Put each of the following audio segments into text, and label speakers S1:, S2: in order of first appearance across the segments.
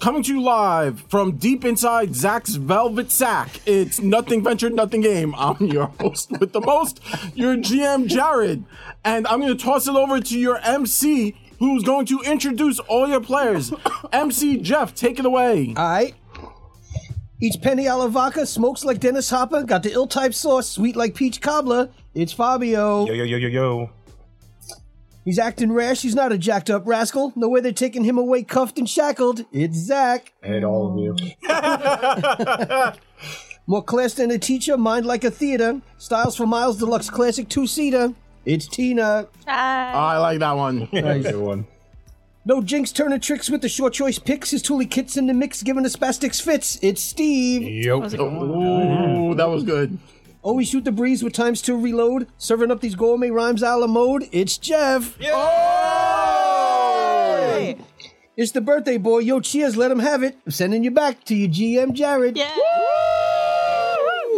S1: Coming to you live from deep inside Zach's velvet sack. It's Nothing Venture, Nothing Game. I'm your host with the most, your GM, Jared. And I'm going to toss it over to your MC, who's going to introduce all your players. MC Jeff, take it away.
S2: I eats penny a la vodka, smokes like Dennis Hopper, got the ill type sauce, sweet like peach cobbler. It's Fabio.
S3: Yo, yo, yo, yo, yo.
S2: He's acting rash. He's not a jacked up rascal. No way they're taking him away cuffed and shackled. It's Zach.
S4: I hate all of you.
S2: More class than a teacher, mind like a theater. Styles for Miles Deluxe Classic Two Seater. It's Tina.
S1: Oh, I like that one.
S4: Good one.
S2: No jinx turning tricks with the short choice picks. His toolie kits in the mix, giving us spastics fits. It's Steve.
S3: Yo.
S1: Ooh, that was good.
S2: Always shoot the breeze with times to reload. Serving up these gourmet rhymes a la mode. It's Jeff.
S5: Hey.
S2: It's the birthday boy. Yo, cheers. Let him have it. I'm sending you back to your GM, Jared.
S5: Yeah.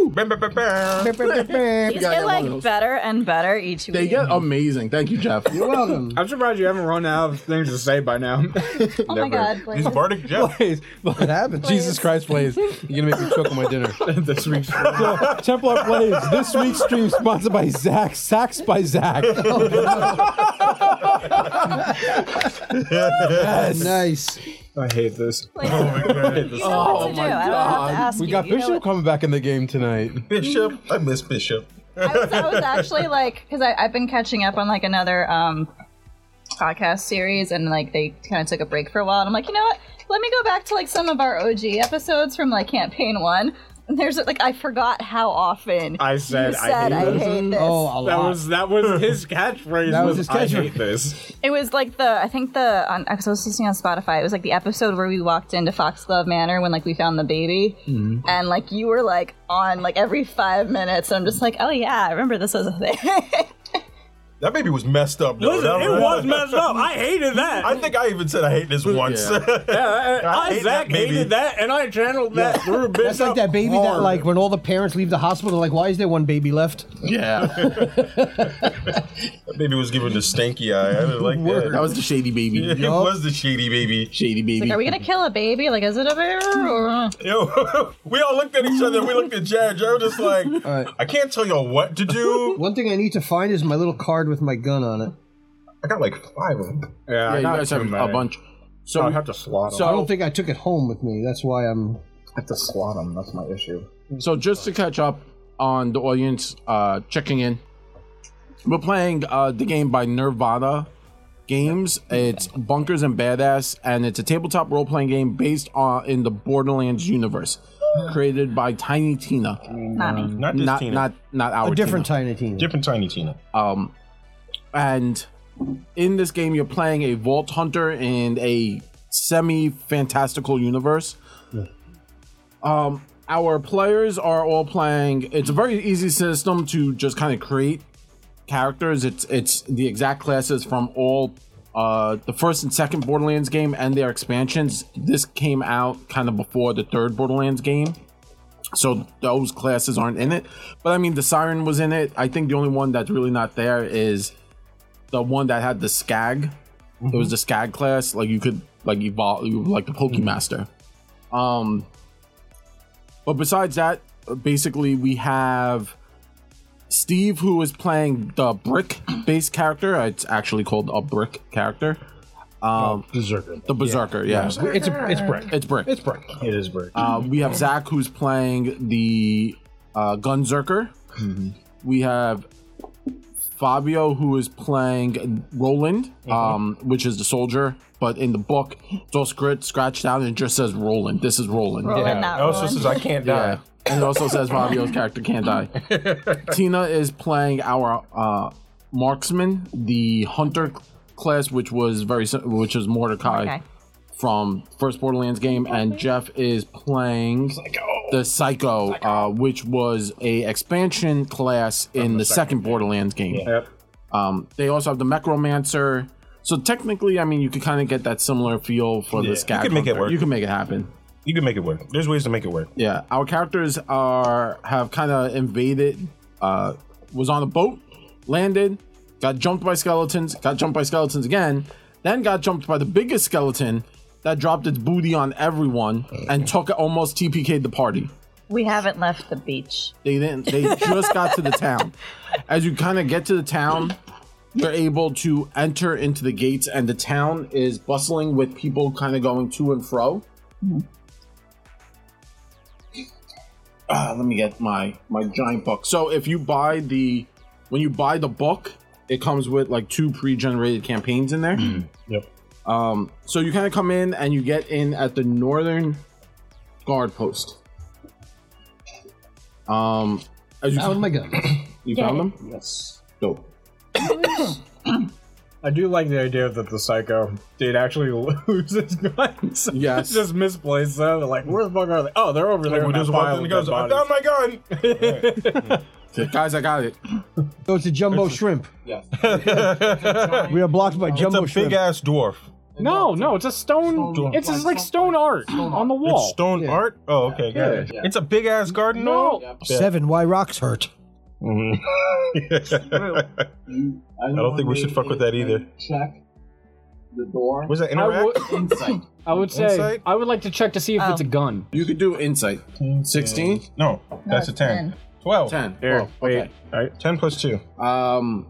S3: Bam, bam, bam, bam.
S5: These
S1: gotta
S5: get
S1: get one of
S5: like
S1: those.
S5: better and better each week.
S1: They get amazing. Thank you, Jeff.
S2: You're welcome.
S6: I'm surprised you haven't run out of things to say by now.
S5: oh my god. Blaine.
S3: He's Bardic Jeff.
S2: What happened?
S7: Jesus Christ plays. You're gonna make me choke on my dinner.
S6: this week's
S7: Templar plays. This week's stream sponsored by Zach. Sacks by Zach.
S2: Nice.
S6: I hate this.
S5: Blaine, you know what to do. I don't have to ask
S7: We
S5: you.
S7: got
S5: You know
S7: Bishop
S5: what-
S7: coming back in the game tonight.
S3: Bishop. I miss Bishop.
S5: I was, I was actually like, because I've been catching up on like another um, podcast series, and like they kind of took a break for a while, and I'm like, you know what? Let me go back to like some of our OG episodes from like campaign one. And there's like I forgot how often
S6: I
S5: you
S6: said, I
S5: said
S6: hate
S5: I
S6: this.
S5: hate this.
S2: Oh, a
S6: That
S2: lot.
S6: was that was his catchphrase.
S2: That was his
S6: I
S2: catchphrase.
S6: hate this.
S5: It was like the I think the on I was listening on Spotify. It was like the episode where we walked into Foxglove Manor when like we found the baby,
S8: Mm-hmm.
S5: and like you were like on like every five minutes. And I'm just like, oh yeah, I remember this was a thing.
S3: That baby was messed up. Though.
S6: Listen,
S3: That
S6: it was messed up. I hated that.
S3: I think I even said I hate this once. I
S6: I,
S3: hate
S6: Zach
S3: that baby.
S6: uh, hated that, and I channeled that through Bishop.
S2: That's like that baby that,
S6: hard.
S2: like, when all the parents leave the hospital, they're like, why is there one baby left?
S1: Yeah,
S3: that baby was given the stanky eye. I didn't like
S1: that
S3: that.
S1: was the shady baby.
S3: it was the shady baby.
S1: Shady baby.
S5: like, are we gonna kill a baby? Like, is it a bear? Or...
S8: Mm-hmm.
S3: Yo, we all looked at each other. We looked at Jared. Jared was just like, I can't tell y'all what to do.
S2: One thing I need to find is my little card with my gun on it.
S3: I got like five of them.
S6: Yeah,
S1: yeah,
S6: I
S1: you
S6: got
S1: guys have
S6: too
S1: a
S6: many.
S1: bunch. So,
S6: I'd have to slot
S1: so
S2: I don't think I took it home with me. That's why I'm.
S4: I have to slot them. That's my issue.
S1: So just to catch up on the audience uh, checking in, we're playing uh, the game by Nirvana Games. It's Bunkers and Badass, and it's a tabletop role-playing game based on in the Borderlands universe, created by Tiny Tina.
S5: Not
S8: Mm-hmm.
S5: me.
S3: Not this
S1: Not
S3: Tina.
S1: not not our
S2: A different
S1: Tina.
S2: tiny team.
S3: different tiny Tina.
S1: Um, and in this game, you're playing a vault hunter in a semi-fantastical universe. Um, our players are all playing. It's a very easy system to just kind of create characters. It's it's the exact classes from all uh, the first and second Borderlands game and their expansions. This came out kind of before the third Borderlands game. So those classes aren't in it. But I mean, the Siren was in it. I think the only one that's really not there is the one that had the Skag. It was the Skag class. Like you could like evolve you- like the Pokemaster. Um But besides that, basically we have Steve who is playing the brick based character. It's actually called a brick character. Um
S4: Berserker.
S1: the Berserker, yeah.
S2: It's a, it's brick.
S1: It's brick.
S2: It's brick.
S4: It is brick.
S1: Uh, we have Zach, who's playing the uh, Gunzerker.
S4: Mm-hmm.
S1: We have Fabio, who is playing Roland,
S4: Mm-hmm.
S1: um, which is the soldier. But in the book, it's all scr- scratched out and it just says Roland. This is Roland.
S5: Rolling, not
S3: It
S8: Oh,
S3: also
S5: rolling.
S3: says Oh, I can't die.
S1: Yeah. And it also says Fabio's character can't die. Tina is playing our uh, marksman, the hunter class, which was very, sim- which is Mordecai
S5: Okay.
S1: from first Borderlands game, and Jeff is playing the Psycho, Uh, which was a expansion class in the second Borderlands game.
S6: Yep.
S1: Um, they also have the Necromancer. So technically, I mean, you could kind of get that similar feel for the
S3: Yeah, you
S1: Scat.
S3: could make it work.
S1: You can make it happen.
S3: You can make it work. There's ways to make it work.
S1: Yeah, our characters are have kind of invaded. Uh, was on a boat, landed, got jumped by skeletons, got jumped by skeletons again, then got jumped by the biggest skeleton, that dropped its booty on everyone and took almost TPK'd the party.
S5: We haven't left the beach.
S1: They didn't. They just got to the town. As you kind of get to the town, you're able to enter into the gates, and the town is bustling with people kind of going to and fro. Uh, let me get my my giant book. So if you buy the when you buy the book, it comes with like two pre-generated campaigns in there.
S7: Yep.
S1: Um, so you kind of come in and you get in at the northern guard post. Um, as you
S9: Out of my gun.
S1: you
S5: Yeah.
S1: found them?
S7: Yes.
S1: Dope.
S7: I do like the idea that the psycho did actually lose his guns.
S1: Yes.
S7: Just misplaced them. They're like, where the fuck are they? Oh, they're over there.
S8: Like, we
S7: in
S8: just
S7: that
S8: walk
S7: pile
S8: in and
S7: of dead
S8: he goes, I
S7: bodies."
S8: found my gun.
S1: Okay, guys, I got it.
S9: So it's a jumbo shrimp.
S1: Yes.
S9: We are blocked by
S8: It's a
S1: Oh,
S9: jumbo
S8: big
S9: shrimp.
S8: ass dwarf.
S6: No, no, it's a stone.
S8: Stone-
S6: it's just like stone art on the
S8: It's
S6: wall.
S8: stone art. Oh, okay, got it.
S1: Yeah.
S8: It's a big ass garden.
S6: no,
S8: gnome?
S9: Seven. Why rocks hurt?
S1: I
S8: don't think we should fuck with that either.
S1: Check the door.
S8: Was that
S6: I
S8: interact?
S6: would-
S1: Insight.
S6: I would say
S8: Insight?
S6: I would like to check to see if
S5: Oh.
S6: it's a gun.
S1: You could do insight. 16?
S8: No, that's a
S5: it's
S8: 10.
S5: 10.
S8: 12.
S1: 10.
S8: There,
S1: Oh, okay.
S8: wait. All right, 10 plus 2.
S1: Um,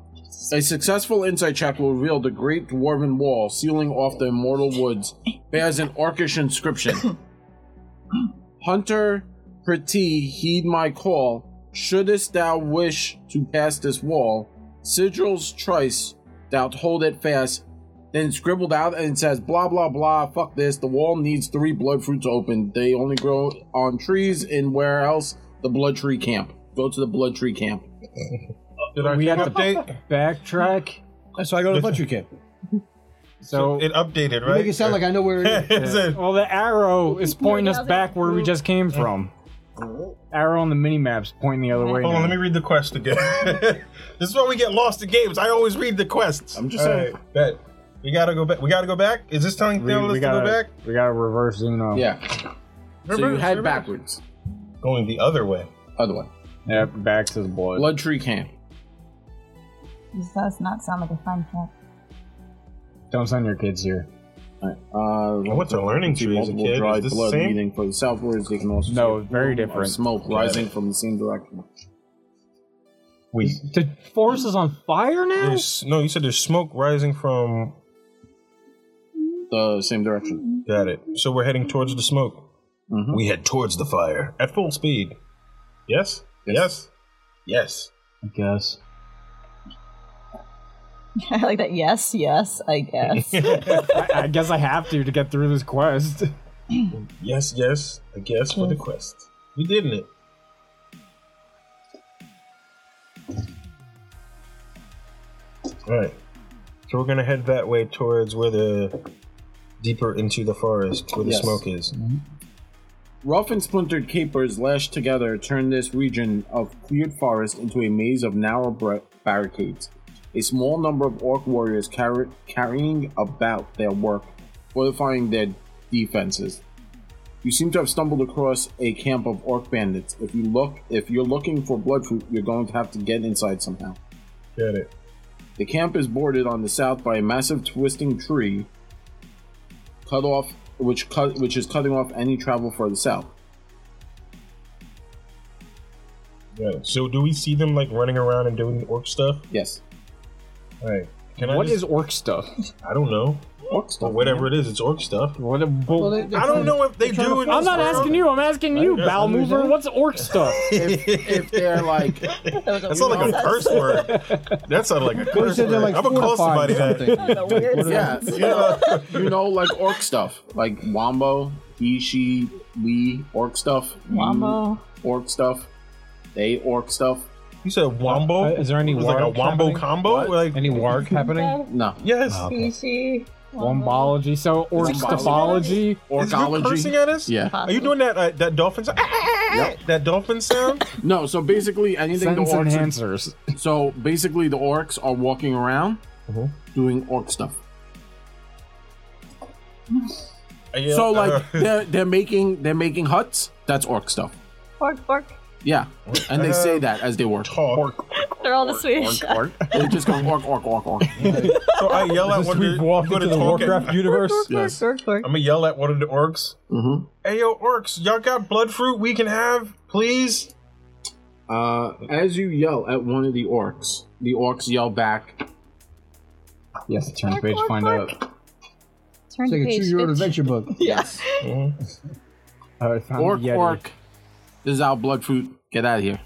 S1: a successful insight check will reveal the great dwarven wall sealing off the immortal woods bears an orcish inscription. Hunter, pretty, heed my call. Shouldest thou wish to pass this wall, sigils trice, thou hold it fast. Then scribbled out and it says blah blah blah. Fuck this. The wall needs three blood fruits open. They only grow on trees and where else? The blood tree camp. Go to the blood tree camp.
S8: Did our
S6: we
S8: thing
S6: have to-
S8: update?
S6: Backtrack.
S9: So I go to butcher camp.
S6: So,
S8: It updated, right?
S9: Make it sound like I know where it is.
S8: Is it-
S6: well, the arrow is pointing us back where we just came from. Arrow on the mini maps pointing the other way.
S8: Oh. Hold on,
S6: now.
S8: let me read the quest again. this is why we get lost in games. I always read the quests.
S1: I'm just
S8: All
S1: saying.
S8: right, bet. We gotta go back. We gotta go back. Is this telling
S6: we,
S8: telling us
S6: we
S8: to
S6: gotta
S8: go back?
S6: we gotta reverse Uno.
S1: Yeah. so you
S8: Reverse,
S1: head
S8: reverse.
S1: backwards.
S8: Going the other way.
S1: Other way.
S6: Yep, back to the blood.
S1: Blood Tree Camp.
S5: This does not sound like a fun trip.
S6: Don't send your kids here.
S1: Uh,
S8: I went to learning tree as a
S1: multiple
S8: kid.
S1: dry
S8: Is this the
S1: blood
S8: same?
S1: meeting for the southwards. They can also
S6: No,
S1: see a
S6: very
S1: plume of
S6: different.
S1: Smoke rising from the same direction.
S8: Wait.
S6: The forest is on fire now.
S8: There's, no, you said there's smoke rising from.
S1: The same direction.
S8: Got it. So we're heading towards the smoke.
S1: Mhm.
S8: We head towards the fire at full speed. Yes. Yes. Yes.
S6: I guess.
S5: I like that. Yes, yes, I guess.
S6: I, I guess I have to to get through this quest.
S8: Yes. Yes. I guess for the quest. We didn't it. All right. So we're gonna head that way towards where the deeper into the forest where the
S1: Yes.
S8: smoke is.
S1: Rough and splintered capers lashed together turn this region of cleared forest into a maze of narrow bra- barricades. A small number of orc warriors carry- carrying about their work, fortifying their defenses. You seem to have stumbled across a camp of orc bandits. If you look, if you're looking for bloodfruit, you're going to have to get inside somehow.
S8: Got it.
S1: The camp is bordered on the south by a massive twisting tree, cut off, which cut, which is cutting off any travel further south.
S8: Got it. So do we see them like running around and doing orc stuff?
S1: Yes.
S8: All right. Can
S6: What
S8: I
S6: is
S8: just,
S6: orc stuff?
S8: I don't know. Or whatever it is, it's orc stuff.
S6: What? A, bo-
S8: I don't know if they do. in
S6: I'm
S8: this
S6: not
S8: world.
S6: asking you. I'm asking you,
S8: guess
S6: bowel mover. What's orc stuff?
S1: if they're like
S8: That sounded like a curse word. That sounded like a
S9: They
S8: curse
S9: said
S8: word.
S9: they're like
S8: I'm gonna call
S9: fortified
S8: somebody
S9: or
S8: that.
S9: something.
S5: The weird
S1: yeah,
S5: sounds.
S1: you know, you know, like orc stuff, like wombo, he, she, we, orc stuff, you,
S5: Wombo.
S1: orc stuff, they, orc stuff.
S8: You said wombo.
S6: Uh, is there any
S8: It was like a
S6: warg
S8: wombo
S6: happening?
S8: combo? Like
S6: Any Oh. warg happening?
S1: No,
S8: yes.
S5: Species.
S6: Wombology. So orc
S5: Wombology.
S6: stuffology.
S8: Is you
S1: orcology.
S8: cursing at us?
S1: Yeah.
S8: Are you doing that uh, that dolphin sound? That dolphin sound?
S1: No, so basically anything the
S6: Sentence
S1: orcs.
S6: enhancers.
S1: so basically the orcs are walking around doing orc stuff.
S8: Uh, yeah,
S1: so
S8: uh,
S1: like they're they're making they're making huts. That's orc stuff.
S5: Bork, bork.
S1: Yeah, and they say that as they work.
S8: Talk.
S5: They're all the Swedish.
S1: They just go orc, orc, orc, orc.
S8: So I yell at one of
S10: We've
S8: the,
S10: walked
S8: go
S10: into the
S8: talk and-
S10: Warcraft universe.
S1: Yes.
S8: I'm gonna yell at one of the orcs.
S1: Mhm.
S8: Hey yo, orcs, y'all got blood fruit we can have, please?
S1: Uh, as you yell at one of the orcs, the orcs yell back.
S6: Yes, turn the page, find out.
S9: It's like
S5: Turn to
S9: a
S5: page
S9: choose-your-own
S5: 15.
S9: adventure book.
S1: Yes.
S6: Oh, I found
S1: Orc,
S6: the Yeti.
S1: orc. This is our blood fruit. Get out of here.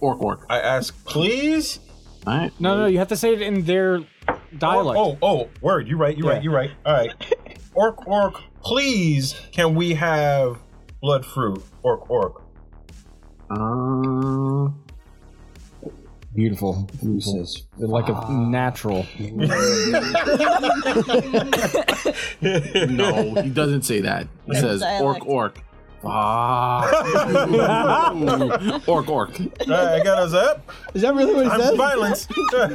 S1: Orc, orc.
S8: I ask, please?
S1: All right.
S6: No, no, you have to say it in their
S8: Oh,
S6: dialect.
S8: oh, oh, word, you're right, you're right,
S6: Yeah.
S8: you're right. Alright. Orc, orc, please, can we have blood fruit? Orc, orc.
S1: Uh,
S10: Beautiful.
S6: They're like a natural.
S1: no, he doesn't say that. He says
S5: Dialect.
S1: orc, orc. Ah. orc, orc.
S8: Alright, I got us up.
S9: Is that really what it
S8: I'm
S9: says?
S8: violence.
S9: I'm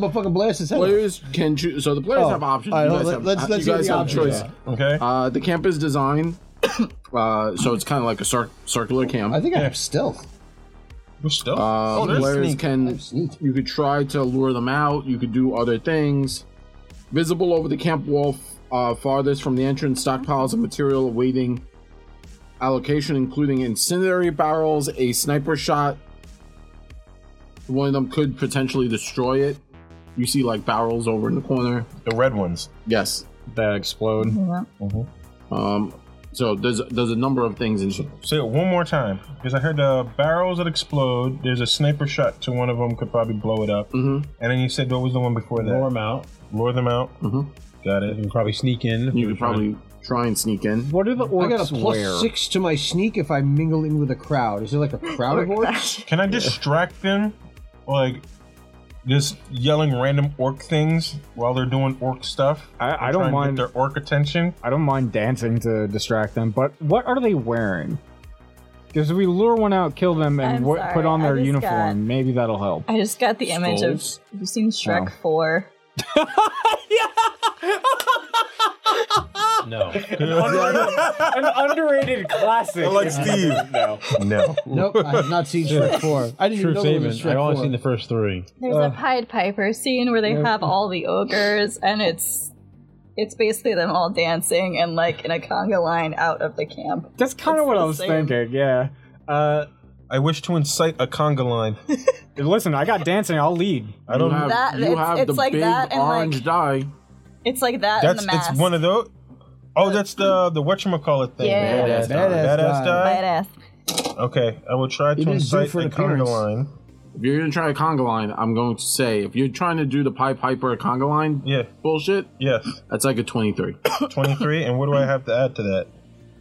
S9: gonna fucking blast his head. off.
S1: Players can choose. So the players
S9: Oh,
S1: have options.
S9: all right, hold-
S1: you guys
S9: let- let's-
S1: have, uh,
S9: let's
S1: you
S9: hear
S1: guys
S9: the
S1: have
S9: options.
S1: choice.
S8: okay.
S1: Uh, the camp is designed, uh, so it's kind of like a cir- circular camp.
S9: I think I have stealth.
S8: We're still.
S1: Uh,
S8: oh, there's
S1: players
S9: I
S8: sneak.
S1: can
S9: have sneak.
S1: you could try to lure them out. You could do other things. Visible over the camp wall, uh, farthest from the entrance, stockpiles of material awaiting allocation, including incendiary barrels, a sniper shot. One of them could potentially destroy it. You see, like barrels over in the corner.
S8: The red ones.
S1: Yes,
S6: That explode.
S5: Yeah.
S1: Um, so there's there's a number of things in
S8: Say it one more time, because I heard the barrels that explode. There's a sniper shot to one of them could probably blow it up.
S1: Mhm.
S8: And then you said what was the one before that?
S7: Warm out.
S8: Lure them out.
S1: Mhm.
S8: Got
S7: You
S8: it.
S7: can probably sneak in.
S1: You could probably try and sneak in.
S6: What do the orcs
S9: I got a plus
S6: wear?
S9: six to my sneak if I mingle in with a crowd. Is it like a crowd of orcs?
S8: Can I distract them, like just yelling random orc things while they're doing orc stuff?
S6: I, I
S8: Try
S6: don't
S8: and get
S6: mind.
S8: their orc attention.
S6: I don't mind dancing to distract them, but what are they wearing? Because if we lure one out, kill them,
S5: I'm
S6: and w-
S5: sorry,
S6: put on
S5: I
S6: their
S5: just
S6: uniform,
S5: got-
S6: maybe that'll help.
S5: I just got the image of.
S1: Skulls.
S5: Have you seen Shrek 4?
S7: No.
S6: An underrated classic.
S8: Like Steve.
S7: no.
S8: no.
S9: nope, I have not seen Shrek 4. I didn't even
S7: True
S9: know there was a
S7: Saban.
S9: Shrek
S7: I've only
S9: 4.
S7: seen the first three.
S5: There's a Pied Piper scene where they have all the ogres, and it's it's basically them all dancing and like in a conga line out of the camp.
S6: That's kind of
S5: It's
S6: what I
S5: the
S6: was
S5: same.
S6: thinking. Yeah. Uh,
S8: I wish to incite a conga line.
S6: listen, I got dancing. I'll lead.
S8: I don't.
S1: You have,
S5: That-
S1: you
S5: it's-
S1: have
S5: it's
S1: the
S5: like
S1: big
S5: that and, like-
S1: orange dye.
S5: It's like that
S8: that's
S5: in the mask.
S8: it's one of those. Oh, that's the the whatchamacallit thing.
S5: Yeah.
S1: Badass dye.
S9: Badass
S8: Badass
S9: dye.
S8: dye.
S5: Badass.
S8: Okay, I will try to
S9: is
S8: incite
S9: good for
S8: the
S9: an
S8: conga
S9: appearance.
S8: line.
S1: If you're gonna try a conga line, I'm going to say if you're trying to do the Pied Piper conga line
S8: Yeah,
S1: bullshit,
S8: yes.
S1: that's like a 23.
S8: 23, and what do I have to add to that?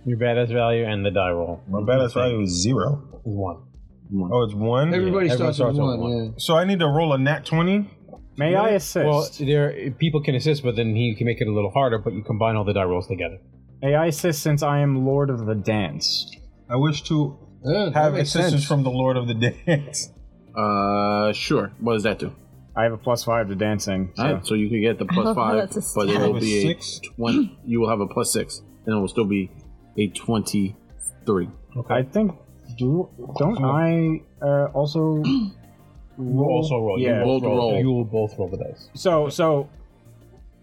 S7: Your badass value and the die roll.
S8: My badass value is zero.
S7: is one.
S8: Oh, it's one?
S9: Everybody
S7: Yeah, everyone
S9: starts with
S7: starts with
S9: one,
S7: one.
S9: yeah.
S8: So I need to roll a nat 20?
S6: May I assist?
S7: Well, there people can assist, but then he can make it a little harder. But you combine all the die rolls together.
S6: May I assist since I am Lord of the Dance?
S8: I wish to
S9: Yeah, that
S8: have
S9: makes
S8: assistance
S9: sense.
S8: from the Lord of the Dance.
S1: Uh, sure. What does that do?
S6: I have a plus five to dancing. So.
S1: All right, so you could get the plus
S5: love how
S1: five,
S5: that's a
S1: but it
S5: stat.
S1: will be a
S8: Six.
S1: 20. You will have a plus six, and it will still be a 23.
S6: I think do don't I uh, also
S7: You will also roll.
S6: Yeah.
S7: you will
S1: Both
S7: both roll.
S1: roll.
S7: You will both roll the dice.
S6: so so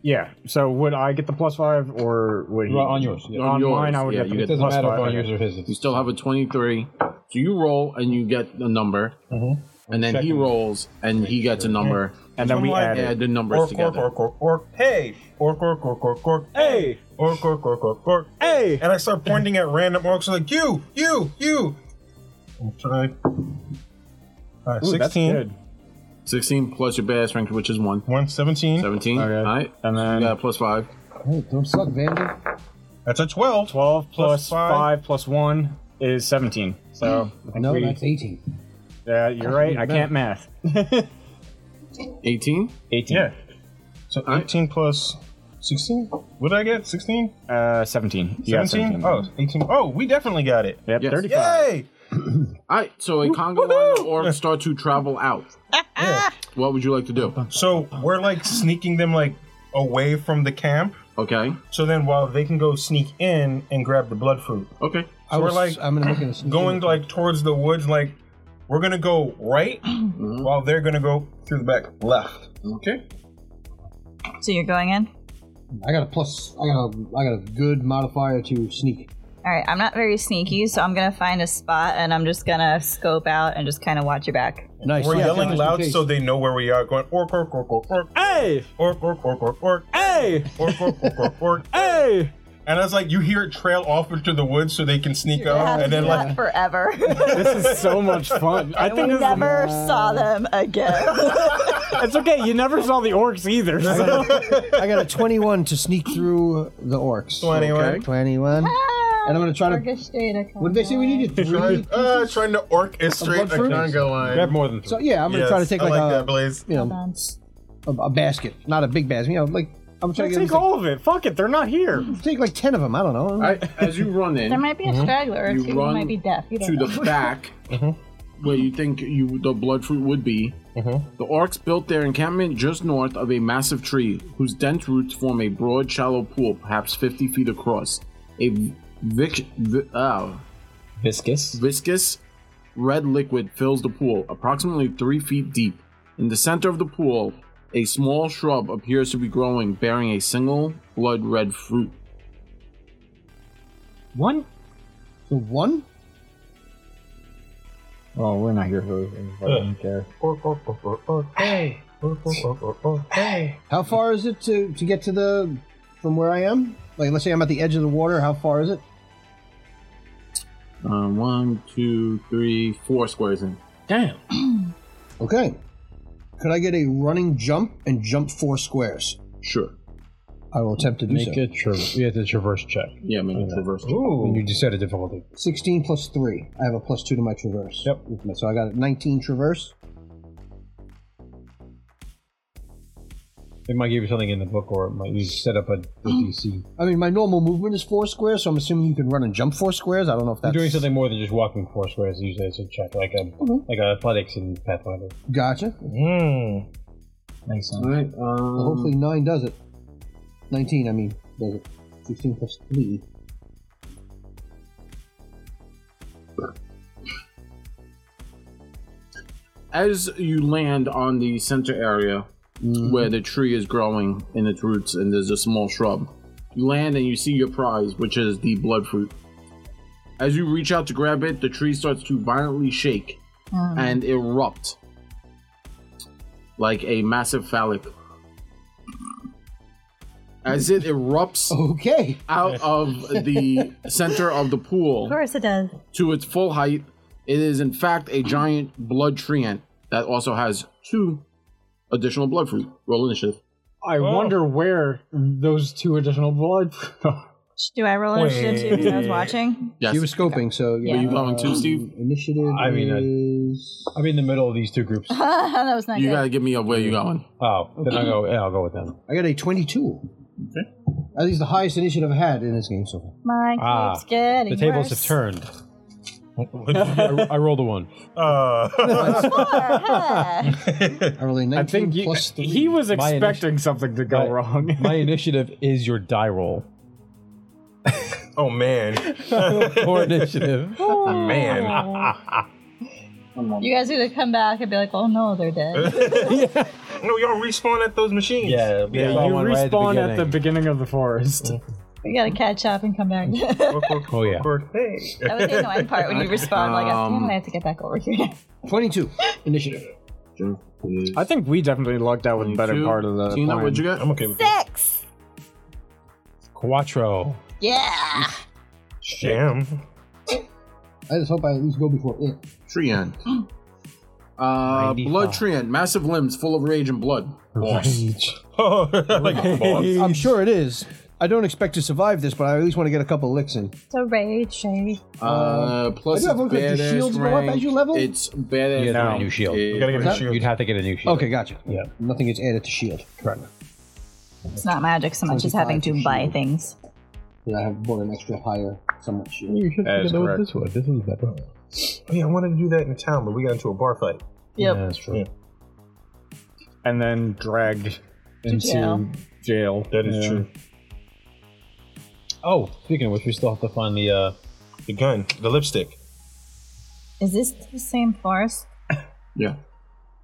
S6: yeah so would I get the plus five or would he
S7: Roll on yours. Yeah.
S1: On
S6: on
S1: yours,
S6: mine I would
S1: yeah,
S6: get
S1: you
S6: the
S1: get
S7: It doesn't
S6: plus
S7: matter if
S6: five
S7: on
S6: okay.
S7: yours or his.
S1: You
S7: It's
S1: still have a 23. So you roll and you get a number,
S6: Mm-hmm.
S1: and then he
S7: Checking.
S1: rolls and he gets a number,
S6: and then we
S8: Which one do I
S6: add
S1: add
S6: it.
S1: the numbers
S8: Orc, orc,
S1: together.
S8: orc, orc, orc. Hey! Orc, orc, orc, orc, orc.
S6: Hey!
S8: Orc, orc, orc, orc, orc.
S6: Hey!
S8: And I start pointing at random orcs like, you, you, you! I'm trying. Alright,
S6: Ooh, that's
S8: 16.
S6: good.
S1: 16 plus your badass rank, which is 1.
S8: One, 17.
S1: 17.
S6: Okay.
S1: All right.
S6: And
S1: So you
S6: then
S1: got a plus 5.
S9: Hey, don't suck, Vander.
S8: That's a 12.
S6: 12 plus, plus
S8: Plus five.
S6: 5 plus 1 is 17. So, I think
S9: No,
S6: we-
S9: that's 18.
S6: yeah, you're right. I can't math.
S1: 18.
S6: 18.
S8: Yeah. So 18 plus 16? What did I get? 16?
S6: Uh, 17. Yeah,
S8: 17? Oh, 18. Oh, we definitely got it.
S6: Yep,
S1: Yes.
S6: 35.
S8: Yay!
S1: All right. So a conga line of orcs start to travel out. What would you like to do?
S8: So we're like sneaking them like away from the camp.
S1: Okay.
S8: So then, while they can go sneak in and grab the blood fruit,
S1: Okay.
S2: I
S8: we're
S2: was,
S8: like
S2: I'm gonna make it a
S8: going like towards the woods, like we're gonna go right, while they're gonna go through the back left.
S1: Okay.
S5: So you're going in?
S2: I got a plus. I got a. I got a good modifier to sneak.
S5: All right, I'm not very sneaky, so I'm gonna find a spot and I'm just gonna scope out and just kind of watch your back.
S2: Nice.
S8: We're
S2: yeah,
S8: yelling
S2: just in
S8: loud
S2: case.
S8: so they know where we are. Going orc orc orc orc orc
S6: Hey!
S8: orc orc orc orc orc
S6: Hey!
S8: orc orc orc orc orc.
S6: Hey!
S8: And I was like, you hear it trail off into the woods so they can sneak out, and then like
S5: forever.
S6: This is so much fun. I think this is the-
S5: Never saw them again.
S6: it's okay. You never saw the orcs either. so-
S2: I got a 21 to sneak through the orcs.
S8: 21.
S2: 21. And I'm gonna try to. What did they say we needed? Three.
S7: Uh, trying to orchestrate
S2: blood
S7: a
S2: fruit?
S7: conga line.
S6: Grab more than three.
S2: so yeah, I'm gonna
S8: Yes,
S2: try to take
S8: I
S2: like,
S8: like
S2: a
S8: that, Blaze.
S2: you know a, a basket, not a big basket. You know, like I'm trying to get
S6: Take
S2: at least,
S6: all of it. Fuck it. They're not here.
S2: like, take like 10 of them. I don't know.
S1: I, as you run in
S5: There might be a straggler.
S1: You
S5: or two who
S1: run
S5: might be deaf. You
S1: to
S5: don't know.
S1: the back, where you think you the blood fruit would be, the orcs built their encampment just north of a massive tree whose dense roots form a broad, shallow pool, perhaps 50 feet across. A vic, vi- uh,
S7: Viscous.
S1: viscous red liquid fills the pool, approximately three feet deep. In the center of the pool, a small shrub appears to be growing, bearing a single blood red fruit.
S6: One?
S2: So one.
S6: Oh, we're not here. Who doesn't care?
S8: Orc orc orc orc orc. Hey. Orc orc orc orc orc. Hey.
S2: How far is it to to get to the from where I am? Like let's say I'm at the edge of the water. How far is it?
S1: Uh, one, two, three, four squares in.
S7: Damn.
S2: Okay. Could I get a running jump and jump four squares?
S1: Sure.
S2: I will attempt to do
S7: Make
S2: so.
S7: a tra- you have to traverse check.
S1: Yeah, maybe reverse.
S7: Ooh. You just set a difficulty.
S2: 16 plus 3. I have a plus 2 to my traverse.
S7: Yep.
S2: With my- So I got 19 traverse.
S7: It might give you something in the book, or it might you set up a, a DC.
S2: I mean, my normal movement is 4 squares, so I'm assuming you can run and jump 4 squares. I don't know if
S7: You're
S2: that's. Mm-hmm.
S7: doing something more than just walking four squares. Usually, it's a check like a like a athletics in Pathfinder. Hmm.
S2: Gotcha.
S8: Mmm.
S7: Makes sense.
S1: All right. Um,
S2: Well, hopefully 9 does it. 19, I mean, does it. 16 plus 3.
S1: as you land on the center area where the tree is growing in its roots and there's a small shrub, you land and you see your prize, which is the blood fruit. As you reach out to grab it, the tree starts to violently shake and erupt like a massive phallic. As it erupts
S2: Okay.
S1: out of the center of the pool,
S5: Of course it does.
S1: to its full height. It is, in fact, a giant blood tree ant that also has two additional blood fruit. Roll initiative.
S6: I wonder where those two additional blood.
S5: Do I roll initiative too? Because I was watching.
S1: Yes.
S2: You were scoping, so yeah.
S5: Were
S1: you going too,
S2: Um,
S1: Steve?
S2: Initiative
S7: I mean, I-
S2: is.
S7: I'm in the middle of these two groups. Oh,
S5: that was not
S1: you
S5: good.
S1: gotta give me a where you going.
S7: then I go. Yeah, I'll go with them.
S2: I got a 22. Okay. That is the highest initiative I've had in this game so far.
S5: Mine
S7: Ah,
S5: keeps getting
S7: The tables have
S5: worse.
S7: turned. I, I rolled a one.
S8: Uh,
S5: Hey.
S2: I rolled a 19
S6: I think you,
S2: plus 3.
S6: he was
S7: My
S6: expecting something to go
S7: my-
S6: wrong.
S7: My initiative is your die roll
S8: oh man.
S7: for initiative.
S8: Man.
S5: you guys need to come back and be like, oh no, they're dead.
S8: No, y'all respawn at those machines.
S7: Yeah, we
S6: you
S7: saw one right
S6: respawn at the beginning of the forest.
S5: we gotta catch up and come back. that
S8: Orc, orc,
S7: Oh, yeah.
S8: orc, orc. Hey.
S5: was the annoying part when you respond like, oh, damn it, I have to get back over here.
S2: 22 initiative.
S6: I think we definitely lucked out with the better
S1: Two.
S6: part of the.
S1: Tina,
S6: plan.
S1: what'd you get?
S8: I'm okay with that.
S5: Six.
S7: Quattro.
S5: Yeah.
S8: Jam.
S2: I just hope I at least go before it.
S1: Tree ant. Uh, blood tree ant. Massive limbs full of rage and blood.
S7: Rage.
S8: Oh, like a boss.
S2: I'm sure it is. I don't expect to survive this, but I at least want to get a couple licks in.
S5: So rage, shade.
S1: Uh, plus it's
S2: I do have one, like, the
S1: badass
S2: shields go up
S1: rank.
S2: as you level?
S1: It's badass.
S7: You gotta get a
S1: rank.
S7: new shield.
S1: It-
S8: You gotta get a shield.
S7: You'd have to get a new shield.
S2: Okay, gotcha.
S7: Yeah.
S2: Nothing gets added to shield. Correct.
S5: It's not magic so much as having to buy things.
S2: Yeah, I have bought an extra higher somewhat shield.
S7: You should
S11: That is
S7: have
S11: correct.
S7: this one. This is better.
S8: Oh, yeah, I wanted to do that in town, but we got into a bar fight.
S5: Yep.
S7: Yeah, that's true.
S8: Yeah.
S6: And then dragged into
S5: jail.
S6: jail.
S8: That is true.
S7: Oh, speaking of which, we still have to find the uh,
S8: The gun, the lipstick.
S5: Is this the same forest?
S1: Yeah.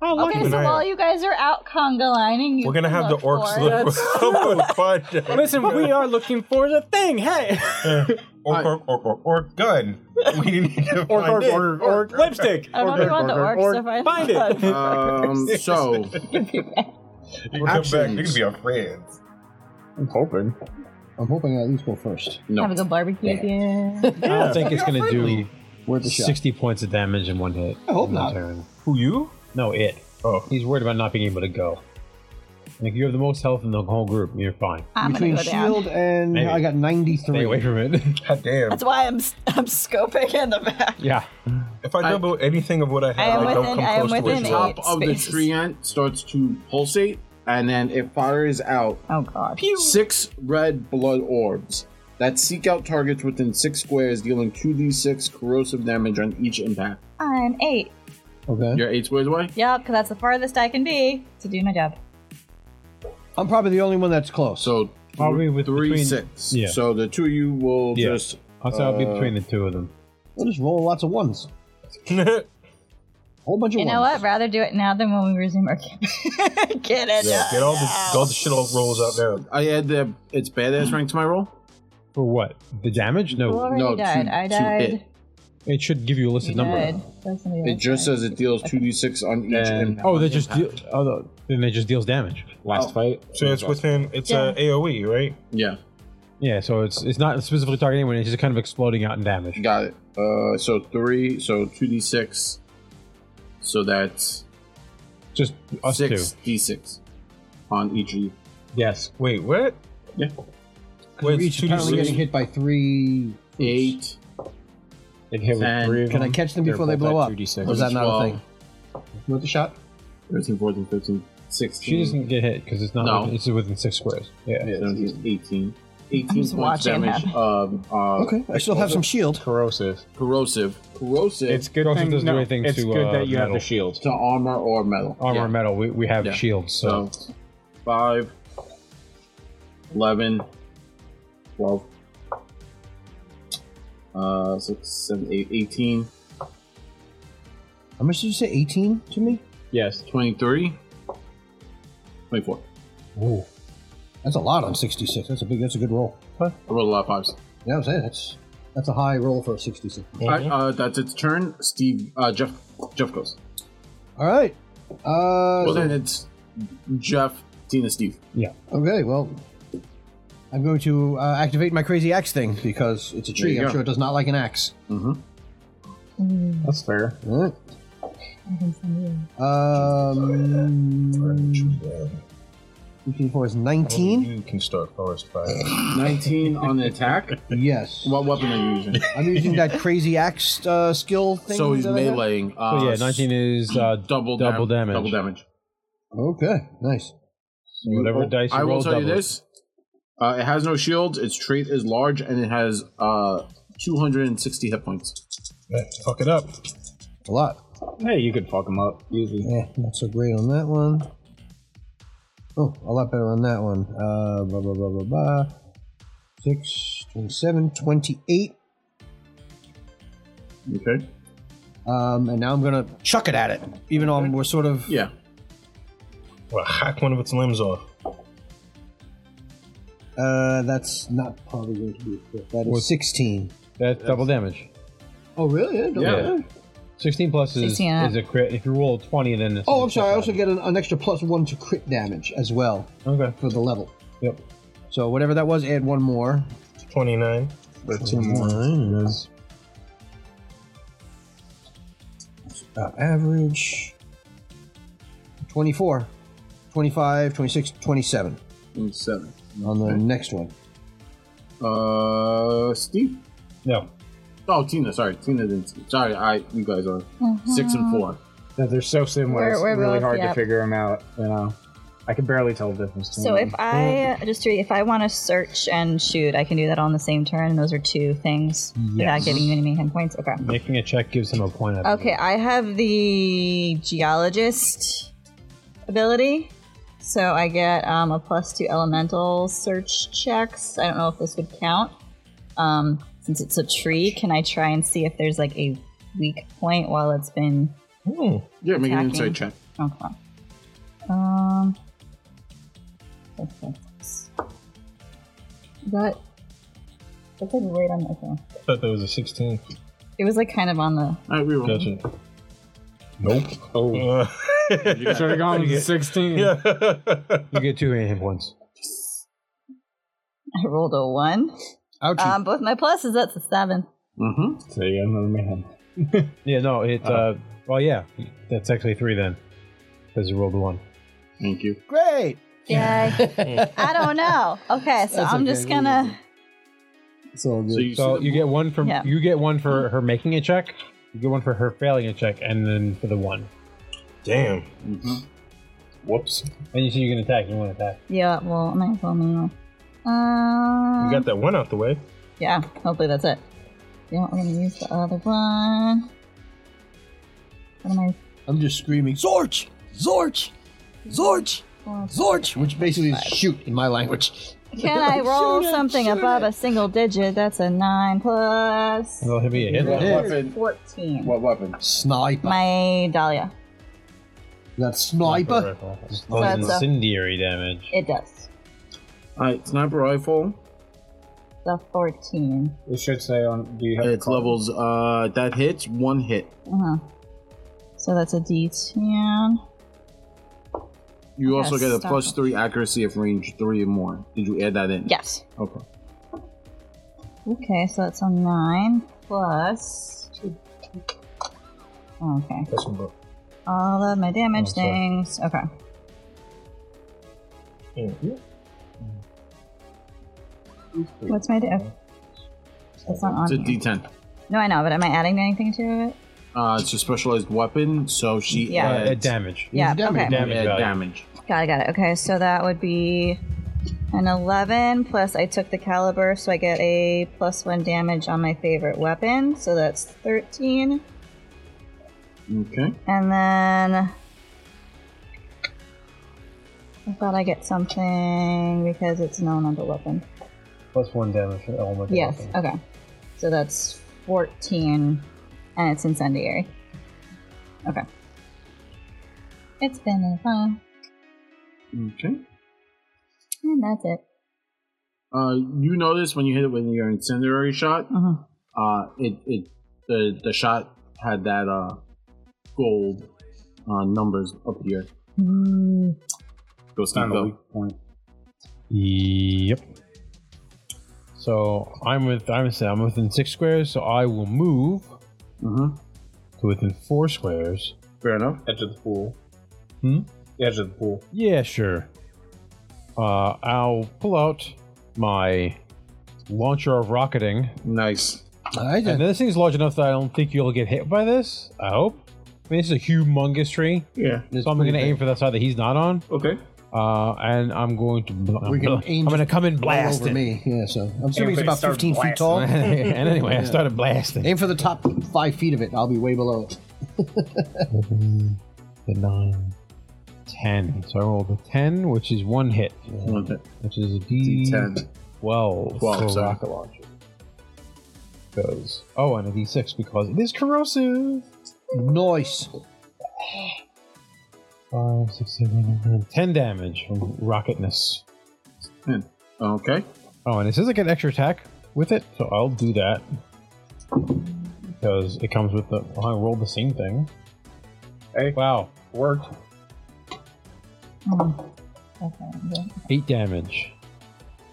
S5: Okay, so
S8: an eye
S5: while
S8: out.
S5: you guys are out conga lining, you
S8: We're gonna
S5: can
S8: have the
S5: look
S8: orcs
S5: for-
S8: look for the project.
S6: Listen, we are looking for the thing. Hey,
S8: Orc, orc, orc, orc, orc, gun. We need to
S6: orc,
S8: find
S6: orc,
S8: it.
S6: orc, orc, lipstick.
S5: I don't know if you want the orcs to find,
S6: Find it.
S5: the
S1: Um, so
S8: We'll come back. They
S1: Actions.
S8: can be our friends.
S7: I'm hoping.
S2: I'm hoping I at least go first.
S5: Have a good barbecue again.
S7: I don't think it's gonna do
S2: Worth the shot.
S7: sixty points of damage in one hit. I
S2: hope not.
S7: Turn.
S6: Who you?
S7: No, it. Oh, he's worried about not being able to go. Like you have the most health in the whole group, and you're fine.
S5: I'm
S2: Between
S5: gonna go down.
S2: shield and
S7: Maybe.
S2: I got 93.
S7: Stay away from it.
S8: God damn.
S5: That's why I'm s- I'm scoping in the back.
S7: yeah.
S8: If I double anything of what I
S5: I am
S8: have, I, don't
S5: within-
S8: come
S5: I am
S8: close to
S5: within
S8: it.
S5: eight.
S8: Top.
S1: top of the
S5: spaces.
S1: tree ant starts to pulsate, and then it fires out
S5: Oh god.
S1: six red blood orbs that seek out targets within six squares, dealing 2d6 corrosive damage on each impact.
S5: I'm eight.
S2: Okay.
S1: You're eight squares away.
S5: Yup, because that's the farthest I can be to do my job.
S2: I'm probably the only one that's close.
S1: So
S7: Probably with
S1: three
S7: between-
S1: six.
S7: yeah.
S1: So the two of you will
S7: Yeah.
S1: just
S7: I'll say
S8: uh,
S7: I'll be between the two of them.
S2: We'll just roll lots of ones. Whole bunch of
S5: You
S2: ones.
S5: know what? Rather do it now than when we resume our campaign. Get it.
S8: Yeah, get all the all the shit all rolls out there.
S1: I add the it's badass rank to my roll.
S7: For what? The damage?
S5: Who
S7: No.
S5: already
S1: no, two-
S5: died? I
S1: two
S5: died.
S1: hit.
S7: It should give you a listed
S5: You
S7: number.
S5: died. That's somebody
S1: It
S5: else
S1: just
S5: died.
S1: says it deals 2d6 on each impact.
S7: Oh, that just deal. Oh, no, then it just deals damage.
S2: Oh.
S10: Last fight.
S8: So it's within it's uh, AOE, right?
S1: Yeah,
S7: Yeah, so it's it's not specifically targeting anyone. It's just kind of exploding out in damage.
S1: got it. Uh, so three, so 2d6. So that's
S7: Just us
S1: six
S7: two.
S1: d6 on each of you.
S7: Yes.
S8: Wait, what?
S1: Yeah.
S8: Wait,
S2: We're
S8: it's
S2: each
S8: two d
S2: apparently getting
S8: six.
S2: hit by three.
S1: Eight.
S10: It hit with
S1: And
S10: three of
S2: Can I
S10: them.
S2: catch them
S10: They're
S2: before they
S10: both
S2: blow
S10: at
S2: up?
S10: 2d6.
S2: Or is that not a thing?
S1: Twelve.
S2: Worth a shot?
S1: 13, 14, 15,
S7: She
S1: 16,
S7: doesn't get hit because it's not.
S1: No.
S7: Within, it's within six squares. Yeah.
S1: 17, 18. 18 points
S5: watching it
S1: damage
S5: happen.
S1: of uh,
S2: Okay. I still have some shield.
S10: Corrosive.
S1: corrosive. Corrosive
S10: It's good.
S7: Corrosive
S10: Thing,
S7: doesn't do
S10: no,
S7: anything
S10: it's
S7: to,
S10: good
S7: uh,
S10: that you have
S7: metal.
S10: the shield.
S1: to armor or metal.
S7: Armor
S1: Yeah.
S7: and metal. We, we have
S1: Yeah.
S7: shields. So,
S1: So 5, 11, 12, uh, 6, 7, 8, 18,
S2: How much did you say? 18 to me?
S10: Yes.
S1: 23, 24.
S2: Ooh. That's a lot on 66. That's a big, that's a good roll.
S1: I rolled a lot of fives.
S2: Yeah, I'm saying that's, that's a high roll for a 66.
S1: Alright, uh, that's its turn. Steve, uh, Jeff, Jeff goes.
S2: All right.
S1: Well,
S2: Uh,
S1: then it's Jeff, Tina, Steve.
S2: okay, well, I'm going to uh, activate my crazy axe thing because it's a
S1: There
S2: tree.
S1: you
S2: I'm
S1: go. Mm-hmm.
S2: sure it does not like an axe.
S10: That's fair.
S2: Alright. Um, 18 is
S10: Oh,
S2: 19.
S8: You can start forest fire.
S1: 19 on the attack.
S2: Yes.
S1: What weapon are you using?
S2: I'm using that crazy axe uh, skill thing.
S1: so he's
S2: that I have.
S1: meleeing. Uh,
S7: so yeah, nineteen is uh,
S1: double
S7: double
S1: dam-
S7: damage.
S1: Double damage.
S2: Okay, nice.
S7: Whatever dice you
S1: Oh, I
S7: roll,
S1: will tell you
S7: double it.
S1: this: uh, it has no shields. Its trait is large, and it has uh, 260 hit points.
S8: Fuck it up.
S2: A lot.
S10: Hey, you could fuck him up. Easy.
S2: Yeah, not so great on that one. Oh, a lot better on that one. Uh, blah, blah, blah, blah, blah. 6, 27, 28.
S1: Okay.
S2: Um, and now I'm going to chuck it at it, even though I'm, we're sort of.
S1: Yeah.
S8: Well, hack one of its limbs off.
S2: Uh, that's not probably going to be a crit. That is
S7: What-
S2: 16.
S7: That's double damage.
S2: Oh, really? Yeah. don't-
S1: Yeah.
S7: Sixteen plus is,
S5: 16, yeah.
S7: is a crit. If you roll twenty, then it's
S2: Oh, I'm sorry. I also get an, an extra plus one to crit damage as well
S7: okay.
S2: for the level.
S7: Yep.
S2: So whatever that was, add one more.
S8: Twenty nine.
S2: Uh, average 24 25 26 27
S1: And seven.
S2: on the next one
S1: Uh, Steve.
S7: No.
S1: Oh, Tina. Sorry, Tina didn't. Sorry, I. You guys are
S5: Mm-hmm.
S1: six and four.
S10: No, they're so similar.
S5: We're-
S10: it's
S5: we're
S10: really
S5: both-
S10: hard
S5: yeah.
S10: to figure them out. You know, I can barely tell the difference. between
S5: So
S10: them.
S5: if I uh, just to- if I want to search and shoot, I can do that all on the same turn. Those are two things without giving you any main points. Okay.
S7: Making a check gives him a point. I believe.
S5: Okay, I have the geologist ability, so I get um, a plus two elemental search checks. I don't know if this would count. Um, since it's a tree, can I try and see if there's like a weak point while it's been
S1: Yeah, make an
S5: Attacking.
S1: insight check.
S5: Okay. Um. that's- That. That's like right on. Okay.
S8: I thought that was a 16.
S5: It was like kind of on the.
S1: All right, we roll.
S8: Gotcha. Nope. Oh.
S6: Should have gone with 16.
S7: You get two hit points.
S5: I rolled a one.
S2: Ouchie.
S5: Um, both my pluses. That's a seven.
S1: Mm-hmm.
S10: So you got another man.
S7: Yeah, no, it.
S1: Uh-huh.
S7: Uh, well, yeah, that's actually three then, because you rolled a one.
S1: Thank you.
S9: Great.
S5: Yay. I don't know. Okay, so
S2: That's
S5: I'm
S2: okay,
S5: just
S2: we'll
S5: gonna.
S2: It's all good.
S1: So you,
S7: So
S1: see
S7: you
S1: the-
S7: get one from
S5: Yeah.
S7: you get one for her making a check, you get one for her failing a check, and then for the one.
S8: Damn.
S1: Mhm.
S8: Whoops.
S7: And you see you can attack. You want to attack.
S5: Yeah. Well, I might as well manual. Um.
S8: You got that one out the way.
S5: Yeah. Hopefully that's it. Yeah. I'm gonna use the other one. What am I?
S2: I'm just screaming, Zorch! Zorch! Zorch! Zorch! Which basically is shoot in my language.
S5: Can I roll something above a single digit? That's a nine plus
S7: It'll hit me a hit.
S1: what
S2: Yeah.
S1: weapon?
S5: fourteen.
S1: What weapon?
S2: Sniper.
S5: My Dahlia.
S2: That sniper.
S7: Oh,
S5: That's a-
S7: incendiary damage.
S5: It does.
S1: All right, sniper rifle.
S5: The fourteen.
S6: It should say on. Do you have
S1: It's
S6: the card?
S1: levels. Uh, that hits one hit.
S5: Uh-huh. So that's a D ten.
S1: You
S5: Yes,
S1: also get a
S5: stop.
S1: plus three accuracy if range three or more. Did you add that in?
S5: Yes.
S1: Okay.
S5: Okay, so that's a nine plus two. Okay.
S8: That's one, bro.
S5: All of my damage
S1: Oh,
S5: things. Okay. What's my damage? It's not on
S1: Uh, It's a
S5: here.
S1: D10.
S5: no, I know, but am I adding anything to it?
S1: Uh, it's a specialized weapon, so she
S5: Yeah.
S7: Uh,
S1: adds
S7: damage.
S5: Yeah.
S2: damage.
S5: Okay.
S7: Damage.
S1: add
S7: value.
S1: damage.
S5: Got it, got it. Okay, so that would be an 11, plus I took the caliber, so I get a plus 1 damage on my favorite weapon, so that's 13.
S1: Okay.
S5: And then. I thought I get something because it's known on the weapon.
S7: Plus one damage for element.
S5: Yes, okay. So that's 14, and it's incendiary. Okay. It's been fun.
S1: Okay.
S5: And that's it.
S1: Uh, you notice when you hit it with your incendiary shot,
S5: Mhm.
S1: uh, it, it the the shot had that uh gold uh, numbers up here.
S5: Mm,
S1: Go Steve,
S6: Kind of
S1: go.
S6: weak point.
S7: Yep. So I'm with I'm I'm within six squares, so I will move
S1: Mm-hmm.
S7: to within four squares.
S1: Fair enough.
S6: Edge of the pool.
S7: Hmm?
S6: Edge of the pool.
S7: Yeah, sure. Uh, I'll pull out my launcher of rocketing.
S1: Nice.
S2: I
S7: And
S2: did.
S7: this thing's large enough that I don't think you'll get hit by this. I hope. I mean, this is a humongous tree,
S1: Yeah.
S7: so I'm going to
S2: pretty
S7: aim for that side that he's not on.
S1: Okay.
S7: Uh, and I'm going to. Bl-
S2: We can
S7: I'm
S2: aim
S7: going to come and
S2: All
S7: blast
S2: over
S7: it.
S2: me. Yeah, so I'm assuming it's
S6: Everybody
S2: about
S6: start
S2: 15 feet tall.
S7: and anyway, I started blasting.
S2: Aim for the top five feet of it. I'll be way below it.
S7: The nine, ten. So I rolled a ten, which is one hit,
S1: Okay.
S7: which is a D
S1: D10.
S7: twelve,
S1: Twelve,
S7: for
S1: sorry.
S7: rocket launcher. Because oh, and a D six because it is corrosive.
S2: Nice.
S7: Five, six, seven, eight, nine, ten damage from rocketness.
S1: Okay.
S7: Oh, and it says I get extra attack with it, so I'll do that. Because it comes with the. Oh, I rolled the same thing.
S6: Hey.
S7: Wow.
S6: Worked.
S5: mm. Okay.
S7: Eight damage.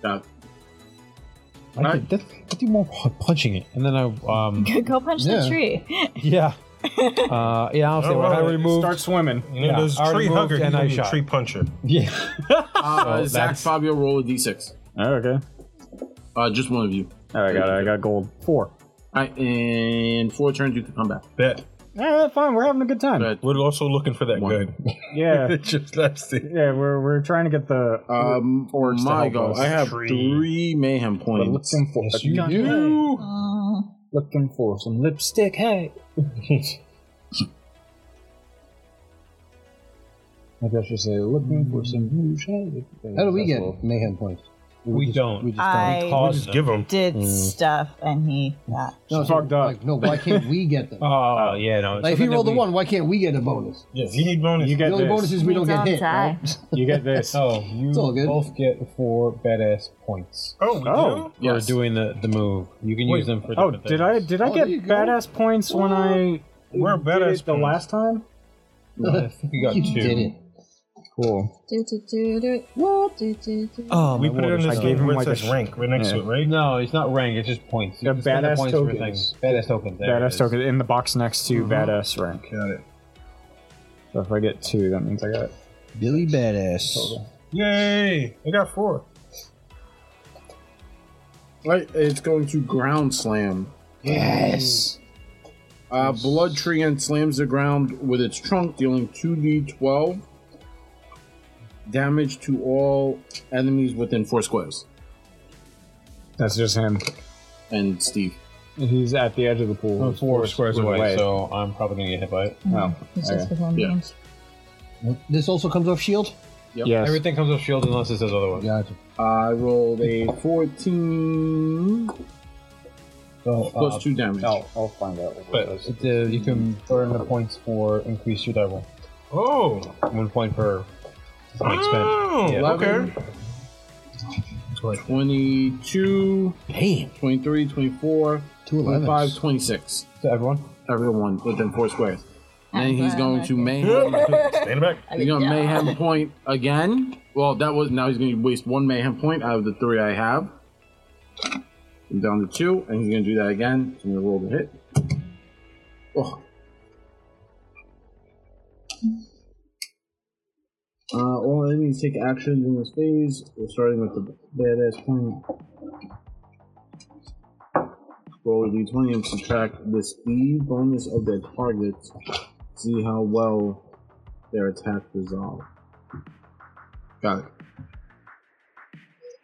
S1: Got it.
S7: I could, that, I do more pu- punching it. And then I. um
S5: Go punch
S2: Yeah.
S5: the tree.
S7: Yeah. Uh, yeah, I'll say
S8: Oh,
S7: what I
S8: well, it
S7: removed.
S6: Start swimming.
S8: You
S7: Yeah,
S8: know, there's
S7: I already
S8: tree
S7: moved and
S8: hugger, he's gonna
S7: I
S8: be a
S7: shot.
S8: tree puncher.
S7: yeah.
S1: Uh,
S7: So
S1: Zach
S7: that's-
S1: Fabio roll a d6.
S6: okay.
S1: Uh, just one of you.
S6: All right, I got it. I got gold. Four.
S1: All right, in four turns you can come back.
S8: Bet.
S6: Yeah, fine. We're having a good time.
S1: But
S8: We're also looking for that
S1: One.
S8: gun.
S6: Yeah.
S8: just last thing.
S6: Yeah, we're, we're trying to get the.
S1: Um, or
S6: to
S1: my
S6: help
S1: go.
S6: us
S1: I have
S6: tree.
S1: three mayhem
S6: we're
S1: points.
S6: looking for
S7: Yes,
S6: a
S7: you
S6: gun.
S7: do.
S5: Mm,
S6: Looking for some lipstick. Hey. I guess you say looking for some new shade.
S2: How do we get mayhem points?
S7: We don't.
S2: just
S5: I
S8: I'll just give them.
S5: did stuff and he got.
S2: No, it's
S6: fucked up.
S2: Like, no, why can't we get them?
S7: Oh, yeah, no.
S2: like, if he rolled a one, why can't we get a bonus?
S8: Yeah, you need bonus.
S6: You
S2: The
S6: get
S2: only
S6: this.
S2: bonus is we don't get hit. right?
S6: You get this.
S7: Oh, you
S2: all good.
S7: both get four badass points
S8: oh, we
S6: Oh.
S8: do?
S7: for doing the, the move. You can use them for.
S6: Oh,
S7: different
S6: did I
S7: things.
S6: did I
S2: Oh,
S6: get
S2: there you go.
S6: badass points when I
S8: We're
S6: did
S8: badass.
S6: it the last time?
S7: I think you got
S2: You
S7: two.
S2: did it.
S7: Cool.
S5: Do, do, do, do. What? Do, do, do.
S6: Oh,
S8: We put it in this
S6: gave
S8: game
S6: him
S8: where it
S6: like a
S8: says rank right next to it, right?
S7: No, it's not rank. It's just points. You
S6: They're
S7: can spend the
S6: badass
S7: points
S6: tokens.
S7: For things. Badass token. There it
S6: badass
S7: is.
S6: token in the box next to badass rank.
S8: Got it.
S6: So if I get two, that means I got
S2: Billy Badass.
S8: Yay! I got four.
S1: Right, it's going to ground slam.
S2: Yes.
S1: Uh, Blood Treant slams the ground with its trunk, dealing 2d12 damage to all enemies within four squares.
S6: that's just him.
S1: And Steve.
S6: He's at the edge of the pool.
S7: I'm four squares away, so I'm probably gonna get hit by it.
S6: no.
S5: It's just within
S1: Yeah.
S5: the game.
S2: This also comes off shield.
S6: Yes.
S7: Everything comes with shield unless it says otherwise.
S2: Gotcha.
S1: I rolled a 14
S7: So,
S1: plus 2 damage.
S6: Oh.
S7: I'll, I'll find out. But it, uh, you can burn the points for increase your level.
S8: Oh,
S7: One point per
S8: Oh,
S7: expense. Yeah.
S1: Eleven, 22,
S2: Damn.
S1: 23, 24,
S2: Two
S1: 25,
S2: elevens.
S1: 26.
S7: To everyone.
S1: Everyone within four squares. And then he's
S5: That's why I
S1: going
S5: like
S1: to
S5: it.
S1: mayhem.
S8: stand back.
S1: He's going to
S5: Yeah.
S1: mayhem point again. Well, that was now he's going to waste one mayhem point out of the three I have. I'm down to two, and he's going to do that again. He's going to roll the hit. Oh. Uh, all enemies take actions in this phase. We're starting with the badass point. Roll a d20 and subtract the speed bonus of their target. See how well their attack resolve. Got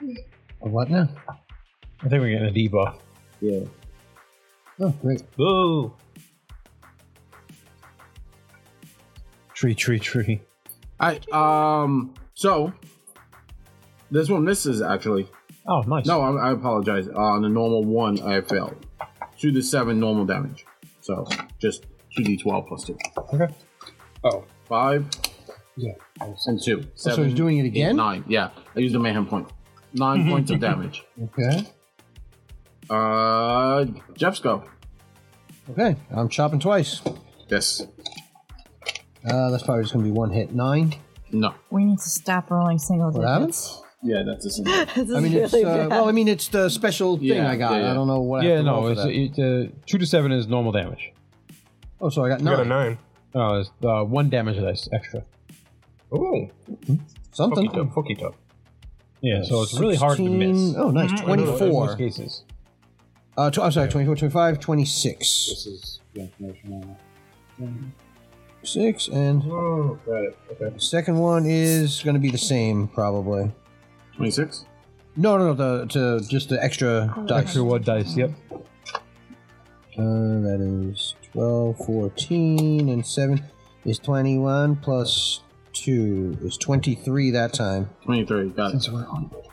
S1: it.
S2: What now?
S7: I think we're getting a debuff.
S1: Yeah.
S2: Oh, great.
S7: Boo! Tree, tree, tree.
S1: I um. So this one misses actually.
S7: Oh, nice.
S1: No, I, I apologize. Uh, on the normal one, I failed. Two to seven normal damage. So just two d twelve plus two.
S7: Okay.
S1: Oh. Five.
S2: Yeah. Oh,
S1: And two.
S2: So
S1: Seven.
S2: he's doing it
S1: eight,
S2: again?
S1: nine. Yeah. I used a mayhem point. Nine points of damage.
S2: Okay.
S1: Uh, Jeff's go.
S2: Okay. I'm chopping twice.
S1: Yes.
S2: Uh, that's probably just gonna be one hit. Nine.
S1: No.
S5: We need to stop rolling single
S2: What
S5: digits.
S2: happens?
S1: Yeah, that's the same.
S5: This is
S2: I mean, it's
S5: really
S2: uh,
S5: bad.
S2: well. I mean, it's the special thing
S1: Yeah,
S2: I got.
S1: yeah, yeah.
S2: I don't know what. I have
S7: Yeah,
S2: to roll
S7: no,
S2: for
S7: it's
S2: that.
S7: it, uh, two to seven is normal damage.
S2: oh, so I got
S8: You got a
S2: nine.
S8: nine.
S7: Oh, it's uh, one damage that's extra.
S8: Ooh,
S2: Something.
S8: fucky top, fucky top.
S7: Yeah, so it's really hard to
S2: 16
S7: miss.
S2: Oh, nice.
S7: In
S2: 24.
S7: most cases.
S2: Uh, tw- I'm sorry, 24, 25, 26.
S7: is the information.
S2: Six, and
S8: Oh, got it. Okay.
S2: second one is going to be the same, probably.
S1: Twenty six.
S2: No, no, no, the, to just the extra dice.
S7: Extra what dice? Yep.
S2: Uh, that is 12, 14, and 7 is 21, plus 2 is 23 that time.
S1: 23, got it.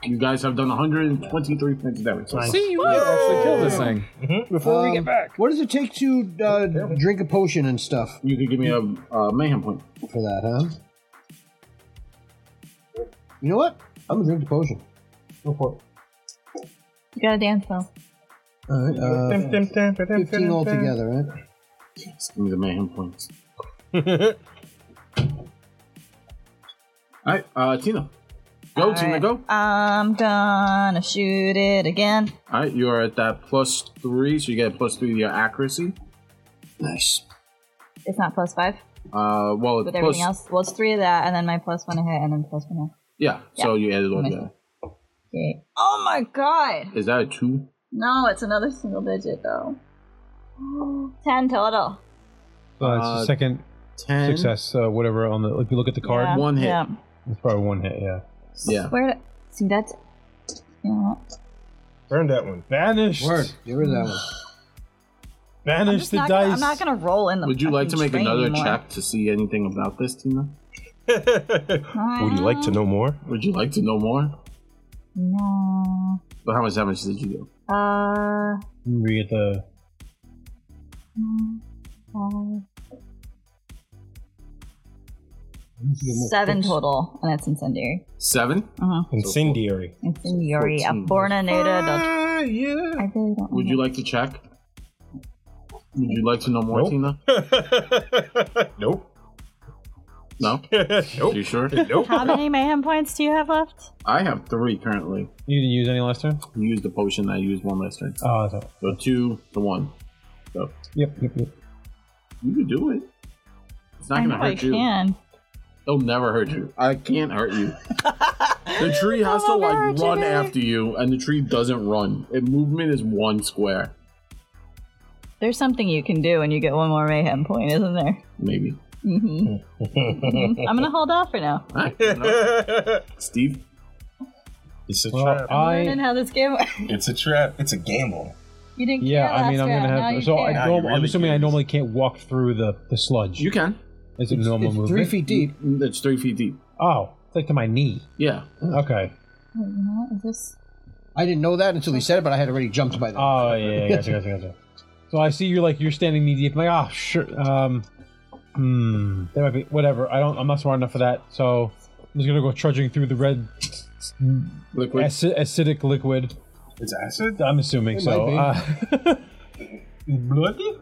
S1: You guys have done 123 points of damage.
S6: See, you actually kill this thing.
S2: Before we get back. Um, What does it take to uh, drink a potion and stuff
S1: You could give me a uh, mayhem point.
S2: for that, huh? You know what? I'm going to drink the potion. Go for it.
S5: you gotta dance though.
S2: All right, uh,
S8: Dun, dun, dun, dun, dun,
S2: 15
S8: dun,
S2: altogether, right?
S1: Just give me the mayhem points. All right, uh, Tina. Go, Tina,
S5: Alright,
S1: go.
S5: I'm gonna shoot it again.
S1: All right, you are at that plus three, so you get a plus three to your accuracy.
S2: Nice.
S5: It's not plus five
S1: Uh, well, it's plus,
S5: with everything else. Well, it's three of that, and then my plus one a hit, and then plus one. a-
S1: Yeah, so you add it all
S5: Nice.
S1: together.
S5: Okay. Oh my god!
S1: Is that a two?
S5: No, it's another single digit though. Ten total.
S7: Uh, it's
S1: Uh,
S7: the second
S1: Ten?
S7: success, uh, whatever. On the if you look at the card,
S5: Yeah,
S1: one hit.
S5: Yeah.
S7: it's probably one hit. Yeah.
S1: Yeah.
S5: Where? did- See that's. Yeah.
S8: Burn that one.
S7: Banished.
S2: Word. Get rid of that one.
S5: I'm,
S7: Banish
S5: just
S7: the
S5: not
S7: dice.
S5: gonna, I'm not gonna roll in the.
S1: Would you like to
S5: fucking
S1: make
S5: train
S1: another
S5: anymore.
S1: check to see anything about this, Tina?
S8: Would you like to know more?
S1: Would you like to know more?
S5: No.
S1: So how much damage did you do?
S5: Uh.
S8: Remember you get the
S5: mm, five, Seven total, and that's incendiary.
S1: Seven.
S5: Uh-huh.
S8: incendiary.
S5: Incendiary. Aborninated.
S1: Ah, yeah.
S5: I really don't.
S1: Would you like to check? Would you like to know more,
S8: Nope.
S1: Tina?
S8: Nope.
S1: No.
S8: nope.
S1: You sure?
S8: Nope.
S5: How many mayhem points do you have left?
S1: I have three currently.
S7: You didn't use any last turn?
S1: You used the potion. I used one last turn.
S7: Oh, that's all.
S1: So two to one. So
S7: Yep, yep, yep.
S1: you can do it. It's not
S5: I
S1: gonna
S5: know I
S1: hurt you.
S5: can.
S1: It'll never hurt you. I can't hurt you. the tree has to
S5: I'll never
S1: like
S5: hurt you,
S1: run
S5: Derek.
S1: after you, and the tree doesn't run. Its movement is one square,
S5: There's something you can do, and you get one more mayhem point, isn't there?
S1: maybe.
S5: hmm I'm gonna hold off for now.
S1: All right, fair enough. Steve,
S8: It's a
S7: Well,
S8: trap.
S5: Learning
S7: I
S5: how this game works.
S8: It's a trap. It's a gamble.
S5: You didn't.
S7: yeah,
S5: care
S7: I
S5: last
S7: mean I'm
S5: round,
S7: gonna
S5: now you
S7: have so
S5: care.
S7: I
S8: Now
S7: norm-
S8: you
S7: I'm
S8: really
S7: assuming I
S8: can.
S7: normally can't walk through the the sludge.
S1: you can.
S7: It's a normal
S2: it's
S7: movement.
S2: three feet deep.
S1: It's three feet deep.
S7: Oh, it's like to my knee.
S1: Yeah.
S5: Wait,
S7: Okay.
S5: you know what? Is this?
S2: I didn't know that until he said it, but I had already jumped by the.
S8: Uh,
S7: Oh yeah, yeah, gotcha, gotcha, gotcha. So I see you're like you're standing knee deep. I'm like, ah, sure. Um, hmm, that might be whatever. I don't. I'm not smart enough for that. So I'm just gonna go trudging through the red
S1: Liquid.
S7: ac- acidic liquid.
S8: It's acid.
S7: I'm assuming
S2: It
S7: so.
S2: might
S7: Uh,
S8: Bloody.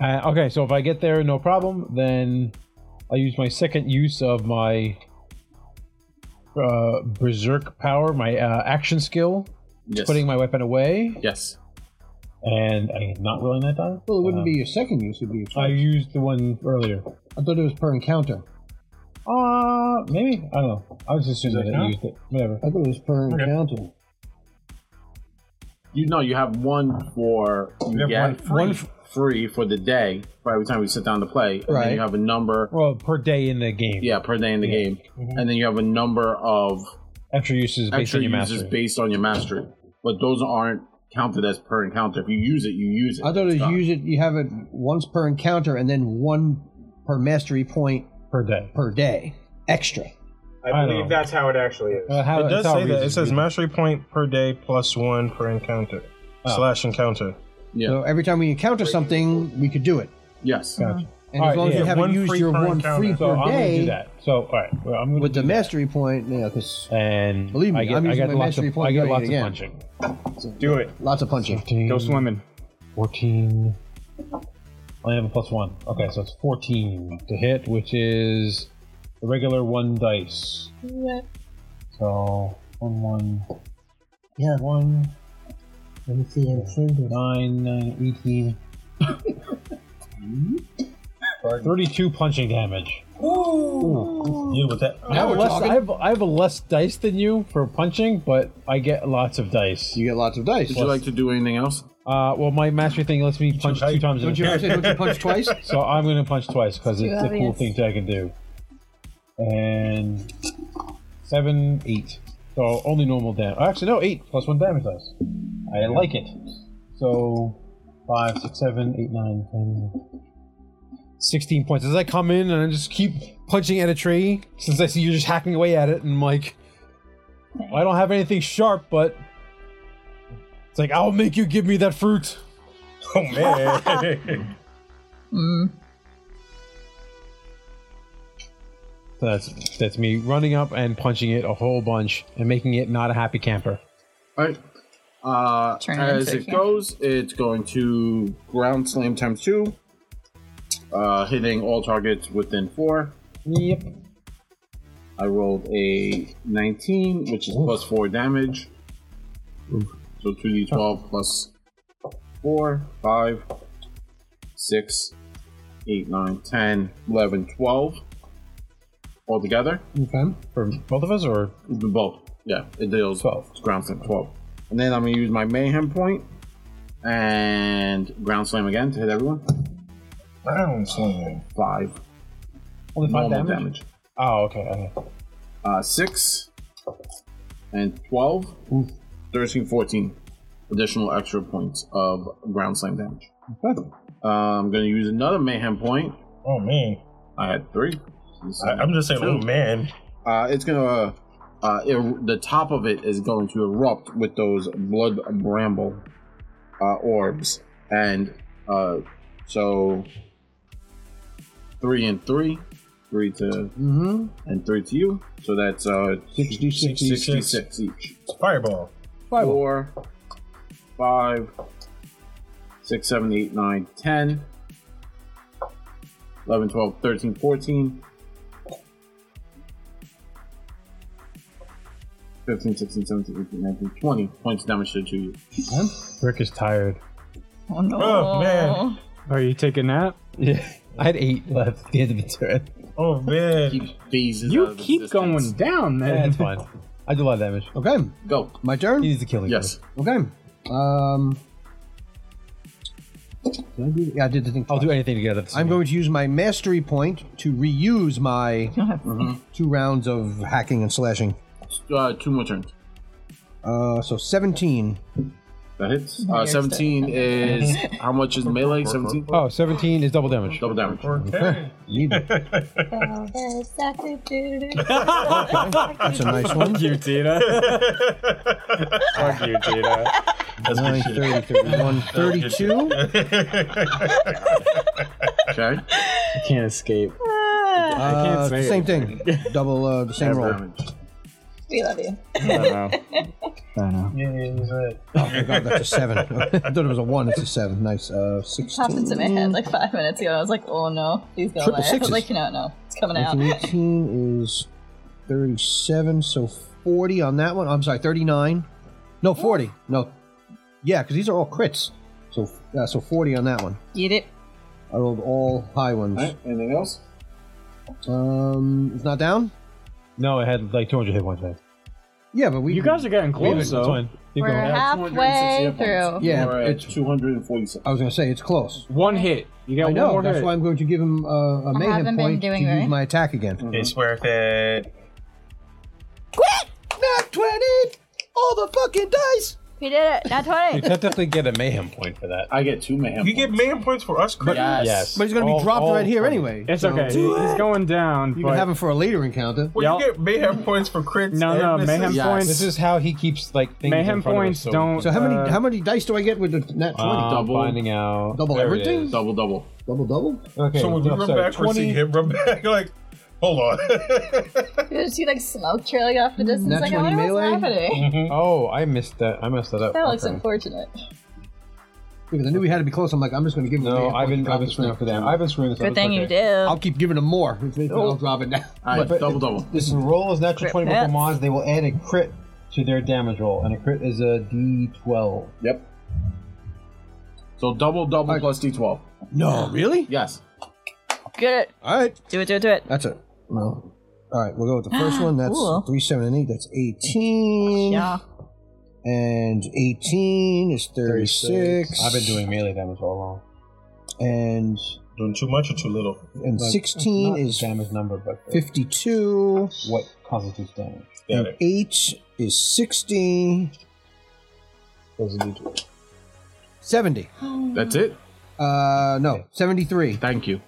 S7: uh, okay, so if I get there, no problem. Then I use my second use of my uh, berserk power, my uh, action skill,
S1: Yes.
S7: putting my weapon away,
S1: yes.
S7: and I'm not rolling that die.
S2: Well, it wouldn't
S8: uh,
S2: be your second use; it'd be your
S7: Uh, I
S2: first.
S7: used the one earlier.
S2: I thought it was per encounter.
S7: Uh, maybe. I don't know. I was just assuming that you used it. Whatever.
S2: I thought it was per encounter.
S1: You know, you have one for you
S8: have
S1: get
S8: one free. One f-
S1: free for the day for every time we sit down to play, and
S2: Right.
S1: then you have a number.
S7: Well, per day in the game.
S1: Yeah, per day in the game, and then you have a number of
S7: Extra uses based
S1: extra
S7: on your
S1: uses
S7: mastery.
S1: based on your mastery, but those aren't counted as per encounter. If you use it, you use it.
S2: I thought
S1: It's
S2: it was
S1: gone.
S2: use it. You have it once per encounter, and then one per mastery point
S7: per day.
S2: per day extra.
S7: I
S3: I
S7: know.
S3: believe that's how it actually is.
S7: Uh, how,
S8: It does
S7: that's how
S8: say that.
S7: reads
S8: It says
S7: read.
S8: mastery point per day plus one per encounter
S7: Oh.
S8: slash encounter.
S1: Yeah.
S2: So every time we encounter something, we could do it.
S1: Yes.
S7: Gotcha.
S2: And
S7: All
S2: as
S7: right,
S2: long as
S7: yeah,
S2: you haven't
S8: one
S2: used
S8: free
S2: your
S8: per
S2: one
S8: encounter.
S2: free
S7: So
S2: per
S7: I'm gonna do
S2: day
S7: that. So all right, well, I'm gonna
S2: with
S7: do
S2: the mastery point, yeah, because
S7: that. and
S2: Believe me,
S7: I get,
S2: I'm
S7: I
S2: using
S7: get
S2: my
S7: lots
S2: mastery
S7: of
S2: point
S7: I
S2: to
S7: get
S2: get
S7: lots
S2: it
S7: of
S2: again.
S7: punching.
S8: Do it.
S2: lots of punching.
S7: 15,
S6: Go swimming.
S7: 14. I only have a plus one. Okay, so it's 14 to hit, which is the regular one dice. So one one. Yeah. One. Let me see. I'm sure nine, nine, 18. 32 punching damage.
S8: Deal with that.
S7: I, have
S2: we're
S7: less,
S2: talking.
S7: I, have, I have less dice than you for punching, but I get lots of dice.
S2: You get lots of dice.
S1: Would you like to do anything else?
S7: Uh, well, my mastery thing lets me punch two
S8: height.
S7: times in a
S2: Don't you, I said, don't you punch twice?
S7: So I'm going to punch twice because
S5: Too
S7: it's a cool
S5: obvious.
S7: thing that I can do. And seven, eight. So only normal damage. Oh, Actually, no, eight plus one damage dice. I like it. So five, six, seven, eight, nine, ten. 16 points. As I come in and I just keep punching at a tree, since I see you're just hacking away at it, and I'm like, I don't have anything sharp, but it's like, I'll make you give me that fruit.
S8: Oh man.
S5: Mm.
S7: So that's that's me running up and punching it a whole bunch and making it not a happy camper.
S1: All right. Uh,
S5: Turn it
S1: as
S5: into a
S1: it
S5: can.
S1: goes, it's going to ground slam times two, uh, hitting all targets within four.
S7: Yep.
S1: I rolled a 19, which is plus four damage. So 2d12 plus four, five, six, eight, nine, 10, 11, 12. Altogether,
S2: Okay.
S7: For both of us, or
S1: both. Yeah, it deals
S7: 12.
S1: It's ground slam 12. And then I'm going to use my mayhem point and ground slam again to hit everyone.
S8: Round swing.
S1: Five.
S7: only five
S1: normal
S7: damage?
S1: damage.
S7: Oh, okay. okay.
S1: Uh, six and 12. 13, 14 additional extra points of ground slam damage. Uh, I'm going to use another mayhem point.
S8: Oh man.
S1: I had three.
S8: I, I'm just saying. Oh man.
S1: Uh, it's going to uh, it, the top of it is going to erupt with those blood bramble uh, orbs, and uh, so three and three, three to
S6: Mm-hmm.
S1: and three to you. So that's uh,
S2: 66.
S1: 66 each.
S8: Fireball.
S1: Four, five, six, seven, eight, nine, 10, 11, 12, 13, 14, 15, 16, 17, 18, 19, 20 points of damage to you.
S7: Rick is tired.
S5: Oh no.
S8: Oh, man.
S6: Are you taking a nap?
S7: Yeah. I had eight left at the end of the turn.
S8: Oh man.
S1: Keep phases out
S6: You
S1: of
S6: keep
S1: existence.
S6: going down,
S7: Yeah,
S6: man.
S7: it's fine. I do a lot of damage.
S2: Okay,
S1: Go.
S2: my turn.
S7: He needs to kill you.
S1: Yes.
S2: Okay. Um. did I do- Yeah, I did the thing.
S7: I'll do anything to get out of this.
S2: I'm going to use my mastery point to reuse my
S7: Mm-hmm.
S2: two rounds of hacking and slashing.
S1: Uh, two more turns.
S2: Uh, so 17.
S1: That hits.
S5: you're
S1: Uh,
S5: excited.
S1: 17 is how much is the melee? 17?
S7: Oh, 17 is double damage.
S1: Double damage.
S8: Okay.
S2: Need it. That's a nice one.
S6: you, Tina.
S3: Fuck you, Gina.
S2: 9, 30, 31, 32.
S1: Okay.
S6: I can't escape.
S2: Uh,
S6: can't say
S2: same thing. Double, uh, the same roll.
S1: Damage.
S5: we love you.
S6: I don't know. I don't know.
S2: Oh, God, that's a 7. I thought it was a 1. It's a 7. Nice. Uh,
S5: Popped
S2: 16.
S5: into my head like five minutes ago. I was like, oh no, please don't
S2: Triple
S5: lie. I was
S2: sixes.
S5: like, no, no, it's coming out.
S2: 18 is 37, so 40 on that one. I'm sorry, 39. No, 40. No. Yeah, because these are all crits. So, uh, so 40 on that one.
S5: Eat it.
S2: I rolled all high ones.
S1: Alright, Anything else?
S2: Um, it's not down?
S7: No, I had like 200 hit points left.
S2: Yeah, but we.
S6: You guys are getting close,
S7: It's
S6: though.
S7: fine. Keep
S5: We're
S7: going.
S5: halfway
S1: 260
S5: through.
S2: Yeah,
S1: We're at
S2: it's,
S1: 247.
S2: I was going to say, it's close.
S6: One hit. You got
S2: I
S6: one
S2: know.
S6: more
S2: That's
S6: hit.
S2: why I'm going to give him uh, a mayhem
S5: haven't been
S2: point
S5: doing
S2: to
S5: right.
S2: use my attack again.
S8: It's worth it.
S2: Not 20! All the fucking dice!
S5: We did it. Not 20.
S7: You technically get a mayhem point for that.
S1: I get two mayhem.
S8: You get
S1: points.
S8: man points for us, Chris.
S1: Yes.
S7: Yes.
S2: But he's going to be
S7: All-
S2: dropped
S7: all
S2: right here
S7: from-
S2: anyway.
S6: It's
S2: so
S6: okay. He's going down.
S2: You
S6: but
S2: can have him for a later encounter.
S8: Well, you
S6: Yep.
S8: get mayhem points for crits.
S6: No, no,
S8: and
S6: mayhem
S8: misses.
S1: Yes.
S6: points.
S7: This is how he keeps like things. in
S6: mayhem
S7: front of us,
S6: points
S7: so-
S6: don't.
S2: So how many
S6: uh,
S2: how many dice do I get with the net twenty?
S7: I'm
S1: double-
S7: finding out.
S2: double
S7: There it
S2: everything?
S7: is.
S1: Double, double.
S2: double double?
S7: Okay.
S8: So when we
S7: no,
S8: run
S7: sorry,
S8: back, we're
S7: 20
S8: seeing him run back. Like, hold on.
S5: You just see like smoke trailing off the distance.
S2: Nat
S5: Like, I
S2: 20
S5: wonder what's
S2: melee?
S5: happening.
S7: Oh, I missed that. I messed that up.
S5: That looks
S7: Okay.
S5: unfortunate.
S2: Because I knew we had to be close. I'm like, I'm just going to give him.
S7: No,
S2: a
S7: I've been I've been screwing
S2: screwing
S7: for that. I've been screwing this up.
S5: Good
S7: It's
S5: thing you
S7: okay.
S5: do.
S2: I'll keep giving him more. If it, I'll drop it down.
S1: All right,
S7: But-
S1: double, double.
S7: This roll is natural
S5: Crit
S7: twenty
S5: hits.
S7: for mons. They will add a crit to their damage roll, and a crit is a D twelve.
S1: Yep. So double, double plus d12.
S2: No, really?
S1: Yes.
S5: Good.
S2: All right,
S5: Do it, do it, do it.
S2: that's it. No. All right, we'll go with the first one. That's
S5: Cool.
S2: three, seven, and eight. That's eighteen,
S5: Yeah.
S2: and eighteen is thirty-six.
S7: I've been doing melee damage all along.
S2: and
S8: Doing too much or too little?
S2: and
S7: Like,
S2: sixteen
S7: not
S2: is
S7: damage number, but
S2: fifty-two.
S7: what constitutes damage?
S8: Got
S2: And
S8: it.
S2: eight is sixty. Seventy.
S1: That's it.
S2: Uh, no, seventy-three.
S1: Thank you.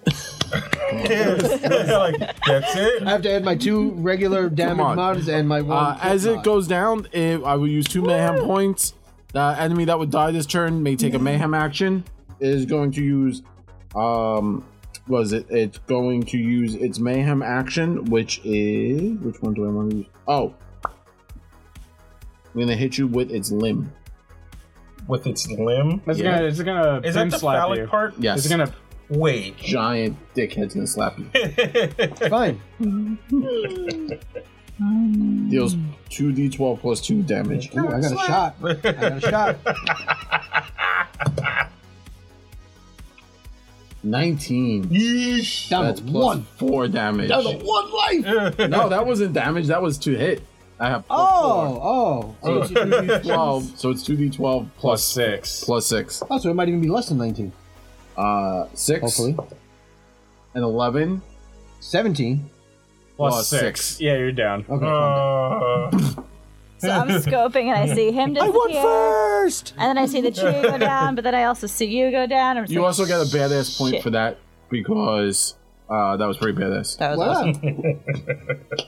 S8: like, that's
S2: I
S8: it.
S2: have to add my two regular damage
S1: on.
S2: mods and my one.
S1: Uh,
S2: crit
S1: as it
S2: mod.
S1: goes down, if I will use two mayhem points. The enemy that would die this turn may take a mayhem action. It Is going to use, um, was it? It's going to use its mayhem action, which is which one do I want to use? Oh, I'm gonna hit you with its limb.
S8: With its limb.
S6: It's
S1: Yeah.
S6: gonna, it's gonna
S8: Is
S6: pimp
S8: that the
S6: slap
S8: phallic
S6: you.
S8: part?
S1: Yes,
S6: It's gonna.
S8: Wait.
S1: giant dickhead's gonna slap you.
S2: fine.
S1: Deals two d12 plus two damage.
S2: Ooh, I got a shot. I got a shot.
S1: Nineteen.
S8: Yeesh.
S2: Down
S1: That's
S2: to
S1: plus
S2: one.
S1: four damage.
S2: Down to one life.
S1: No, that wasn't damage. That was two hit. I have plus four.
S2: Oh, oh. So, it's-
S1: 12, so it's 2d12 plus 6. Plus 6.
S2: oh, so it might even be less than nineteen.
S1: Uh, 6
S2: Hopefully,
S1: and 11
S2: seventeen.
S1: plus,
S6: Plus
S1: plus
S6: six.
S1: 6.
S6: Yeah, you're down.
S2: Okay. Ah, calm down.
S8: Uh,
S5: So I'm scoping and I see him disappear.
S2: first.
S5: And then I see the tree go down, but then I also see you go down. I'm just
S1: You
S5: like,
S1: also get a badass point
S5: Shit.
S1: for that because Uh, that was pretty badass.
S5: That was awesome.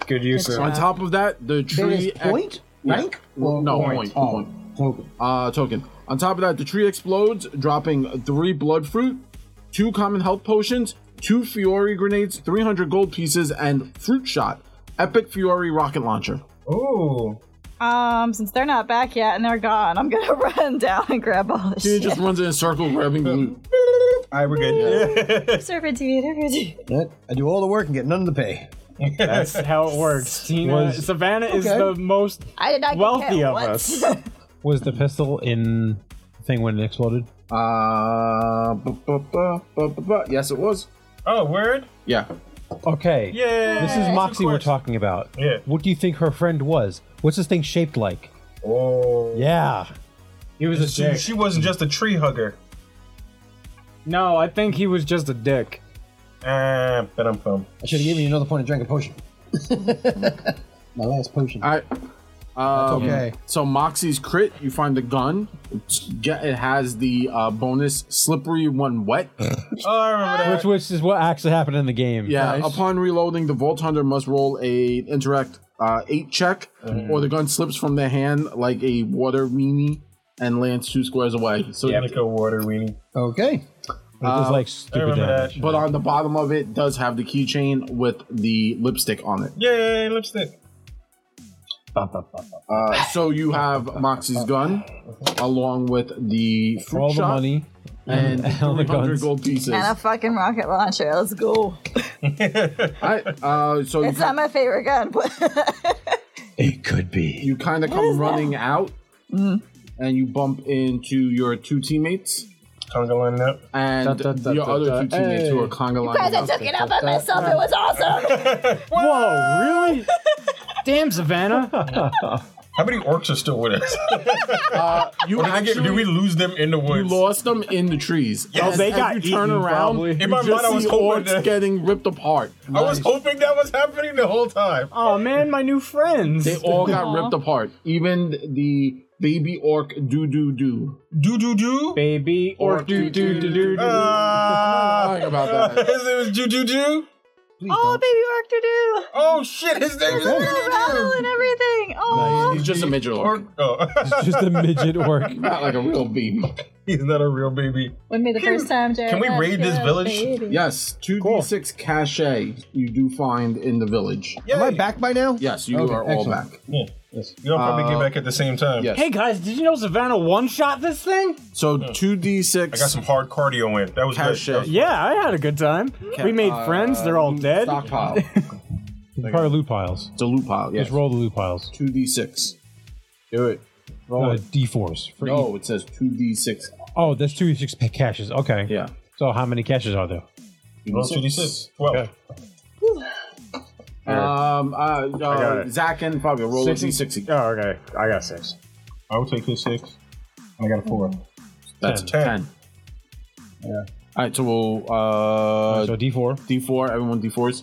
S3: Good use
S5: Good
S3: of
S1: On top of that, the tree ex-
S2: Point? Rank? Oh,
S1: Well, no point. point.
S7: Token.
S1: Uh, token. On top of that, the tree explodes, dropping three blood fruit, two common health potions, two Fiori grenades, 300 gold pieces, and fruit shot. Epic Fiori rocket launcher.
S8: Ooh.
S5: Um, since they're not back yet and they're gone, I'm gonna run down and grab all the
S1: He
S5: shit.
S1: just runs in a circle grabbing the loot.
S8: Alright, we're good.
S5: Serpentine, serpentine.
S2: I do all the work and get none of the pay.
S6: That's how it works. Tina Savannah is
S2: Okay.
S6: the most
S5: I did not get
S6: wealthy
S5: hit
S6: of
S5: once.
S6: us.
S7: Was the pistol in the thing when it exploded?
S1: Uh, bu- bu- bu- bu- bu- bu- yes, it was.
S8: oh, word?
S1: Yeah.
S7: Okay.
S8: Yeah.
S7: This is Moxie we're talking about.
S8: Yeah.
S7: What do you think her friend was? What's this thing shaped like?
S8: Oh.
S7: Yeah.
S6: He was a
S8: She,
S6: dick.
S8: she wasn't just a tree hugger.
S6: No, I think he was just a dick.
S8: Ah, but I'm from.
S2: I should have given you another point and drank a potion. My last potion.
S1: I. Um,
S2: okay.
S1: So Moxie's crit, you find the gun. It's get- It has the uh, bonus slippery one wet.
S8: Oh, I remember that.
S7: Which which is what actually happened in the game.
S1: Yeah. Upon reloading, the Vault Hunter must roll a interact uh, eight check,
S7: Mm.
S1: or the gun slips from their hand like a water weenie and lands two squares away. So,
S8: Like a water weenie.
S2: Okay.
S7: It was like stupid
S8: remember
S7: damage.
S1: but on the bottom of it does have the keychain with the lipstick on it.
S8: Yay, lipstick.
S1: Uh, so you have Moxie's gun, along with the
S7: For
S1: fruit
S7: all the
S1: shot
S7: money.
S1: and
S7: all
S1: 300
S7: the guns.
S1: gold pieces.
S5: and a fucking rocket launcher. Let's go.
S1: I, uh, so you,
S5: It's not my favorite gun, but
S7: It could be.
S1: you kind of come running out,
S5: Mm.
S1: and you bump into your two teammates
S8: Tongue lining up.
S1: and
S10: Da, da, da,
S1: your
S10: da,
S1: other
S10: da.
S1: two teammates who are conga
S5: guys,
S1: lining
S5: I
S1: up.
S5: took it out by myself. It was awesome.
S6: Whoa, really? Damn, Savannah.
S8: How many orcs are still with us?
S1: You
S8: I get, do we
S1: actually
S8: lose them in the
S1: you
S8: woods?
S1: lost them in the trees.
S8: Yes.
S1: As-
S6: They
S1: as
S6: got
S1: you
S6: eaten,
S1: turn around.
S6: probably.
S1: you
S8: In my
S1: just
S8: mind, I was
S1: see
S8: hoping
S1: orcs
S8: that-
S1: getting ripped apart.
S8: I was hoping that was happening the whole time.
S3: Um,
S6: Oh man, my new friends.
S1: They all got ripped apart. Even the baby orc doo doo doo.
S8: Do do do.
S6: Baby or do do do do do.
S8: Ah.
S1: Talking about that.
S8: His name is Do Do Do.
S5: oh, baby orc to do.
S8: Oh shit, his name is Do
S5: Growl
S8: Do
S5: and everything. Oh,
S1: He's just a midget
S8: Do.
S1: orc,
S8: Orc. Oh.
S7: Just a midget orc.
S1: not like a real beam.
S8: He's not a real baby.
S5: wouldn't be the first time. Jared
S8: can we
S5: had
S8: raid
S5: a
S8: this village?
S5: baby.
S1: Yes, two d six cachet you do find in the village.
S2: Am I
S8: Yay.
S2: back by now?
S1: Yes, you
S2: Okay,
S1: are all
S2: excellent.
S1: back.
S8: Yeah. You'll probably get back at the same time.
S1: yes.
S6: Hey guys, did you know Savannah one shot this thing?
S1: So two d
S8: I got
S1: six
S8: some hard cardio in. That was good.
S1: Cachet.
S8: That was-
S6: Yeah, I had a good time. We made friends. They're
S8: um,
S6: all dead.
S1: stockpile.
S7: Probably loot piles.
S1: It's a loot pile. Yes,
S7: Just roll the loot piles.
S1: two d six. Do it.
S7: Roll uh, D4s. For each-
S1: No, it says two d six.
S7: Oh, that's two six pa- caches. Okay.
S1: Yeah.
S7: So how many caches are there?
S8: Roll 2d6. 12.
S1: Um. Uh, uh,
S3: it.
S1: Zach and Fabio roll a d sixty.
S3: Oh, okay. I got six.
S8: I will take this 6. I got a 4.
S1: That's
S8: Ten.
S1: ten. Yeah. All right. So we'll uh
S7: so D4.
S1: d four. Everyone d fours.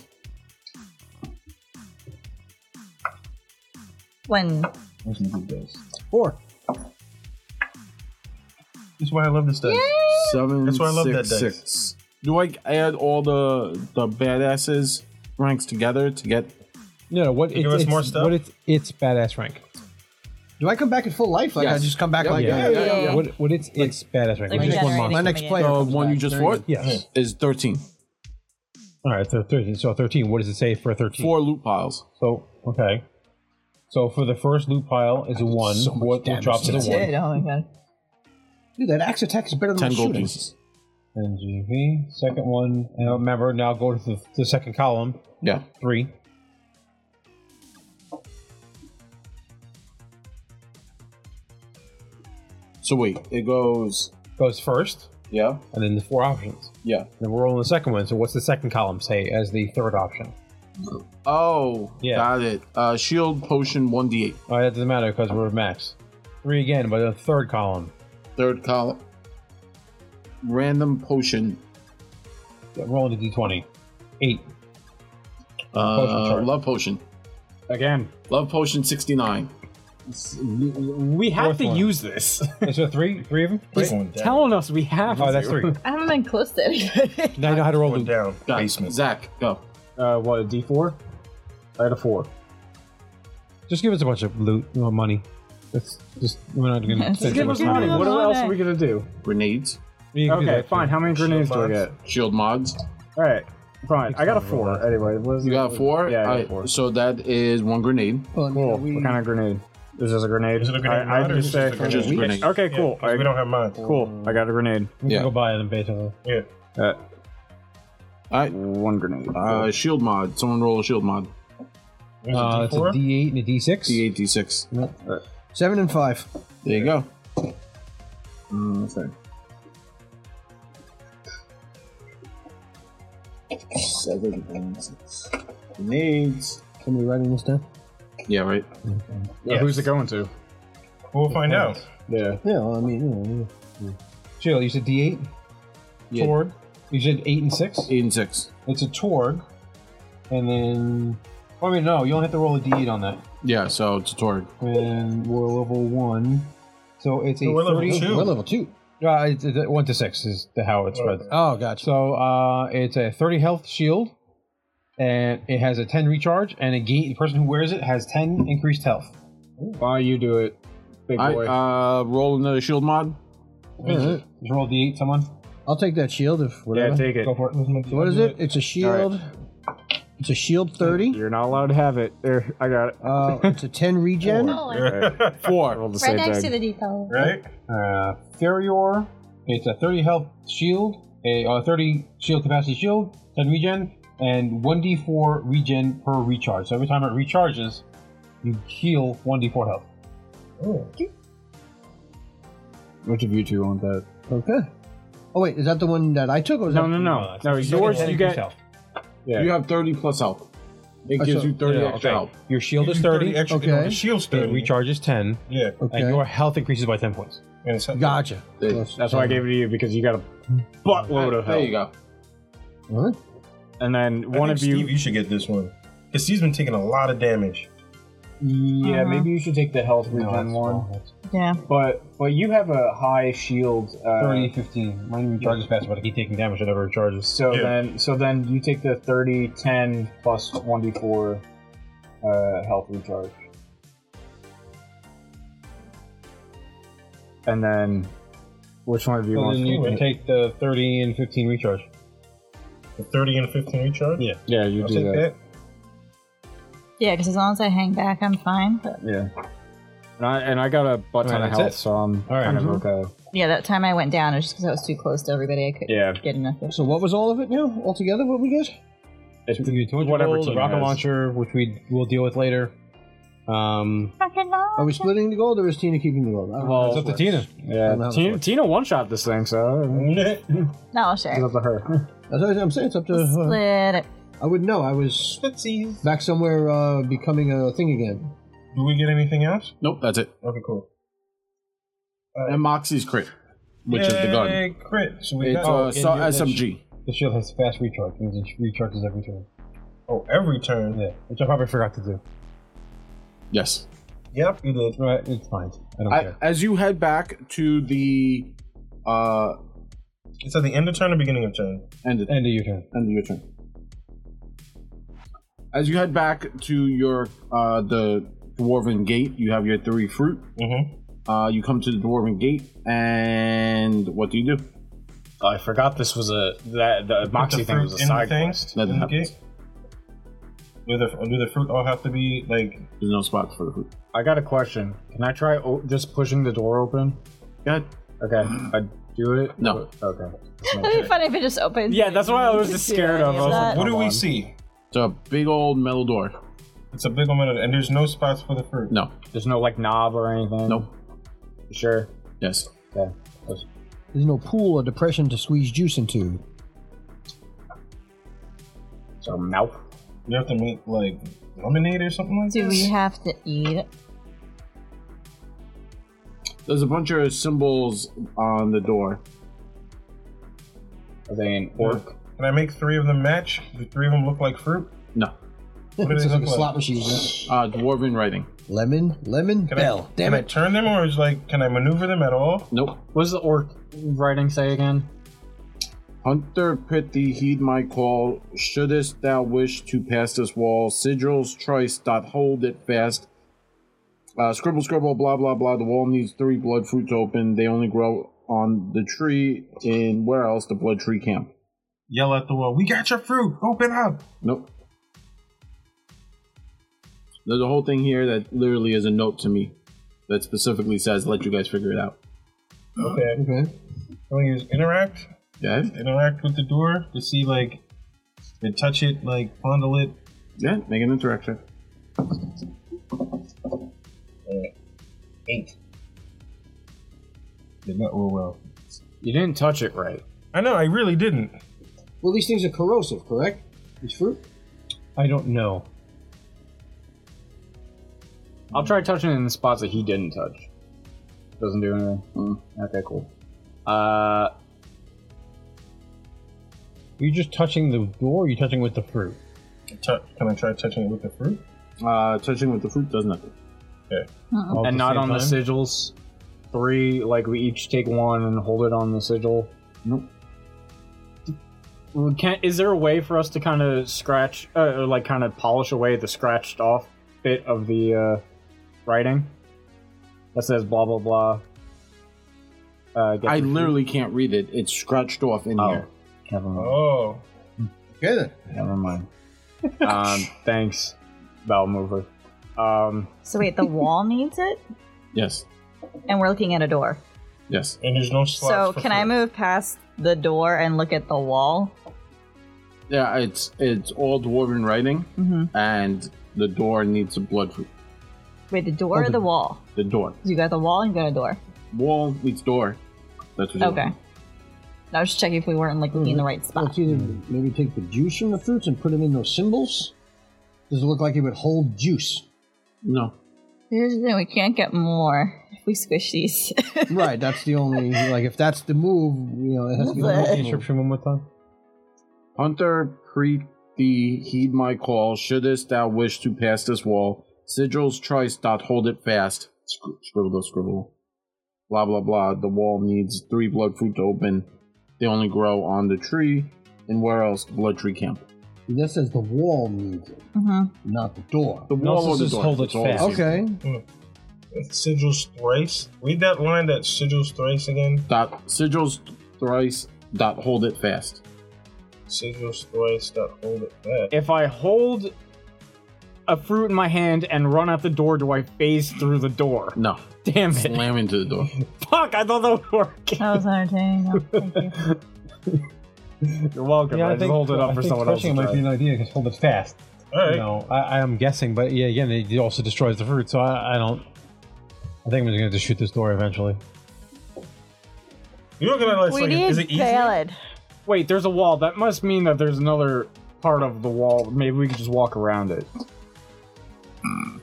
S5: When
S2: Four.
S8: That's why I love this stuff.
S1: Seven.
S8: That's why I love
S1: six,
S8: that dice.
S1: six. Do I add all the the badasses ranks together to get? uh,
S7: No, no. What? It's,
S8: give us
S7: it's-
S8: more stuff?
S7: What? It's, it's badass rank.
S2: Do I come back in full life? Like I
S1: Yes.
S2: just come back like
S1: yeah,
S2: that?
S1: yeah, yeah, yeah.
S7: What? What? It's it's badass rank.
S5: Like
S7: just one
S5: regenerating.
S7: monster.
S2: My next
S5: Yeah.
S2: player.
S1: The
S2: comes
S1: one
S2: back.
S1: you just
S2: Very good.
S1: fought
S7: Yes.
S1: is thirteen.
S7: All right. So thirteen. So thirteen. What does it say for thirteen?
S1: Four loot piles.
S7: So okay. So for the first loot pile is a one. what what drops is a one?
S5: did. Oh my god.
S2: Dude, that axe attack is better than
S1: Ten
S2: my
S1: gold
S2: shooting.
S1: pieces.
S7: NGV. Second one. Now remember. Now go to the, the second column.
S1: Yeah.
S7: Three.
S1: So wait, it goes.
S7: Goes first,
S1: Yeah.
S7: and then the four options.
S1: Yeah.
S7: Then we're rolling the second one. So what's the second column say as the third option?
S1: Oh.
S7: Yeah.
S1: Got it. Uh, shield potion one d eight.
S7: All right, that doesn't matter because we're max. Three again, but the third column.
S1: Third column. Random potion.
S7: Yeah, rolling a d20. Eight.
S1: Uh,
S7: Potion chart.
S1: love potion.
S6: Again.
S1: Love potion sixty nine.
S6: We have
S7: Fourth
S6: to
S7: one.
S6: use this.
S7: Is there three? Three of them?
S8: He's going down.
S6: Telling us we have.
S7: Oh,
S6: to.
S7: that's three.
S5: I haven't been close to anything.
S10: Now you know how to roll
S8: Going
S10: loot.
S8: down.
S1: Got it.
S8: Basement.
S1: Zach, go.
S7: Uh, what, a D4? I had a four.
S10: Just give us a bunch of loot
S7: uh,
S10: or money. That's just we're not gonna.
S5: Just
S10: spend
S5: give
S10: too
S5: us
S10: much
S5: money.
S6: What else are we gonna do?
S1: Grenades,
S10: You can do
S6: Okay,
S10: that.
S6: fine. How many grenades do I get?
S1: shield mods.
S6: All right, fine. I got a four. Anyway, what is
S1: You
S6: it?
S1: got four?
S6: Yeah, I got
S1: Alright,
S6: four.
S1: So that is one grenade.
S6: Cool. What kind of grenade? Is this a grenade?
S8: Is it a grenade
S6: I, I
S8: mod or
S6: just
S8: is
S6: say
S8: it just a
S1: Just
S8: grenade?
S1: grenade.
S6: Okay,
S8: Yeah,
S6: cool.
S8: 'cause
S6: I-
S8: we don't have mine.
S6: cool. I got a grenade.
S7: We
S1: Yeah.
S7: can go buy it in basically.
S8: Yeah.
S6: Uh,
S1: Alright.
S6: one grenade.
S1: Uh, shield mod. Someone roll a shield mod.
S8: Is it
S2: Uh, it's a
S8: D4?
S2: D8 and a D6.
S1: D8, D6.
S2: Seven and five.
S1: There you go. Mm, okay. Seven and six. Grenades.
S2: Somebody writing this down?
S1: Yeah, right.
S6: Yeah, Who's it going to?
S8: We'll find out.
S6: Yeah.
S2: Yeah, well, I mean, you know,
S7: Jill, you said D8?
S1: Yeah.
S7: Torg. You said 8 and 6?
S1: Eight and six.
S7: It's a Torg. And then. Oh, I mean, no, you don't have to roll a D8 on that.
S1: Yeah, so it's a Torg.
S7: And we're level 1. So it's a
S8: We're level
S7: 30.
S8: two.
S2: we're level two.
S7: Uh, it's, it's 1 to 6 is the how it's spread.
S2: Oh, gotcha.
S7: So uh, it's a 30 health shield, and it has a 10 recharge, and a gain, the person who wears it has 10 increased health.
S6: Why you do it, big
S1: I
S6: boy?
S1: uh, roll another shield mod.
S2: Alright.
S7: Just roll a d8, someone.
S2: I'll take that shield if
S6: yeah,
S2: whatever.
S6: take it.
S7: Go for it.
S2: So what is it? It's a shield. It's a shield 30.
S6: You're not allowed to have it. There, I got it.
S2: Uh, it's a 10 regen.
S5: Oh, I-
S6: Roll
S1: Four.
S6: the
S5: right
S6: save
S5: next
S6: bag.
S5: to the depot.
S8: Right?
S7: Uh, Ferior, it's a 30 health shield, a uh, 30 shield capacity shield, 10 regen, and 1d4 regen per recharge. So every time it recharges, you heal 1d4 health.
S6: Which of you two want that?
S2: Okay. Oh, wait, is that the one that I took? Or was
S6: No,
S2: that-
S6: no, no. No, yours you get.
S7: Uh, health.
S6: Yeah.
S1: You have 30 plus health. It gives you 30 extra health.
S7: Your shield is
S8: You do
S7: 30,
S8: extra-
S2: okay.
S8: no, the shield's
S7: it
S8: 30.
S7: recharges 10,
S8: Yeah.
S7: and your
S2: Okay.
S7: health increases by 10 points.
S8: And it's
S2: Gotcha.
S6: That's why I gave it to you because you got a buttload of
S1: There you
S6: health.
S1: go.
S2: Huh?
S6: And then
S8: I
S6: one
S8: think,
S6: of you.
S8: Steve, you should get this one. Because he's been taking a lot of damage.
S6: Yeah,
S5: Uh-huh.
S6: maybe you should take the health
S7: No,
S6: regen
S7: that's
S6: one.
S7: wrong. That's
S5: Yeah.
S6: But but you have a high shield. Uh,
S7: 30, 15. Mine recharges faster, but I keep taking damage, it never recharges.
S6: So
S8: Yeah.
S6: then so then you take the 30, 10 plus 1d4 uh, health recharge. And then which one of you
S8: Oh,
S7: Well,
S6: wants
S7: then you can take the 30 and 15 recharge.
S8: The 30 and 15 recharge?
S7: Yeah.
S6: Yeah, you
S8: I'll
S6: do
S8: take
S6: that.
S8: that.
S5: Yeah, because as long as I hang back, I'm fine. But
S6: Yeah. And I, and I got a butt ton
S7: Alright, that's
S6: of health,
S7: it.
S6: so I'm
S7: Alright.
S6: kind
S1: Hmm?
S6: of okay.
S5: yeah, that time I went down, it was just because I was too close to everybody. I couldn't
S6: Yeah.
S5: get enough.
S2: So what was all of it now? Altogether, what we get?
S6: It's
S7: Whatever.
S6: whatever
S7: the
S6: team
S7: rocket
S6: has.
S7: launcher, which we will deal with later. Um,
S5: Fucking
S2: Are we splitting the gold or is Tina keeping the gold? I don't know how
S7: it's
S2: this
S7: up to
S2: works.
S7: Tina.
S2: don't know how
S6: Yeah.
S2: this
S6: Tina,
S2: works.
S6: Tina one shot this thing, so
S5: No, I'll share.
S6: it's up to her.
S2: That's what I'm saying. It's up to her.
S5: Split it.
S2: I wouldn't know. I was
S8: Tootsies.
S2: back somewhere uh, becoming a thing again.
S8: Do we get anything else?
S1: Nope, that's it.
S8: Okay, cool.
S1: And Moxie's crit, which is the gun.
S8: Yay, Crit. So we
S1: It's
S8: got,
S1: uh, so SMG.
S7: The shield has fast recharge, means it recharges every turn.
S8: oh, every turn.
S7: Yeah, which I probably forgot to do.
S1: Yes.
S8: Yep, you did.
S7: Right, it's fine. I don't
S1: I,
S7: care.
S1: as you head back to the uh,
S8: It's at the end of turn or beginning of turn?
S1: end of, end
S7: End of your turn.
S1: of your turn. As you head back to your uh, the dwarven gate, you have your three fruit.
S8: Mm-hmm.
S1: Uh, you come to the dwarven gate, and what do you do?
S6: Oh, I forgot this was a that the Moxie thing was a side quest.
S1: Nothing
S8: in the
S1: happens.
S8: gate? Do the, do the fruit all have to be, like,
S1: There's no spots for the fruit.
S6: I got a question. Can I try o- just pushing the door open?
S1: Yeah.
S6: Okay, I do it.
S1: No.
S6: Okay.
S5: That'd be fun if it just opened.
S6: Yeah, that's what I was just scared of. I was like,
S8: what
S6: Come
S8: do we
S6: on.
S8: see?
S1: It's a big old metal door.
S8: It's a big omen, and there's no spots for the fruit.
S1: No.
S6: There's no like knob or anything.
S1: Nope.
S6: You Sure.
S1: Yes.
S6: Okay.
S2: There's no pool or depression to squeeze juice into.
S6: So mouth.
S8: You have to make, like, lemonade or something like
S5: Do
S8: that?
S5: we have to eat?
S1: There's a bunch of symbols on the door.
S6: Are they an orc?
S8: Can I make three of them match? Do three of them look like fruit?
S1: No.
S8: What do
S2: It's
S8: they
S2: like
S8: look
S2: a
S8: like?
S2: slot machine. yeah.
S1: Uh, dwarven writing.
S2: Lemon, lemon,
S8: Can I-
S2: bell. Damn
S8: Can I
S2: it.
S8: turn them or is like can I maneuver them at all?
S1: Nope.
S6: What does the orc writing say again?
S1: Hunter, pity, heed my call. Shouldest thou wish to pass this wall, sigils choice dot hold it fast. Uh, scribble, scribble, blah, blah, blah. The wall needs three blood fruit to open. They only grow on the tree in where else? The blood tree camp.
S8: Yell at the wall. We got your fruit. Open up.
S1: Nope. There's a whole thing here that literally is a note to me that specifically says, let you guys figure it out.
S8: Okay.
S2: Okay.
S8: Can we use interact?
S1: Yeah?
S8: Interact with the door to see like and touch it, like fondle it.
S1: Yeah, make an interaction.
S8: Eight. Did not roll well.
S6: You didn't touch it right.
S8: I know, I really didn't.
S2: Well, these things are corrosive, correct? These fruit?
S7: I don't know.
S6: I'll try touching it in the spots that he didn't touch. Doesn't do anything. Okay, cool. Uh,
S7: You're just touching the door. You're touching with the fruit.
S8: Touch. Can I try touching it with the fruit?
S1: Uh, touching with the fruit does nothing.
S7: all at
S6: and
S7: the
S6: not
S7: same
S6: on the
S7: time?
S6: sigils. Three, like we each take one and hold it on the sigil.
S1: Nope.
S6: Well, Can, is there a way for us to kind of scratch, uh, or like kind of polish away the scratched off bit of the uh, writing that says blah blah blah? Uh, get
S1: I
S6: your-
S1: literally can't read it. It's scratched off in
S6: Oh,
S1: here.
S6: never mind.
S8: Oh.
S2: Okay then.
S6: Never mind. um, thanks, bowel mover. Um,
S5: So wait, the wall needs it,
S1: Yes.
S5: and we're looking at a door.
S1: Yes.
S8: And there's no
S5: So
S8: slot.
S5: can I move past the door and look at the wall?
S1: Yeah, it's it's all dwarven writing,
S5: Mm-hmm.
S1: and the door needs a blood. fruit.
S5: Wait, the door or the wall?
S1: The door
S5: You got the wall and you got a door.
S1: wall needs door. That's what. you
S5: Okay.
S1: want.
S5: I was just checking if we weren't like looking in the right
S2: Well,
S5: spot.
S2: it's either maybe take the juice from the fruits and put them in those symbols. Does it look like it would hold juice?
S1: No.
S5: Here's the thing: we can't get more if we squish these.
S2: right, that's the only like if that's the move, you know, it has to be the
S7: Read
S2: most
S7: the inscription one more time.
S1: Hunter, pre thee, heed my call. Shouldest thou wish to pass this wall, sigils choice dot hold it fast. Scrib- Scribble, scribble. Blah blah blah. The wall needs three blood fruit to open. They only grow on the tree, and where else? The blood tree camp.
S2: That says the wall needs it,
S5: hmm
S2: not the door.
S1: The
S7: No,
S1: wall
S7: so
S1: or the
S7: just
S1: door.
S7: hold it
S1: It's all the
S7: fast.
S1: same.
S2: Okay.
S8: sigils thrice? Read that line that sigils thrice again.
S1: dot sigils thrice dot hold it fast.
S8: Sigils thrice that hold it back.
S6: if I hold a fruit in my hand and run out the door, do I phase through the door?
S1: No,
S6: Damn it!
S1: slam into the door.
S6: Fuck! I thought that would work.
S5: That was entertaining. Oh, thank you.
S6: You're welcome. I, just hold it up
S7: I
S6: for
S7: think
S6: someone else.
S7: stretching
S6: to
S7: might
S6: try.
S7: be an idea. Just hold it fast.
S8: Alright.
S7: You know, I, I am guessing, but yeah, again, it also destroys the fruit, so I, I don't. I think I'm just gonna just shoot this door eventually.
S8: You're looking at like,
S5: we
S8: like
S5: need
S8: is it easy?
S5: salad.
S6: Wait, there's a wall. That must mean that there's another part of the wall. Maybe we could just walk around it.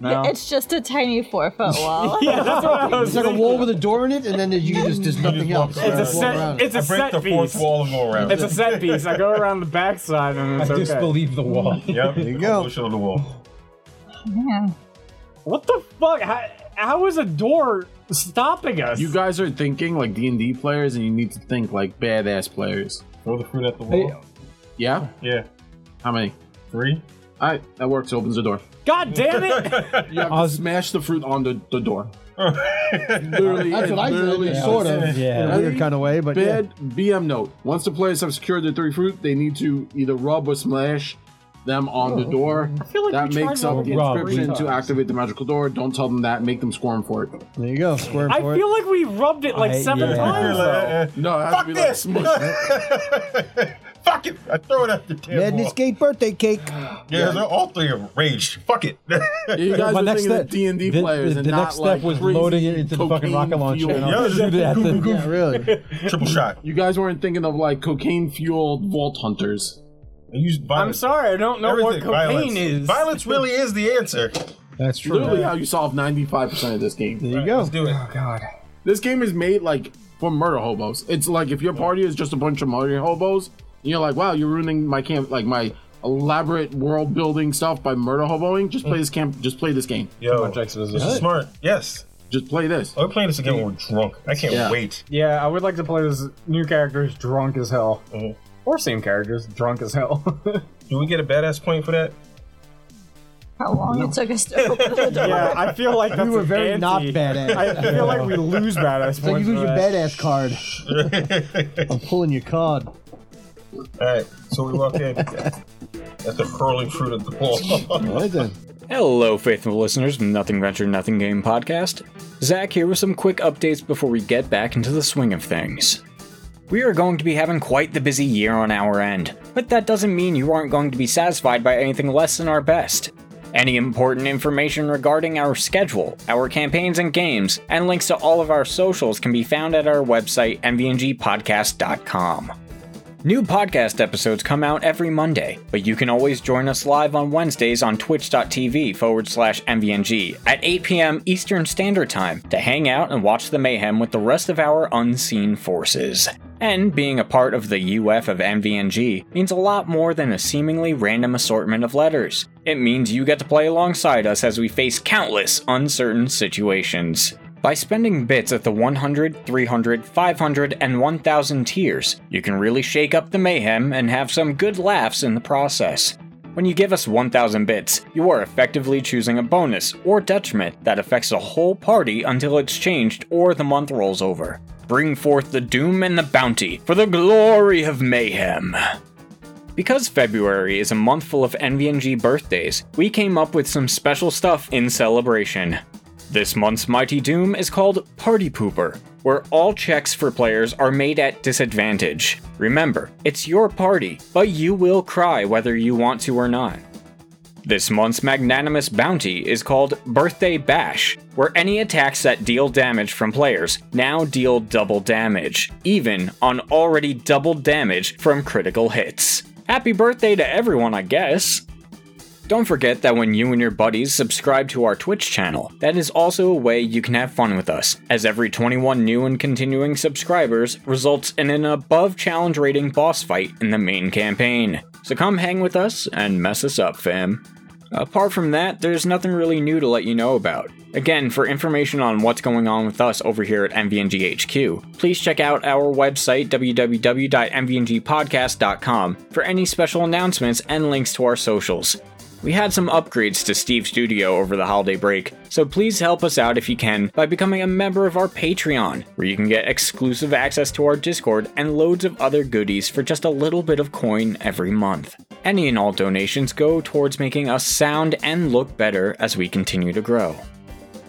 S6: No.
S5: It's just a tiny four foot wall.
S6: yeah, that's what I was
S2: It's like a
S6: thinking.
S2: wall with a door in it, and then you can just there's nothing else.
S8: walk around.
S2: You
S6: It's
S2: just
S6: a
S2: walk around
S6: set.
S2: it.
S6: It's
S8: I
S6: a
S8: break
S6: set
S8: the
S6: piece.
S8: fourth wall and go around.
S6: It's a set piece. I go around the backside and
S7: I
S6: it's okay.
S7: disbelieve the wall.
S8: Yep. There
S2: you go.
S8: Show the wall.
S5: Yeah.
S6: What the fuck? How, how is a door stopping us?
S1: You guys are thinking like D and D players, and you need to think like badass players.
S8: Throw the fruit at the wall.
S1: Yeah,
S8: Yeah.
S1: how many?
S8: Three.
S1: All right, that works. Opens the door.
S6: God damn it!
S1: You have to smash the fruit on the, the door. Literally,
S2: That's what I
S1: literally
S2: did, sort of, in
S7: Yeah.
S2: a weird kind of way, but yeah.
S1: Bad BM note. Once the players have secured the three fruit, they need to either rub or smash them on the door.
S6: I feel like
S1: That
S6: we tried
S1: makes
S6: one
S1: up the
S6: before.
S7: Rub.
S1: inscription to activate the magical door. Don't tell them that. Make them squirm for it.
S2: There you go. Square
S6: I
S2: for it.
S6: feel like we rubbed it like
S7: I-
S6: seven
S7: yeah.
S8: eh,
S6: times. though.
S1: No, it has to be like smush.
S8: Fuck it. I throw it at the damn
S9: Madness
S8: wall.
S9: Gate birthday cake.
S8: Yeah, they're all three of them. rage. Fuck it.
S1: You guys
S7: my
S1: were
S7: next
S1: thinking
S7: step-
S1: of D and D
S7: the-
S1: players,
S7: the-
S1: and
S7: the
S1: not
S7: next step
S1: like
S7: was
S1: crazy
S7: loading it into the fucking
S1: cocaine
S7: rocket launcher
S1: fueled-
S7: and all-
S8: Yeah,
S7: Shoot it at the-
S2: Yeah, really.
S8: Triple shot. I
S1: You guys weren't thinking of like cocaine fueled vault hunters.
S8: used violence.
S6: I'm sorry, I don't know what
S8: Everything.
S6: cocaine
S8: violence.
S6: is.
S8: Violence really is the answer.
S7: That's true.
S1: Literally, how you solve ninety five percent of this game.
S7: There you go.
S8: Let's do it.
S1: This game is made like for murder hobos. It's like if your party is just a bunch of murder hobos, and you're like, wow, you're ruining my camp, like my elaborate world building stuff by murder hoboing, just
S7: Mm.
S1: play this camp. Just play this game.
S8: Yo,
S6: Much Exodus is
S8: this is smart. Yes.
S1: Just play this.
S8: Are we playing this again when we're drunk? I can't
S1: Yeah.
S8: wait.
S6: Yeah, I would like to play as new characters drunk as hell.
S8: Mhm.
S6: Or same characters drunk as hell.
S8: Do we get a badass point for that?
S5: How long it took us to open the door.
S6: yeah, I feel like that's
S9: You were very
S6: anti.
S9: not badass.
S6: I feel like we lose badass
S9: It's like
S6: points
S9: you lose
S6: for
S9: your
S6: that.
S9: badass card. I'm pulling your card.
S8: All right. So we walk in. That's the curling fruit of the wall.
S10: Right then.
S12: Hello, faithful listeners of Nothing Venture, Nothing Game podcast. Zach here with some quick updates before we get back into the swing of things. We are going to be having quite the busy year on our end, but that doesn't mean you aren't going to be satisfied by anything less than our best. Any important information regarding our schedule, our campaigns and games, and links to all of our socials can be found at our website, mvngpodcast.com. New podcast episodes come out every Monday, but you can always join us live on Wednesdays on twitch.tv forward slash MVNG at 8 p.m. Eastern Standard Time to hang out and watch the mayhem with the rest of our unseen forces. And being a part of the UF of MVNG means a lot more than a seemingly random assortment of letters. It means you get to play alongside us as we face countless uncertain situations. By spending bits at the 100, 300, 500, and 1000 tiers, you can really shake up the mayhem and have some good laughs in the process. When you give us 1000 bits, you are effectively choosing a bonus or detriment that affects the whole party until it's changed or the month rolls over. Bring forth the doom and the bounty for the glory of mayhem. Because February is a month full of NVNG birthdays, we came up with some special stuff in celebration. This month's Mighty Doom is called Party Pooper, where all checks for players are made at disadvantage. Remember, it's your party, but you will cry whether you want to or not. This month's magnanimous bounty is called Birthday Bash, where any attacks that deal damage from players now deal double damage, even on already doubled damage from critical hits. Happy birthday to everyone, I guess! Don't forget that when you and your buddies subscribe to our Twitch channel, that is also a way you can have fun with us, as every 21 new and continuing subscribers results in an above challenge rating boss fight in the main campaign. So come hang with us and mess us up, fam. Apart from that, there's nothing really new to let you know about. Again, for information on what's going on with us over here at MVNG HQ, please check out our website www.mvngpodcast.com for any special announcements and links to our socials. We had some upgrades to Steve's studio over the holiday break, so please help us out if you can by becoming a member of our Patreon, where you can get exclusive access to our Discord and loads of other goodies for just a little bit of coin every month. Any and all donations go towards making us sound and look better as we continue to grow.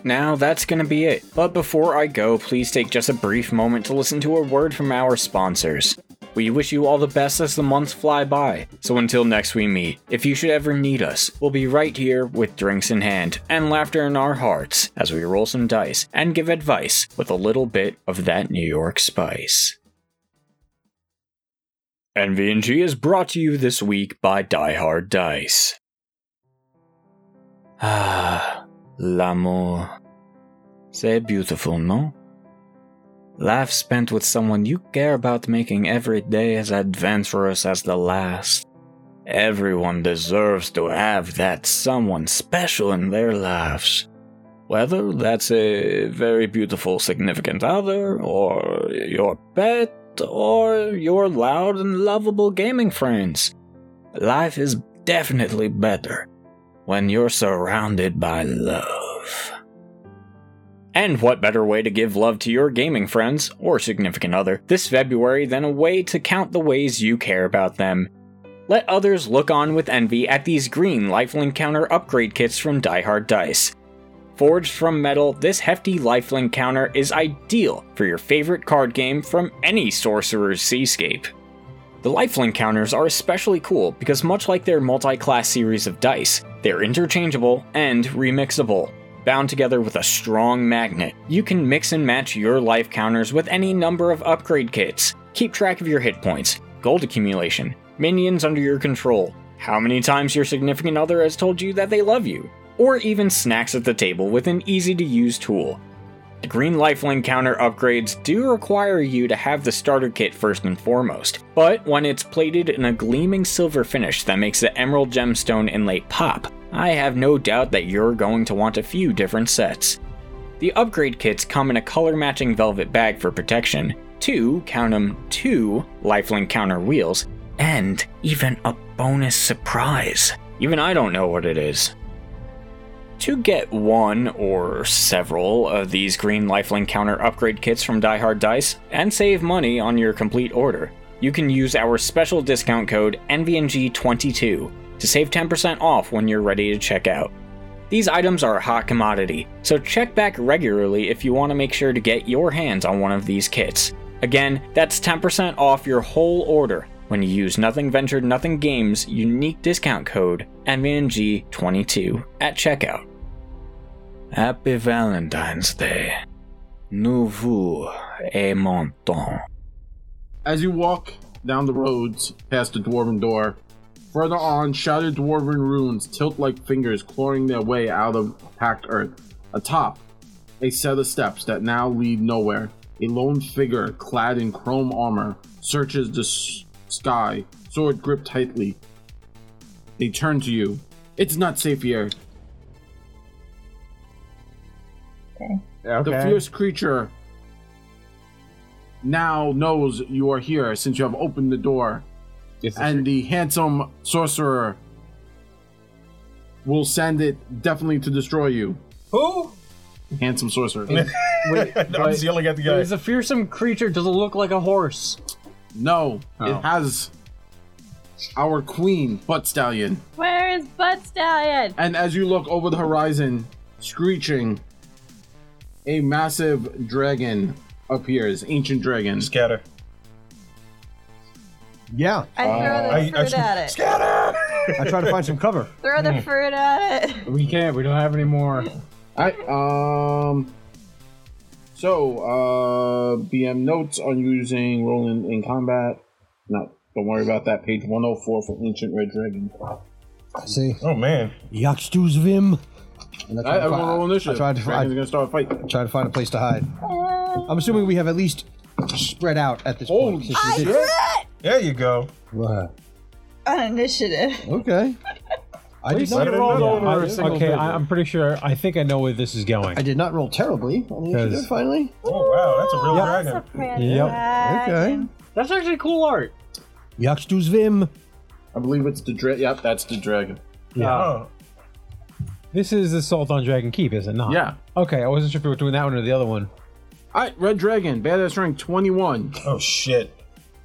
S12: Now that's gonna be it, but before I go, please take just a brief moment to listen to a word from our sponsors. We wish you all the best as the months fly by. So until next we meet, if you should ever need us, we'll be right here with drinks in hand and laughter in our hearts as we roll some dice and give advice with a little bit of that New York spice. NVNG is brought to you this week by Die Hard Dice. Ah, l'amour. C'est beautiful, no? Life spent with someone you care about making every day as adventurous as the last. Everyone deserves to have that someone special in their lives. Whether that's a very beautiful significant other, or your pet, or your loud and lovable gaming friends. Life is definitely better when you're surrounded by love. And what better way to give love to your gaming friends or significant other this February than a way to count the ways you care about them? Let others look on with envy at these green lifelink counter upgrade kits from Die Hard Dice. Forged from metal, this hefty lifelink counter is ideal for your favorite card game from any sorcerer's seascape. The lifelink counters are especially cool because, much like their multi class series of dice, they're interchangeable and remixable. Bound together with a strong magnet, you can mix and match your life counters with any number of upgrade kits. Keep track of your hit points, gold accumulation, minions under your control, how many times your significant other has told you that they love you, or even snacks at the table with an easy to use tool. The green lifelink counter upgrades do require you to have the starter kit first and foremost, but when it's plated in a gleaming silver finish that makes the emerald gemstone inlay pop, I have no doubt that you're going to want a few different sets. The upgrade kits come in a color matching velvet bag for protection, two, count 'em, two lifelink counter wheels, and even a bonus surprise. Even I don't know what it is. To get one or several of these green lifelink counter upgrade kits from Die Hard Dice and save money on your complete order, you can use our special discount code NVNG22 to save 10% off when you're ready to check out. These items are a hot commodity, so check back regularly if you want to make sure to get your hands on one of these kits. Again, that's 10% off your whole order when you use Nothing Ventured Nothing Games unique discount code MNG22 at checkout. Happy Valentine's Day. Nouveau et montant.
S1: As you walk down the roads past the dwarven door, further on, shattered dwarven runes tilt like fingers clawing their way out of packed earth. Atop, a set of steps that now lead nowhere, a lone figure clad in chrome armor searches the s- sky, sword gripped tightly. They turn to you. It's not safe here. The fierce creature now knows you are here since you have opened the door. and the handsome sorcerer will send it definitely to destroy you.
S8: Who?
S1: Handsome sorcerer.
S6: Wait, but
S8: I'm just yelling at the guy.
S6: It's a fearsome creature. Does it look like a horse?
S1: no,
S6: Oh.
S1: it has our queen, Butt Stallion.
S5: Where is Butt Stallion?
S1: And as you look over the horizon, screeching, a massive dragon appears. Ancient dragon.
S8: Scatter.
S2: Yeah.
S5: I throw the fruit at it.
S8: Scatter!
S2: I try to find some cover.
S5: Throw the fruit at it.
S6: We can't. We don't have any more.
S1: Alright, um. So, uh, BM notes on using Roland in combat. No, don't worry about that. Page 104 for Ancient Red Dragon.
S2: I see.
S8: Oh man.
S2: Yakstuzvim. And
S1: I,
S2: I try to
S1: I
S2: fi-
S1: roll initiative.
S2: I tried to
S1: Dragon's
S2: find,
S1: gonna start a fight.
S2: try to find a place to hide. I'm assuming we have at least spread out at this point.
S1: Holy
S2: since we did-
S8: There you go.
S2: Wow.
S5: On initiative.
S2: Okay. I did,
S8: I
S2: not,
S8: didn't know that.
S6: over
S10: I-
S6: a single
S10: okay,
S6: digit.
S10: I, I'm pretty sure. I think I know where this is going.
S2: I did not roll terribly on the initiative,
S10: Because-
S2: finally.
S8: Oh wow, that's a real
S5: Oh,
S8: dragon.
S5: that's a prayer
S10: Yep.
S5: dragon.
S6: That's actually cool art.
S2: Yakstuzvim.
S1: I believe it's the dragon. Yep, that's the dragon.
S10: Yeah.
S8: Oh,
S10: This is Assault on Dragon Keep, is it not?
S1: Yeah.
S10: Okay, I wasn't sure if we were doing that one or the other one.
S1: Alright, Red Dragon, badass rank 21.
S8: oh shit.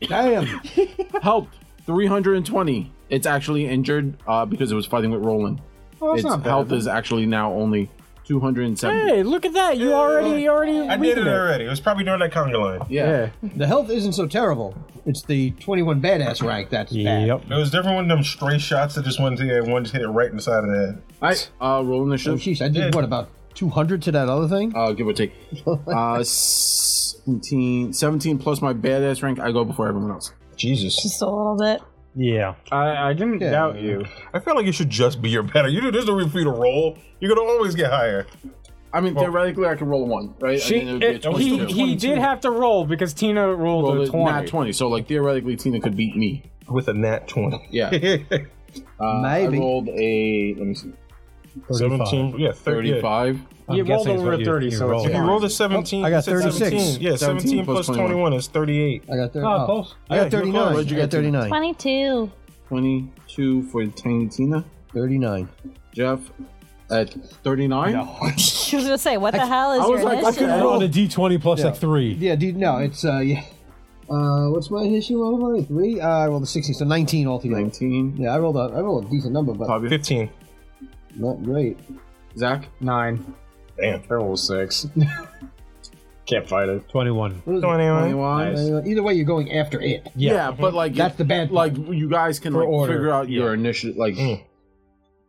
S2: Damn.
S1: Helped 320. It's actually injured uh, because it was fighting with Roland.
S6: Well, that's
S1: its
S6: not bad.
S1: health is actually now only 270.
S6: Hey, look at that! You already, you already.
S8: I did it already. It was probably during that conga line.
S1: yeah.
S2: The health isn't so terrible. It's the 21 badass rank that's bad.
S10: Yep.
S8: It was different when them stray shots that just went to the one just hit it right inside of the head.
S1: Alright, uh, roll
S2: Oh,
S1: initiative.
S2: jeez. I did, what, about 200 to that other thing?
S1: Uh, give or take. Uh, 17, 17 plus my badass rank, I go before everyone else.
S8: Jesus.
S5: Just a little bit.
S10: Yeah.
S6: I, I didn't
S2: Yeah.
S6: doubt you.
S8: I feel like it should just be your better. You do there's no reason for you to roll. You're gonna always get higher.
S1: I mean, theoretically, I can roll a one, right?
S6: Oh. She,
S1: and then it
S6: it-
S1: would be a
S6: he,
S1: 22.
S6: he did have to roll because Tina rolled
S1: Roll
S6: a
S1: it-
S6: twenty.
S1: nat 20. So, like, theoretically, Tina could beat me.
S8: With a nat twenty.
S1: Yeah. Uh,
S2: Maybe.
S1: I rolled a, let me see,
S8: 17. Yeah, 30.
S1: 35.
S10: I'm
S6: You rolled
S10: guessing it's
S6: over
S10: what
S6: a
S10: you-
S6: 30,
S10: you
S6: so it's
S10: rolled.
S8: If you rolled a 17,
S2: Oh, I got
S8: you said
S2: 36.
S8: 17. Yeah, 17,
S1: 17
S8: plus
S1: plus
S8: 21.
S1: 21
S8: is 38.
S2: I got 30.
S10: Oh,
S2: Oh,
S10: close.
S2: I
S1: Yeah,
S2: got
S1: you're
S2: 39.
S1: Ah, close. What'd you
S2: I
S1: get
S2: got
S1: to?
S2: 39.
S5: 22.
S1: 22 for tiny Tina.
S2: 39.
S1: Jeff at 39.
S5: She was gonna say, what the hell is
S1: I was
S5: your
S1: like, I
S5: initiative?
S1: could
S10: We're on a d20 plus
S2: Yeah.
S10: like three.
S2: Yeah, dude, no, it's, uh, yeah. Uh, what's my issue? What am I? Three? Uh, I rolled a 16, so 19 altogether.
S1: 19.
S2: Yeah, I rolled a, I rolled a decent number, but
S1: Fabio.
S8: 15.
S2: not great.
S1: Zach.
S6: Nine.
S8: Damn.
S6: I rolled six. Can't fight it.
S10: 21.
S2: What is it?
S8: 21.
S1: 21.
S2: Uh, either way, you're going after it.
S1: Yeah, but like
S2: That's
S1: if-
S2: the bad
S1: Like you guys can
S10: For
S1: like,
S10: order.
S1: figure out your initiative. Like,
S8: Mm.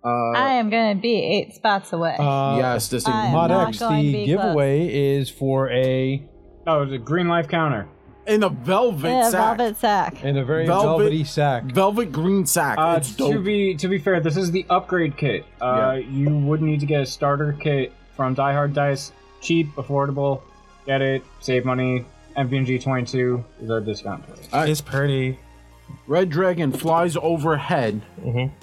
S1: uh,
S5: I am gonna be eight spots away.
S10: Uh,
S1: yes, this thing.
S5: I'm
S10: Mod
S5: not
S10: X,
S5: going to
S10: the
S5: be
S10: giveaway is for a
S6: Oh, the green life counter.
S1: in a velvet
S5: yeah,
S1: sack,
S5: velvet sack.
S10: and a very
S1: Velvet-
S10: velvety sack.
S1: velvet green sack.
S6: Uh,
S1: it's dope.
S6: to be to be fair, this is the upgrade kit. Uh, You would need to get a starter kit from Die Hard Dice cheap, affordable. Get it, save money. MVNG 22 is our discount code.
S1: it's
S8: pretty.
S1: Red dragon flies overhead.
S8: Mm-hmm.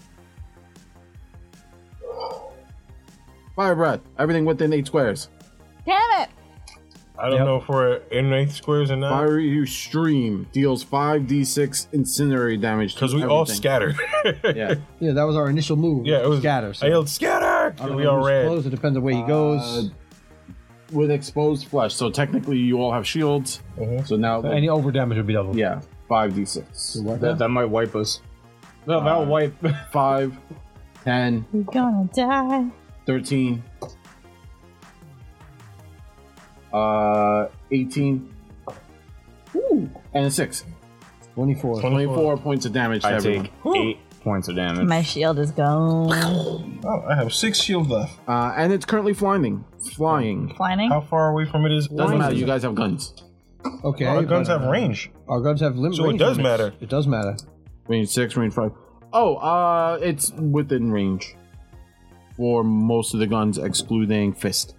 S1: Fire breath. Everything within eight squares.
S5: Damn it!
S8: I don't know if we're in eight squares or not.
S1: Fiery stream deals five d6 incendiary damage.
S8: Because we all scattered.
S1: yeah.
S2: Yeah, that was our initial move.
S8: Yeah, it was-
S2: scatter.
S8: I yelled, "Scatter!"
S2: I don't
S8: We
S2: know
S8: all
S2: who's
S8: ran.
S2: Close. It depends on where he
S1: Uh,
S2: goes.
S1: With exposed flesh, so technically you all have shields. So now
S7: Any over damage would be double.
S1: Yeah, five d six.
S6: That, that might wipe us. No, that'll wipe.
S1: Five, ten,
S5: You're gonna die.
S1: thirteen, uh, eighteen, and a six.
S2: 24.
S1: 24 points of damage to
S6: I
S1: everyone.
S6: take eight points of damage.
S5: My shield is gone.
S8: Oh, I have six shield left.
S1: Uh, and it's currently flying. Flying.
S5: Flying.
S6: Oh,
S8: How far away from it is?
S1: Doesn't matter, you guys have guns.
S2: Okay.
S8: Our
S2: but uh,
S8: guns have range.
S2: Our guns have limit.
S8: So it
S2: range
S8: does
S2: limits.
S8: matter.
S2: It does matter.
S1: Range 6, range 5. Oh, uh, it's within range for most of the guns, excluding fist.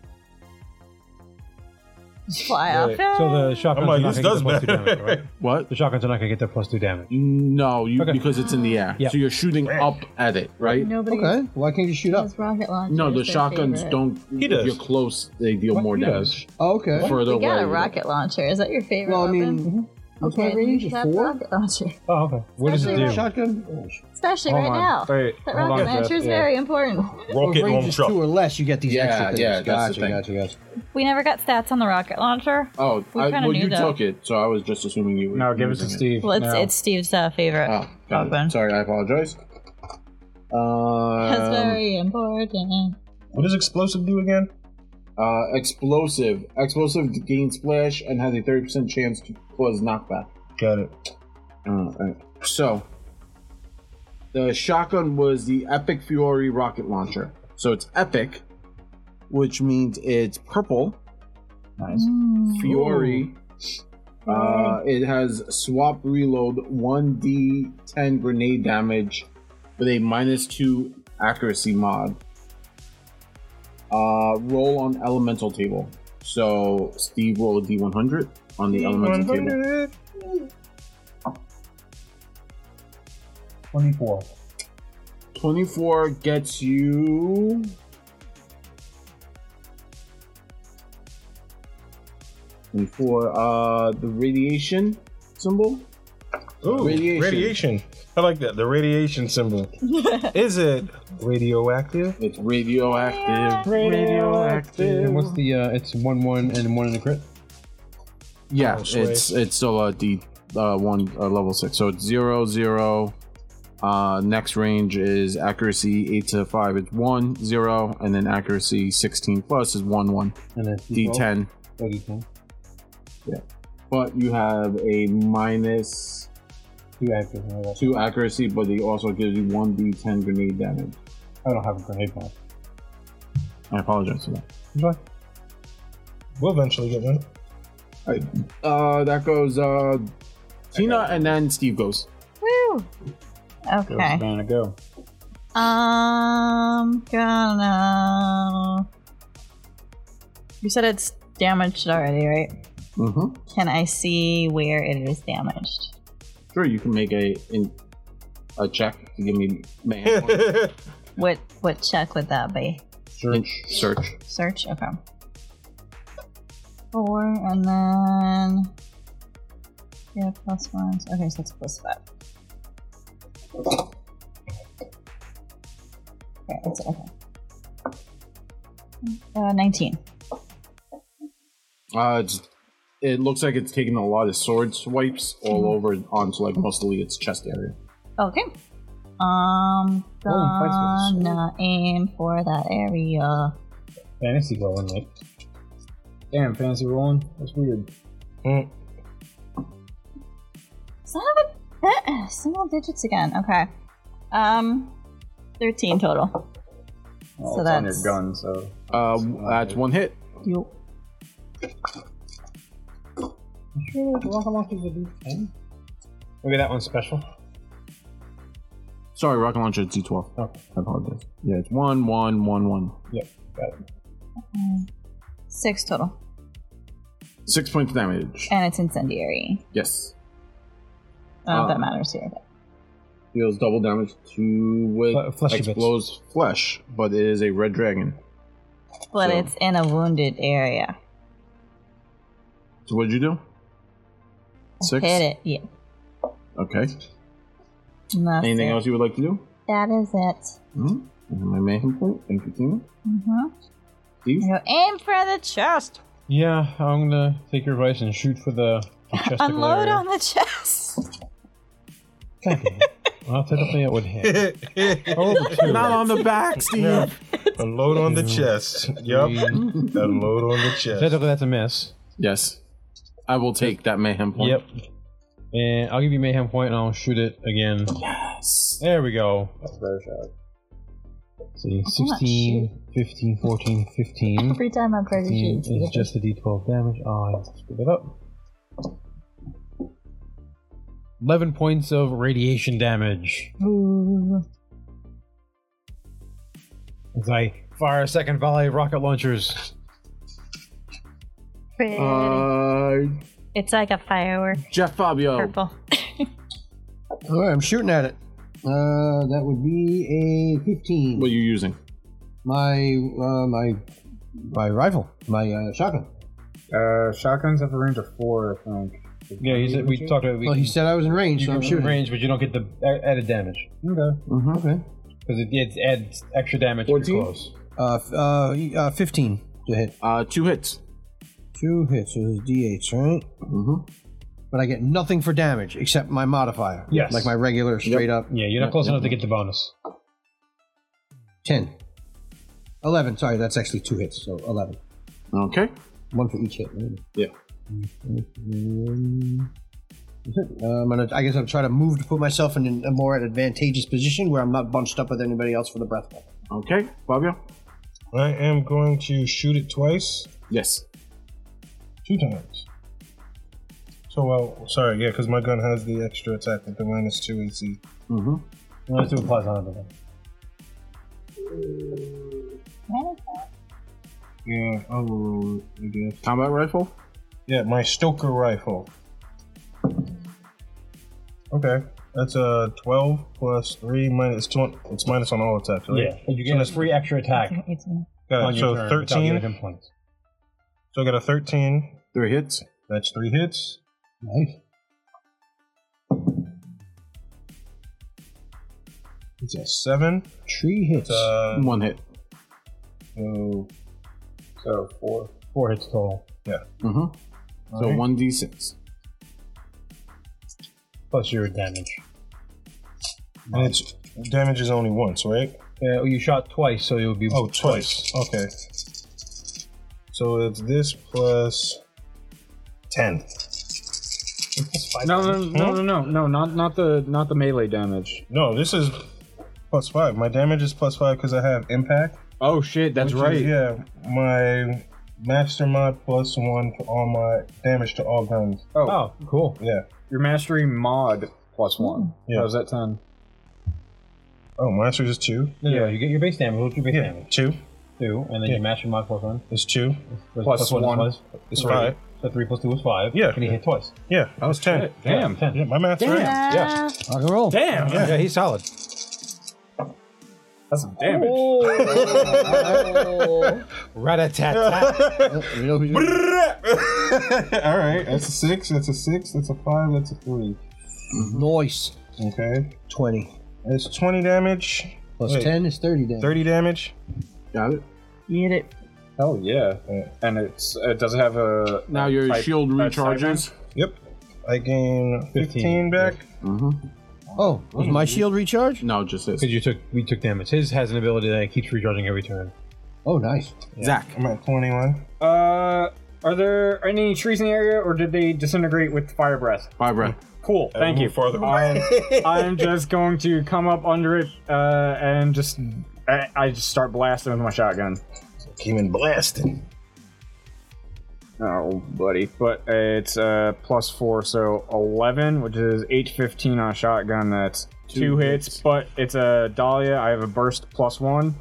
S5: Just fly off.
S7: So the
S8: I'm
S7: shotguns
S8: like,
S7: are not
S8: this
S7: going to get their plus
S8: does
S7: two damage,
S8: matter.
S7: right?
S1: What?
S7: The shotguns are not going to get their plus two damage.
S1: No, you,
S7: Okay.
S1: because it's in the air.
S7: Yeah.
S1: So you're shooting up at it, right?
S5: Nobody
S2: Okay. Why can't you shoot up?
S5: has rocket launchers.
S1: No, the
S5: their
S1: shotguns
S5: favorite.
S1: don't.
S8: He does.
S1: If you're close, they deal
S7: What?
S1: more
S7: He
S1: damage.
S2: Oh, okay.
S1: Further
S5: You got
S1: away.
S5: a rocket launcher. Is that your favorite?
S2: Well, I
S5: weapon?
S2: mean, what's my
S5: Okay,
S2: range?
S5: use
S2: A
S5: that
S2: Four.
S5: rocket launcher.
S7: Oh, okay. What does it
S5: Actually,
S7: do?
S2: Shotgun. Oh, sh-
S5: Especially
S6: Hold
S5: right
S6: on.
S5: now.
S6: Wait,
S5: that
S6: hold
S5: rocket
S6: on,
S5: launcher
S6: Jeff,
S5: is
S6: yeah.
S5: very important.
S8: Rocket
S2: Oh, range
S8: home
S2: is
S8: truck.
S2: two or less, you get these
S1: Yeah,
S2: extra things.
S1: yeah, that's the
S2: gotcha,
S1: thing.
S2: gotcha, gotcha.
S5: We never got stats on the rocket launcher.
S1: Oh,
S5: We
S1: I,
S5: kinda
S1: well,
S5: knew
S1: you
S5: that.
S1: took it, so I was just assuming you were.
S6: No, give it to
S1: using
S6: Steve.
S5: Well, it's,
S6: now.
S5: it's Steve's uh, favorite.
S1: Oh, got it.
S5: Open.
S1: Sorry, I apologize.
S5: That's
S1: Um,
S5: very important.
S8: What does explosive do again?
S1: uh, explosive. Explosive gains splash and has a 30% chance to cause knockback.
S8: Got it.
S1: Alright. So, the shotgun was the Epic Fury rocket launcher. So it's epic, which means it's purple.
S6: nice.
S1: Fiori. Uh, it has swap reload 1d10 grenade damage with a minus 2 accuracy mod. Uh, roll on elemental table. So Steve rolled a d100 on the elemental table.
S7: 24.
S1: 24 gets you. And for uh, the radiation symbol,
S8: Ooh,
S1: Radiation.
S8: radiation. I like that. The radiation symbol. Is it radioactive?
S1: it's radioactive.
S7: And what's the? Uh, it's one one and one in a crit.
S1: Yeah,
S8: Oh, sweet.
S1: it's it's still a D uh, one uh, level six, so it's zero zero. Uh, next range is accuracy eight to five. It's one zero, and then accuracy sixteen plus is one one
S7: And then
S1: D ten.
S7: Oh, D10.
S1: But you have a minus
S7: Two active. and all that.
S1: two accuracy, but it also gives you one D ten grenade damage.
S7: I don't have a grenade mod.
S1: I apologize for that.
S8: We'll eventually get one.
S1: Uh, that goes uh, Tina, and then Steve goes.
S5: Woo!
S6: Goes
S5: Okay.
S6: man to go.
S5: Um, gonna. You said it's damaged already, right?
S1: Mm-hmm.
S5: Can I see where it is damaged?
S1: Sure, you can make a in, a check to give me man
S5: What what check would that be?
S1: search search.
S5: Search. Okay. Four and then yeah, plus one. Okay, so that's plus five. Okay, that's it. Okay. Uh, nineteen.
S1: Uh, it's, it looks like it's taking a lot of sword swipes all over onto like mostly its chest area.
S5: Okay. Um,
S6: Oh,
S7: fights with
S5: gonna aim for that area.
S7: Fantasy glowing like.
S6: Damn, fancy rolling. That's weird.
S8: Mm,
S5: Son of a bit. eh, Single digits again. Okay. Um, thirteen total.
S6: Well,
S5: So
S6: it's on your
S5: that's-
S6: gun, so
S1: Uh, that's one hit.
S5: You
S7: Maybe that one's special.
S1: Sorry, rocket launcher D twelve.
S7: Oh.
S1: I apologize. Yeah, it's one one one one.
S7: Yep. Got it.
S5: Six total.
S1: Six points damage.
S5: And it's incendiary.
S1: Yes.
S5: I don't know if that
S1: Um,
S5: matters here. but-
S1: Deals double damage to with
S7: Fle- fleshy bits.
S1: explodes flesh, but it is a red dragon.
S5: But
S1: so-
S5: it's in a wounded area.
S1: So what'd you do? Six.
S5: Hit it. Yeah.
S1: Okay.
S5: And that's
S1: Anything
S5: it.
S1: else you would like to do?
S5: That is it.
S1: Hmm? My mayhem point. Thank you, Tina.
S5: Mm-hmm.
S1: Steve?
S5: You aim for the chest.
S7: Yeah, I'm gonna take your advice and shoot for the, the chesticle
S5: Unload
S7: area.
S5: on the chest.
S7: Well, technically it would hit. Oh, the two.
S1: Not on the back, Steve.
S8: A load on the chest. Yup. A load on the chest.
S7: Technically that's a miss.
S1: Yes. I will take that mayhem point.
S7: Yep. And I'll give you mayhem point and I'll shoot it again.
S1: Yes.
S7: There we go.
S3: That's a better shot.
S7: See,
S5: I'm not
S7: 16, 15, 14,
S1: Hmm?
S7: 15.
S5: Every time I'm crazy,
S7: 15
S5: she
S7: is just a d12 damage. Oh, I screwed it up. 11 points of radiation damage. As I fire a second volley of rocket launchers.
S5: pretty.
S1: Uh, oh.
S5: it's like a firework.
S1: Jeff Fabio.
S5: Purple.
S2: All right, I'm shooting at it. Uh, that would be a 15.
S1: What are you using?
S2: My uh, my my rifle, my uh, shotgun.
S6: Uh, shotguns have a range of four, I think.
S7: Yeah, he's, we talked about. We
S2: Well, he said I was in range, so I'm
S7: can
S2: shooting.
S7: range, but you don't get the a- added damage. Mm-hmm. Okay.
S2: Okay.
S7: Because it, it adds extra damage. if
S1: 14?
S7: you're close.
S2: Uh, f- uh, y- uh, 15 to hit.
S1: Uh, two hits.
S2: Two hits. So it's D8, right?
S1: Mm-hmm.
S2: But I get nothing for damage except my modifier.
S7: Yes.
S2: Like my regular straight up
S7: Yeah, you're not close enough to get the bonus.
S2: 10. 11. Sorry, that's actually two hits, so 11.
S1: Okay.
S2: One for each hit. Right?
S1: Yeah.
S2: That's it. Uh, I'm gonna, I guess I'm trying to move to put myself in a more advantageous position where I'm not bunched up with anybody else for the breath. weapon.
S1: Okay. Fabio?
S8: I am going to shoot it twice.
S1: Yes.
S8: Two times. So, well, sorry, yeah, because my gun has the extra attack with the minus two AC.
S1: Mm-hmm.
S7: Unless it applies on another
S8: Yeah, I'll roll it, Oh, I guess.
S1: Combat rifle?
S8: Yeah, my Stoker rifle. Okay, that's a 12 plus 3 minus 20. It's minus on all attacks, right?
S7: Yeah, but you get a free extra attack
S5: It's me.
S8: Got
S7: on
S8: it.
S7: your
S8: Uh, So
S7: turn without getting
S8: 13.
S7: hit points.
S8: So I got a 13.
S1: Three hits.
S8: That's three hits.
S2: Nice.
S8: It's a 7.
S2: Three hits.
S8: It's a.
S1: One hit.
S8: So,
S3: So four.
S7: Four hits total.
S1: Mm-hmm. So
S8: Alright.
S1: 1d6.
S7: Plus your damage.
S8: and it's damage is only once, right?
S7: Uh, you shot twice, so you'll be.
S8: Oh, twice. Okay. So it's this plus 10.
S6: No, no, no, no, no, no, not not the not the melee damage.
S8: No, this is plus 5. My damage is plus 5 because I have impact.
S6: Oh shit, that's
S8: which
S6: right.
S8: is, yeah, my master mod plus 1 to all my damage to all guns.
S6: Oh,
S7: Oh, cool.
S8: Yeah.
S6: your mastery mod plus one.
S8: Yeah.
S6: How's that ten?
S8: Oh, master is 2.
S7: No, no, you get your base damage. What's your base
S8: Yeah,
S7: damage?
S8: 2.
S7: Two, and then
S8: Yeah.
S7: you match your mod plus one.
S8: It's 2.
S7: Plus,
S6: Plus one.
S7: Plus,
S8: It's
S7: three.
S8: 5.
S7: So three plus two is five.
S8: Yeah.
S7: And he hit twice.
S8: Yeah, that was 10.
S6: Damn.
S7: Ten.
S8: Yeah, my math's right.
S7: Yeah.
S2: Rock and roll.
S6: Damn.
S7: Yeah, he's solid.
S6: That's some damage.
S7: Rat-a-tat-tat.
S2: You know who you-
S8: All right, that's a six. That's a six. That's a five. That's a three.
S2: Nice.
S8: Okay,
S2: 20.
S8: it's twenty damage.
S2: Plus
S8: Wait.
S2: 10 is 30 damage.
S8: Thirty damage.
S1: Got it.
S5: Get it.
S6: Oh yeah. And it's it does have a
S1: Now your
S6: Type-
S1: shield
S6: type
S1: recharges.
S8: Yep. I gain fifteen, back.
S1: Mm-hmm.
S2: Oh, was my shield recharge?
S1: No, just this.
S7: Because you took, we took damage. His has an ability that keeps recharging every turn.
S2: Oh, nice.
S1: Zach.
S8: I'm at twenty-one.
S6: Uh, are there any trees in the area, or did they disintegrate with fire breath?
S1: Fire breath.
S6: Cool. Thank you.
S8: Farther
S6: I'm,
S7: Uh,
S6: I'm just going to come up under it uh, and just I, I just start blasting with my shotgun.
S8: Human blasting.
S6: Oh, buddy. But it's uh, plus four, so 11, which is 815 on a shotgun. That's two, hits, but it's a Dahlia. I have a burst plus one.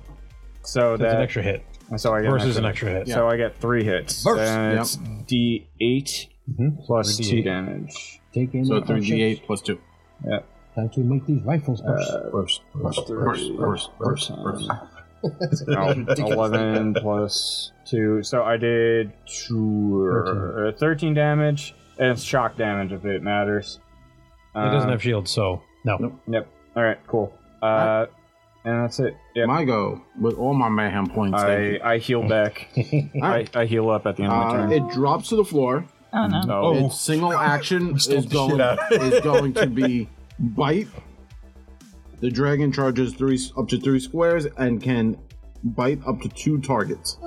S6: So
S7: That's an
S6: that
S7: extra hit.
S6: And so I get
S7: Versus an extra hit.
S6: So I get three hits.
S7: Versus.
S6: And it's D8
S8: Mm-hmm.
S6: plus two damage.
S2: Take in
S1: So
S2: the
S1: three
S2: action.
S1: D eight plus two.
S6: Yeah.
S2: Time to make these rifles burst.
S8: First, first, first, first, first, first.
S6: Oh, 11 plus 2. So I did two, uh, 13 damage, and it's shock damage if it matters.
S7: it doesn't
S6: Uh,
S7: have shield, so no.
S6: Yep. All right, cool. Uh, and that's it. Yep.
S1: My go with all my mayhem points. thank
S6: I,
S1: you.
S6: I heal back. I, I heal up at the end of my
S1: Uh,
S6: turn.
S1: it drops to the floor.
S5: Oh no.
S6: no.
S1: Its single action
S8: Stomp
S1: is
S8: the shit
S1: going
S8: out.
S1: is going to be bite. The dragon charges three up to three squares and can bite up to two targets.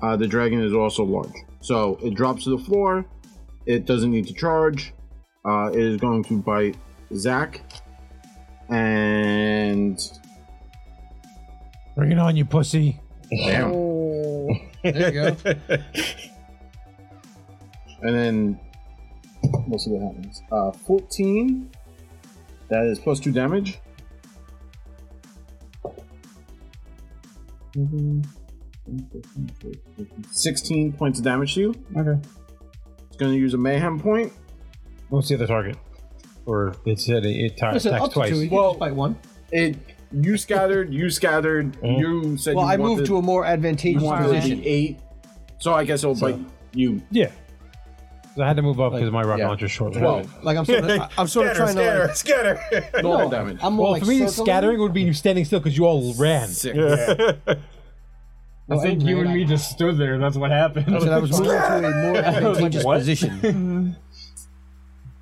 S1: Uh, the dragon is also large, so it drops to the floor. It doesn't need to charge. Uh, it is going to bite Zach, and
S10: Bring it on, you pussy.
S2: Oh. There you go.
S1: and then we'll see what happens. Uh, Fourteen. That is plus two damage. Sixteen points of damage to you.
S6: Okay.
S1: It's going to use a mayhem point.
S7: What's the other target? Or it said it, it ta-
S2: Listen,
S7: attacks
S2: up to two. You
S7: twice.
S2: can just bite one.
S1: It. You scattered. You scattered. You said.
S2: Well,
S1: you
S2: I
S1: wanted,
S2: moved to a more advantageous
S1: wanted the
S2: position.
S1: eight. So I guess it'll bite you.
S7: Yeah. 'Cause I had to move up because my rocket
S2: yeah.
S7: launcher is short.
S1: Twelve.
S2: Like I'm sort of, I'm sort of trying to like,
S8: scatter,
S1: Normal damage.
S2: I'm more
S10: Well,
S2: like
S10: for me,
S2: circling.
S10: scattering would be standing still because you all ran.
S1: Six.
S6: I think you and me just stood there. That's what happened.
S2: So I was moving to a more advantageous
S6: what?
S2: position.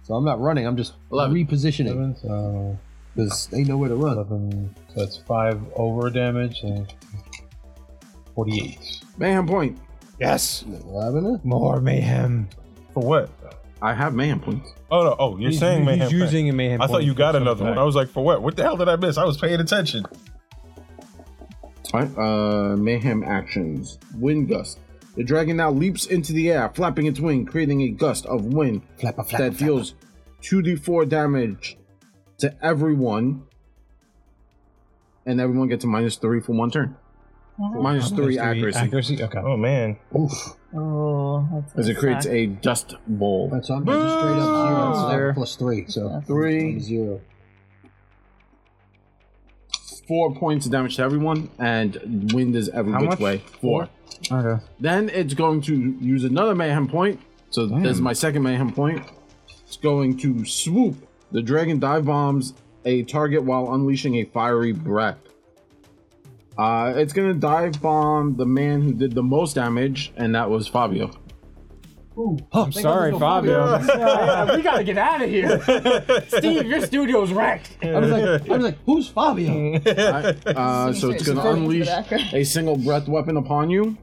S2: so I'm not running. I'm just
S1: Eleven.
S2: repositioning
S7: Seven, so
S2: because they know where to run.
S7: eleven. So that's five over damage and forty-eight.
S1: Mayhem point.
S10: Yes.
S2: Eleven?
S10: More mayhem.
S8: For what?
S1: I have mayhem points.
S8: Oh no! Oh, you're saying
S10: he's
S8: mayhem.
S10: using
S8: Pack.
S10: a mayhem
S8: I thought
S10: point
S8: you
S10: for
S8: got
S10: something
S8: another one.
S10: back.
S8: I was like, for what? What the hell did I miss? I was paying attention.
S1: All right, uh, mayhem actions. Wind gust. The dragon now leaps into the air, flapping its wing, creating a gust of wind
S2: Flapper, flapper,
S1: that deals 2d4 damage to everyone. And everyone gets a minus three for one turn.
S2: Oh,
S1: Minus three accuracy.
S7: Accuracy. Okay.
S8: Oh man!
S5: Oh, that's
S1: As it creates a dust bowl.
S2: That's I'm just straight up zero. So that plus three. So
S1: Three,
S2: zero.
S1: four points of damage to everyone, and wind is every
S6: How
S1: which
S6: much?
S1: way. Four.
S6: Okay.
S1: Then it's going to use another mayhem point. So this is my second mayhem point. It's going to swoop. The dragon dive bombs a target while unleashing a fiery breath. Uh, it's going to dive bomb the man who did the most damage, and that was Fabio.
S10: I'm sorry, Fabio.
S6: we gotta get out of here. Steve, your studio's wrecked.
S2: I was like, I was like, who's Fabio?
S1: Uh, so it's going to unleash a single breath weapon upon you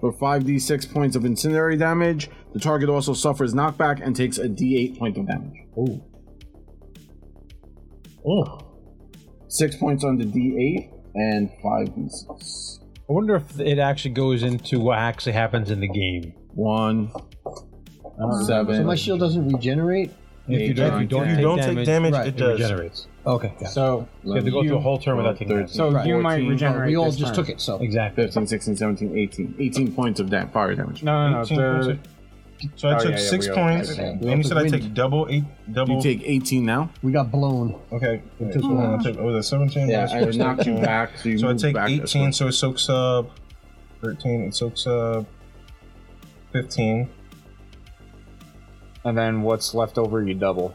S1: for 5d6 points of incendiary damage. The target also suffers knockback and takes a d8 point of damage.
S2: Oh,
S1: Six points on the d8 and 5d6.
S7: I wonder if it actually goes into what actually happens in the game.
S1: One,
S2: so
S1: seven.
S2: my shield doesn't regenerate.
S7: If you don't, if you don't,
S8: You
S7: take,
S8: don't
S7: damage,
S8: take damage.
S2: Right,
S8: It
S7: it
S8: does.
S7: regenerates.
S2: Okay, got it.
S6: So,
S7: You have to go through a whole
S8: Oh,
S7: turn without taking damage.
S6: so
S2: Right.
S6: you might
S1: 14.
S6: regenerate.
S2: we all
S6: this
S2: just
S6: turn.
S2: took it. So
S7: exactly.
S1: 15, 16, 17, 18. 18 points of damage, fire damage.
S6: No, no, no.
S8: 18
S6: the-
S8: points. So I
S6: Oh,
S8: took
S6: yeah, yeah,
S8: six
S6: we all-
S8: points,
S6: okay.
S8: and
S2: We
S8: you
S2: all
S8: said
S2: took
S8: I take
S2: wind.
S8: double eight, double.
S1: You take 18 now?
S2: we got blown.
S8: okay. I took one. I took, oh, that's seventeen. That's
S1: I knocked you
S8: 14.
S1: back. So, you
S8: So I
S1: move
S8: take
S1: back this
S8: eighteen.
S1: way.
S8: So it soaks up thirteen. It soaks up fifteen.
S6: And then what's left over, you double.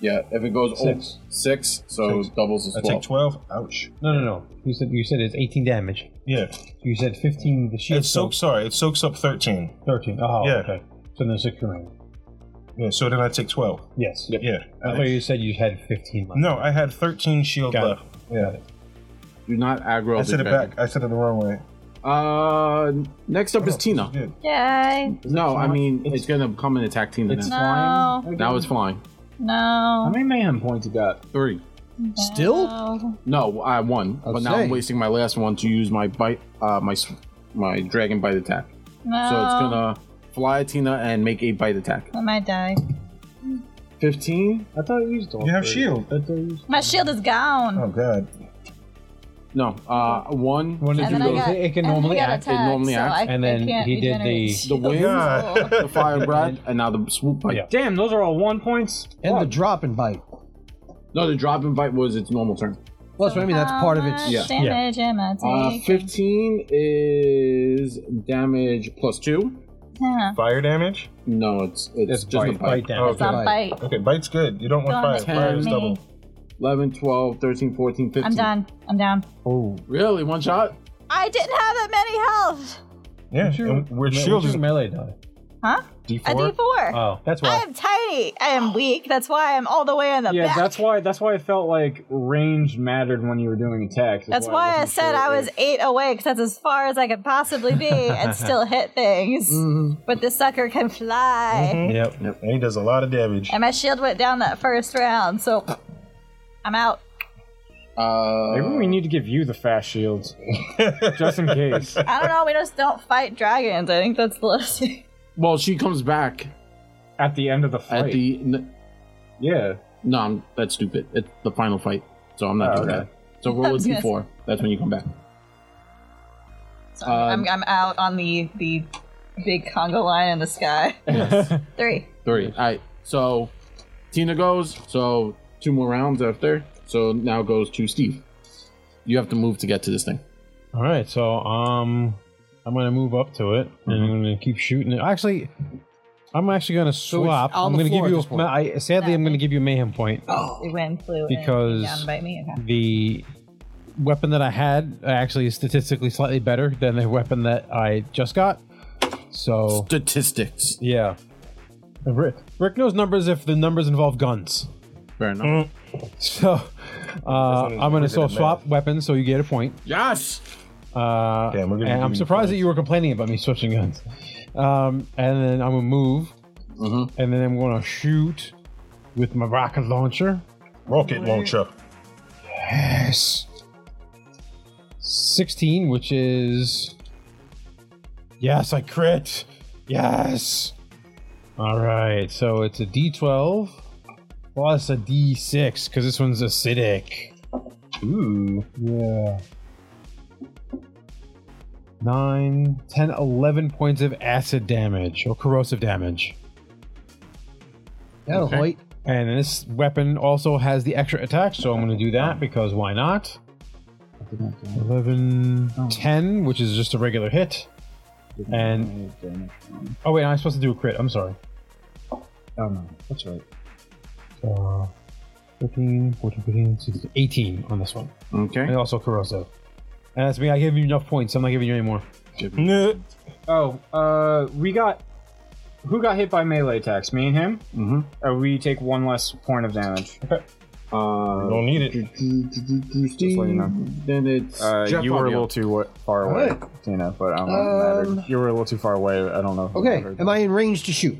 S1: Yeah, if it goes six, oh, six so
S8: Six.
S1: doubles is
S8: I
S1: 12.
S8: take twelve. Ouch.
S7: No, no, no. You said you said it's 18 damage.
S8: Yeah.
S7: You said 15. The shield
S8: It soaks. Sorry, it soaks up thirteen.
S7: 13. Oh,
S8: Yeah.
S7: okay. So then six remaining.
S8: Yeah. So then I take twelve.
S7: Yes.
S8: Yeah.
S7: I thought you said you had 15 left.
S8: No, I had thirteen shield
S7: Got it.
S8: left. Yeah.
S1: Do not aggro
S8: I
S1: the
S8: said it
S1: dragon.
S8: back. Oh, I said it the wrong way.
S1: Uh, next up is Tina.
S8: Good.
S5: Yay.
S1: No, I mean, it's, going to come and attack Tina now.
S5: No.
S1: Now it's flying.
S6: How
S5: No.
S6: many mayhem points you got?
S1: Three.
S2: Still?
S5: No.
S1: No, I won, but now I'm
S2: say.
S1: wasting my last one to use my bite, uh, my s- my dragon bite attack. So it's
S8: Uh.
S1: gonna fly at Tina and make a bite attack.
S5: I might die.
S1: Fifteen.
S8: You have shield.
S7: Oh,
S5: My shield is gone.
S8: Oh god.
S1: No, uh, one.
S7: One
S5: And then I got,
S7: it can
S5: and I
S7: normally
S5: got
S7: act.
S5: attacked,
S1: normally
S5: so
S1: acts.
S5: I,
S7: And then
S5: I can't
S7: he did the-
S5: regenerate.
S1: The wing,
S5: Oh,
S1: the fire breath, and now the swoop bite.
S6: Damn, those are all one points.
S2: And the drop and bite.
S1: No, the drop and bite was its normal turn.
S2: Well, that's what I mean. That's
S5: how
S2: part of its.
S5: much
S1: Yeah. Yeah.
S5: damage am I
S1: Uh,
S5: taking?
S1: 15 is damage plus two.
S5: Yeah.
S8: Fire damage?
S1: No, it's it's,
S7: It's
S1: just a
S7: bite-
S1: bite.
S7: bite damage.
S8: Oh,
S5: It's on bite.
S8: Okay, bite's good. You don't want
S5: Don't
S8: fire.
S5: make
S8: Fire
S5: me.
S8: is double.
S1: 11, 12, 13, 14, 15.
S5: I'm done. I'm down.
S1: Really? One shot?
S5: I didn't have that many health.
S8: Yeah, and we're shielded.
S7: melee die?
S5: Huh? A
S8: D4?
S5: D4.
S7: Oh, that's
S5: I
S7: why.
S5: am tiny. I am weak. That's why I'm all the way in the
S6: Yeah,
S5: back.
S6: that's why. That's why I felt like range mattered when you were doing attacks. is
S5: That's why I
S6: wasn't
S5: said
S6: sure
S5: I
S6: if-
S5: was eight away because that's as far as I could possibly be and still hit things. But this sucker can fly.
S7: Mm-hmm.
S8: Yep. yep. And he does a lot of damage.
S5: And my shield went down that first round, so I'm out.
S1: Uh,
S6: Maybe we need to give you the fast shields, just in case.
S5: I don't know. We just don't fight dragons. I think that's the lesson.
S1: well, she comes back
S6: At the end of the
S1: at
S6: fight.
S1: the. N-
S6: yeah.
S1: no, I'm, that's stupid. It's the final fight, so I'm not
S6: Oh,
S1: doing
S6: okay.
S1: that. So roll a
S5: was gonna
S1: d4. That's when you come back.
S5: So I'm, I'm, I'm out on the the big Congo line in the sky. Three.
S1: Three. All right. So Tina goes. So two more rounds after. So now goes to Steve. You have to move to get to this thing.
S7: All right, so um, I'm gonna move up to it and
S8: Mm-hmm.
S7: I'm gonna keep shooting it. Actually, I'm actually gonna
S2: it's
S7: swap.
S2: on
S7: I'm
S2: the
S7: gonna
S2: floor
S7: give
S2: at
S7: you.
S2: this
S7: A,
S2: point.
S7: ma- I, sadly, I'm gonna give you a mayhem point.
S5: The wind flew in
S7: Because-
S5: down by me. Okay.
S7: The weapon that I had actually is statistically slightly better than the weapon that I just got. So
S1: Statistics.
S7: yeah, Rick, Rick knows numbers if the numbers involve guns.
S1: Fair enough.
S7: So uh,
S8: as
S7: I'm
S8: we're
S7: gonna
S8: good
S7: so
S8: at
S7: swap weapons, so you get a point.
S1: Yes.
S7: Uh,
S8: Damn, we're gonna
S7: and
S8: give
S7: I'm
S8: you
S7: surprised that
S8: points.
S7: you were complaining about me switching guns. Um, and then I'm gonna move,
S8: Mm-hmm.
S7: and then I'm gonna shoot with my rocket launcher.
S8: Rocket launcher.
S7: Yes. 16, which is yes, I crit. Yes. All right, so it's a D12 plus a D6 because this one's acidic.
S8: Ooh.
S7: Yeah. Nine, ten, eleven points of acid damage or corrosive damage.
S2: That'll
S7: Okay.
S2: wait.
S7: And this weapon also has the extra attack, so I'm going to do that because why not? 11, 10, which is just a regular hit. And. Oh, wait, I'm supposed to do a crit. I'm sorry.
S3: Oh no, that's right.
S7: So, 13, 14, 15, 16, 18 on this one.
S6: Mm.
S1: Okay.
S7: And also corrosive. And that's me. I gave you enough points. I'm not giving you any more.
S8: Nah.
S6: Oh, uh, we got. Who got hit by melee attacks? Me and him.
S1: Mhm.
S6: Uh, we take one less point of damage.
S1: Uh,
S8: Don't need it.
S6: you know.
S1: Then it's
S6: Uh,
S1: Jeff
S6: you were a
S1: Fabio.
S6: little too wa- far away, Tina, but I don't know. if it
S2: Um,
S6: mattered. You were a little too far away. I don't know. if it
S2: Okay.
S6: mattered.
S2: Am I in range to shoot?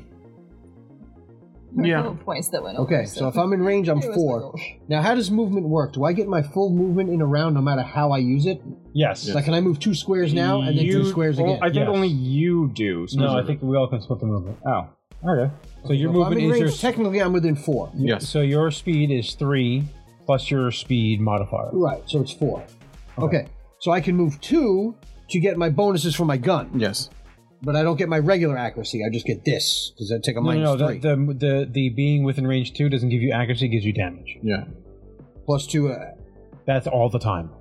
S1: Yeah.
S5: Little points that went over,
S2: Okay. So if I'm in range, I'm
S5: It was
S2: four. Now, how does movement work? Do I get my full movement in a round no matter how I use it?
S7: Yes.
S2: Like, can I move two squares now and then
S6: You-
S2: two squares
S6: well,
S2: again?
S6: I think
S7: Yes.
S6: only you do.
S7: no, I
S6: specifically.
S7: think we all can split the movement.
S6: Oh, okay.
S7: So your
S2: If I'm
S7: movement
S2: in
S7: is
S2: range.
S7: your
S2: Technically, I'm within four.
S1: Yes.
S7: So your speed is three plus your speed modifier.
S2: Right. So it's four. Okay. So I can move two to get my bonuses for my gun,
S1: Yes.
S2: but I don't get my regular accuracy. I just get this because I take a
S7: No,
S2: minus
S7: no, no,
S2: three
S7: the, the the the being within range two doesn't give you accuracy; it gives you damage.
S1: Yeah.
S2: plus two. Uh,
S7: That's all the time.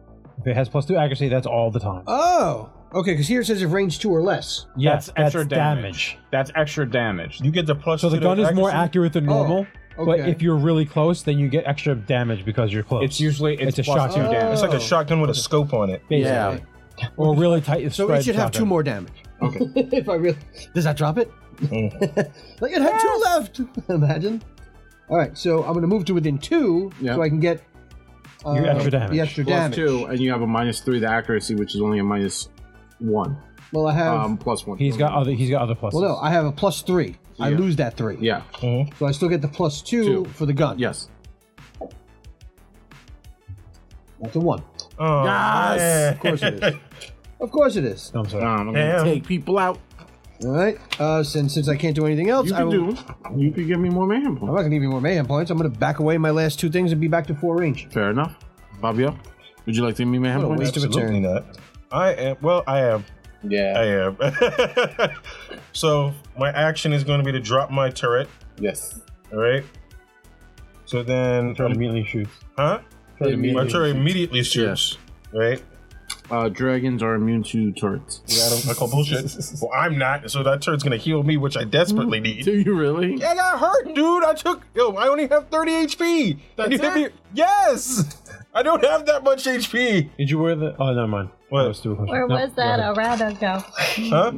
S7: If it has plus two accuracy, that's all the time.
S2: oh. Okay. Because here it says if range two or less.
S7: yes,
S6: that's extra damage. That's extra damage.
S8: You get the plus.
S7: So the
S8: to
S7: gun is more
S8: accuracy?
S7: accurate than normal, but
S2: Oh, okay.
S7: if you're really close, then you get extra damage because you're close.
S6: It's usually it's,
S7: It's a
S6: plus
S7: shot.
S6: two
S7: Oh.
S6: damage.
S8: It's like a shotgun with a scope on it.
S7: basically.
S1: Yeah.
S7: or really tight.
S2: So it should have two more damage.
S1: Okay. Mm.
S2: if I really does that drop it? like it had two left. Imagine. All right, so I'm going to move to within two,
S1: Yeah.
S2: so I can get uh,
S7: Your extra
S2: The
S7: damage.
S2: extra
S1: Plus
S2: damage.
S1: two, and you have a minus three to accuracy, which is only a minus one.
S2: Well, I have.
S1: Um, plus one.
S7: He's got other. He's got other pluses.
S2: well, no, I have a plus three. I
S1: Yeah.
S2: lose that three.
S1: Yeah.
S2: So I still get the plus two,
S1: Two.
S2: for the gun.
S1: Yes.
S2: That's a one.
S8: Oh,
S1: Yes!
S2: Of course it is. of course it is.
S7: No, I'm sorry.
S1: Um, I'm
S8: Damn.
S1: gonna take people out.
S2: All right. Uh, since since I can't do anything else,
S1: You
S2: I
S1: can
S2: will,
S1: do. You can give me more mayhem
S2: I'm
S1: points.
S2: not going to give you more mayhem points. I'm going to back away my last two things and be back to four range.
S1: Fair enough. Fabio. Would you like to meet my
S8: What a
S1: hand?
S8: waste of a Absolutely turn. not. I am. Well, I am.
S3: Yeah.
S8: I am. so my action is going to be to drop my turret.
S3: Yes.
S8: All right. So then. Turret
S7: immediately shoots.
S8: Huh?
S1: Turret immediately
S8: my turret
S1: shoots.
S8: immediately shoots. Right.
S1: Uh, dragons are immune to turrets.
S8: Yeah, I, don't, I call bullshit. well, I'm not. So that turret's gonna heal me, which I desperately
S6: Mm-hmm.
S8: need.
S1: Do you really?
S8: Yeah, I got hurt, dude. I took. Yo, I only have 30 HP. That's you hit me. Yes. I don't have that much HP.
S7: Did you wear the? Oh, never mind. What? That was too
S5: Where was that? I'd rather go.
S8: Huh?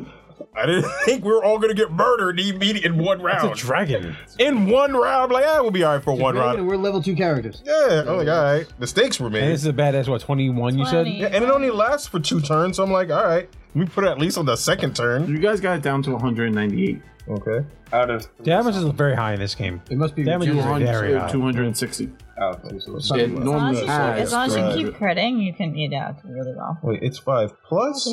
S8: I didn't think we were all gonna get murdered immediately in one round.
S7: That's a dragon.
S8: In one round, like, yeah, we'll be all right for one
S2: Dragon,
S1: uh,
S8: round.
S2: We're level two characters.
S8: Yeah, oh, like, all right. Mistakes were
S7: And
S8: made.
S7: this is a badass. What twenty one? You said.
S8: Yeah, and it only lasts for two turns, so I'm like, all right, we put it at least on the second turn.
S1: You guys got it down to 198.
S8: Okay.
S6: Out of
S7: Damage is very high in this game.
S2: It must be
S7: damage is
S1: 200
S7: very high.
S1: 260.
S3: Oh, okay, so it's
S1: It
S3: something
S5: As long as
S1: normally uh,
S5: you, as long as you
S1: has.
S5: keep critting, you can eat out really well.
S8: Wait, it's five plus.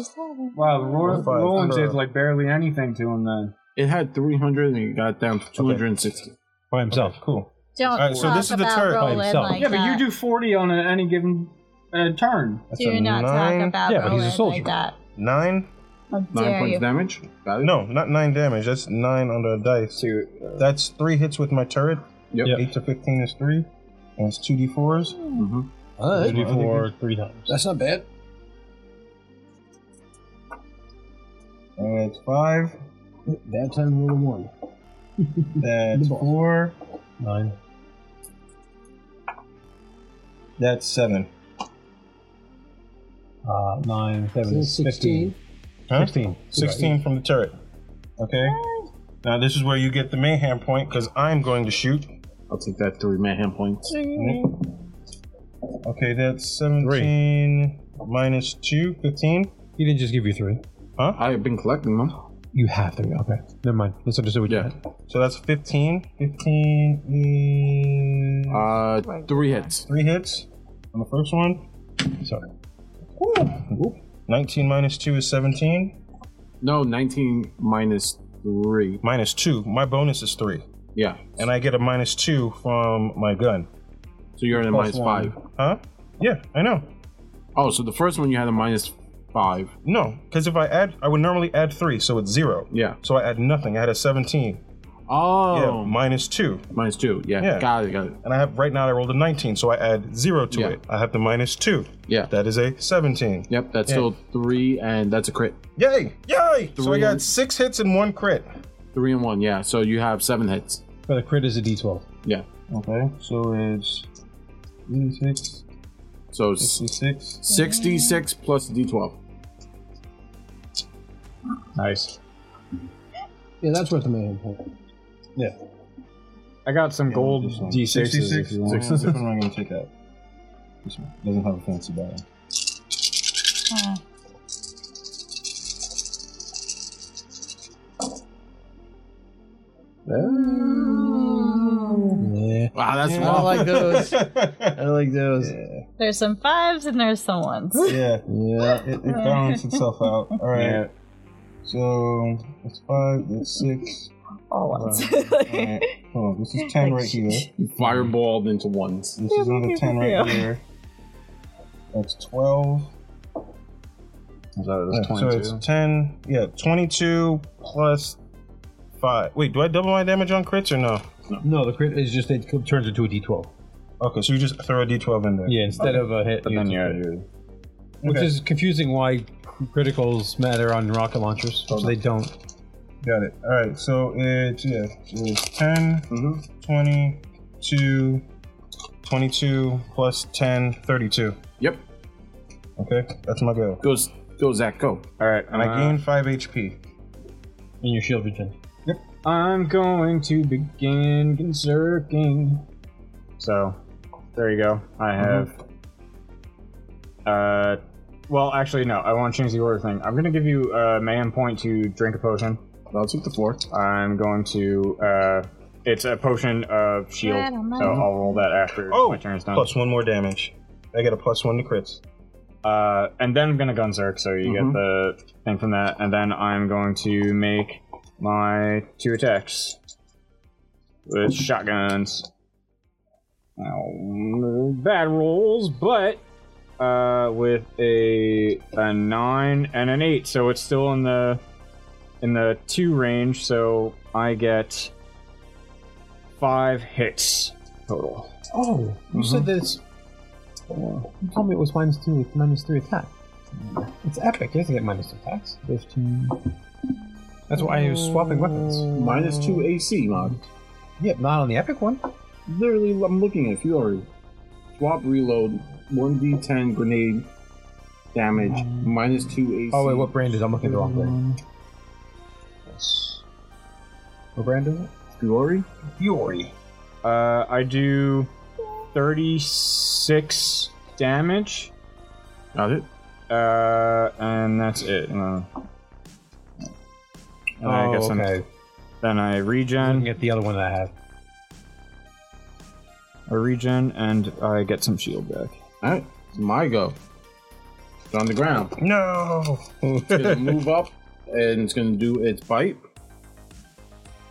S6: Wow, Ro-
S8: Five
S6: Roland
S8: per-
S6: did like barely anything to him then.
S1: It had 300 and it got down to 260.
S7: By himself.
S8: Cool.
S5: Don't
S8: All right, so
S5: talk
S8: this is the
S5: about
S8: turret by
S5: Roland
S7: himself.
S5: like
S6: yeah, but you
S5: that.
S6: do 40 on a, any given uh, turn.
S5: do not talk about
S7: Yeah, but he's a
S5: Roland
S7: soldier.
S5: like that.
S8: Nine?
S5: How
S1: Nine
S5: dare
S1: points
S5: you?
S1: damage. Got it.
S8: No, not nine damage. That's nine on the dice.
S3: two.
S8: That's three hits with my turret.
S1: Yep.
S8: Eight to fifteen is three, and it's two d4s.
S1: Mhm.
S2: All right.
S7: Two D four three times.
S2: That's not bad.
S8: And it's five.
S2: That time roll a one.
S8: That's four.
S7: Nine.
S8: That's seven.
S7: Uh, nine. Seven.
S2: So 16.
S7: Fifteen.
S8: Huh?
S7: Sixteen.
S8: 16 from the turret. Okay. Now this is where you get the mayhem point because I'm going to shoot.
S1: I'll take that three mayhem points.
S8: Okay, that's 17 minus 2, 15.
S7: He didn't just give you three.
S1: I've been collecting them.
S7: You have three. Okay. Never mind. Misunderstood what you
S1: Yeah.
S7: had.
S8: So that's 15. 15 is
S1: Uh, three hits.
S8: three hits on the first one.
S7: Sorry.
S8: Woo. 19 minus 2 is 17.
S1: No, 19 minus three.
S8: Minus 2. My bonus is 3.
S1: Yeah.
S8: And I get a minus 2 from my gun.
S1: So you're at a
S8: Plus
S1: minus
S8: one.
S1: five.
S8: Huh? Yeah, I know.
S1: Oh, so the first one you had a minus five.
S8: No, because if I add, I would normally add 3, so it's 0.
S1: Yeah.
S8: So I add nothing. I had a 17.
S1: Oh,
S8: Yeah, minus two.
S1: minus two. Yeah.
S8: Yeah.
S1: Got it. Got it.
S8: And I have right now I rolled a 19, so I add zero to
S1: Yeah.
S8: it. I have the minus two.
S1: Yeah.
S8: That is a 17.
S1: Yep. That's
S8: Yeah.
S1: still three, and that's a crit.
S8: Yay! Yay! So I
S1: Three.
S8: got six hits and one crit.
S1: Three and one. Yeah. So you have seven hits.
S7: But a crit is a D twelve.
S1: Yeah.
S8: Okay, so it's 86,
S1: So it's
S8: 66.
S1: 66 plus d12.
S6: Nice.
S2: Yeah, that's worth a million point.
S6: I got some gold
S8: this one.
S6: D6s. if you want.
S8: Which one am I going to take out? This one. Doesn't have a fancy battle.
S1: Wow, that's
S2: I don't like those. I don't like those.
S5: There's some fives and there's some ones.
S8: Yeah. Yeah. It,
S7: Uh.
S8: it balances itself out. All right. So that's five, that's six.
S5: All
S8: All
S5: ones.
S8: right. All right. Hold on, this is 10 right here.
S1: fireballed into ones.
S8: This is another 10 right
S5: Yeah.
S8: here. That's 12.
S3: So it's
S8: Yeah,
S3: 22.
S8: So it's 10. Yeah, 22 plus 5. Wait, do I double my damage on crits or no?
S7: No, the crit is just it turns into a D twelve.
S8: Okay, so you just throw a d12 in there.
S7: Yeah, instead of a hit.
S3: But
S7: you
S3: then
S7: just-
S3: you're you
S7: Which
S8: Okay.
S7: is confusing why criticals matter on rocket launchers. So they don't.
S8: Got it. All right, so it's, yeah, it's 10,
S1: Mm-hmm.
S8: 22, 22 plus 10, 32.
S1: Yep.
S8: Okay, that's my go.
S1: Goes, go, Zach, go.
S6: All right.
S8: And I
S6: uh,
S8: gain 5 HP.
S7: In your shield regen.
S6: I'm going to begin berserking. So, there you go. I have.
S8: Mm-hmm.
S6: Uh, well, actually, no. I want to change the order thing. I'm going to give you a man point to drink a potion.
S1: I'll take the floor.
S6: I'm going to. Uh, it's a potion of shield.
S5: I don't know.
S6: So I'll roll that after
S8: Oh,
S6: my turn's done.
S8: Plus 1 more damage. I get a plus 1 to crits.
S6: Uh, and then I'm gonna gun Zerk, so you
S1: Mhm.
S6: get the thing from that, and then I'm going to make my two attacks with shotguns. Now, bad rolls, but uh, with a a nine and an eight, so it's still in the in the two range. So I get five hits total.
S7: Oh, you
S2: Mm-hmm.
S7: said that it's. Uh, you told me it was minus two with minus three attack. It's epic. He doesn't get minus two attacks. Fifteen. That's why he was swapping weapons.
S1: Minus two AC, mod.
S7: Yep, not on the epic one.
S1: Literally, I'm looking at Fury. Swap reload, 1d10 grenade damage, minus two AC.
S7: Oh wait, what brand is? I'm looking at the wrong brand. Yes. What brand is it?
S1: Fury?
S7: Fury.
S6: Uh, I do 36 damage.
S1: Got it.
S6: Uh, and that's it. No. And I
S7: Oh,
S6: guess I'm-
S7: okay.
S6: then I
S7: I'm
S6: regen.
S7: looking at the other one that I have.
S6: I regen and I get some shield back.
S1: Alright, it's my go. It's on the ground.
S7: No.
S1: It's gonna move up and it's gonna do its bite.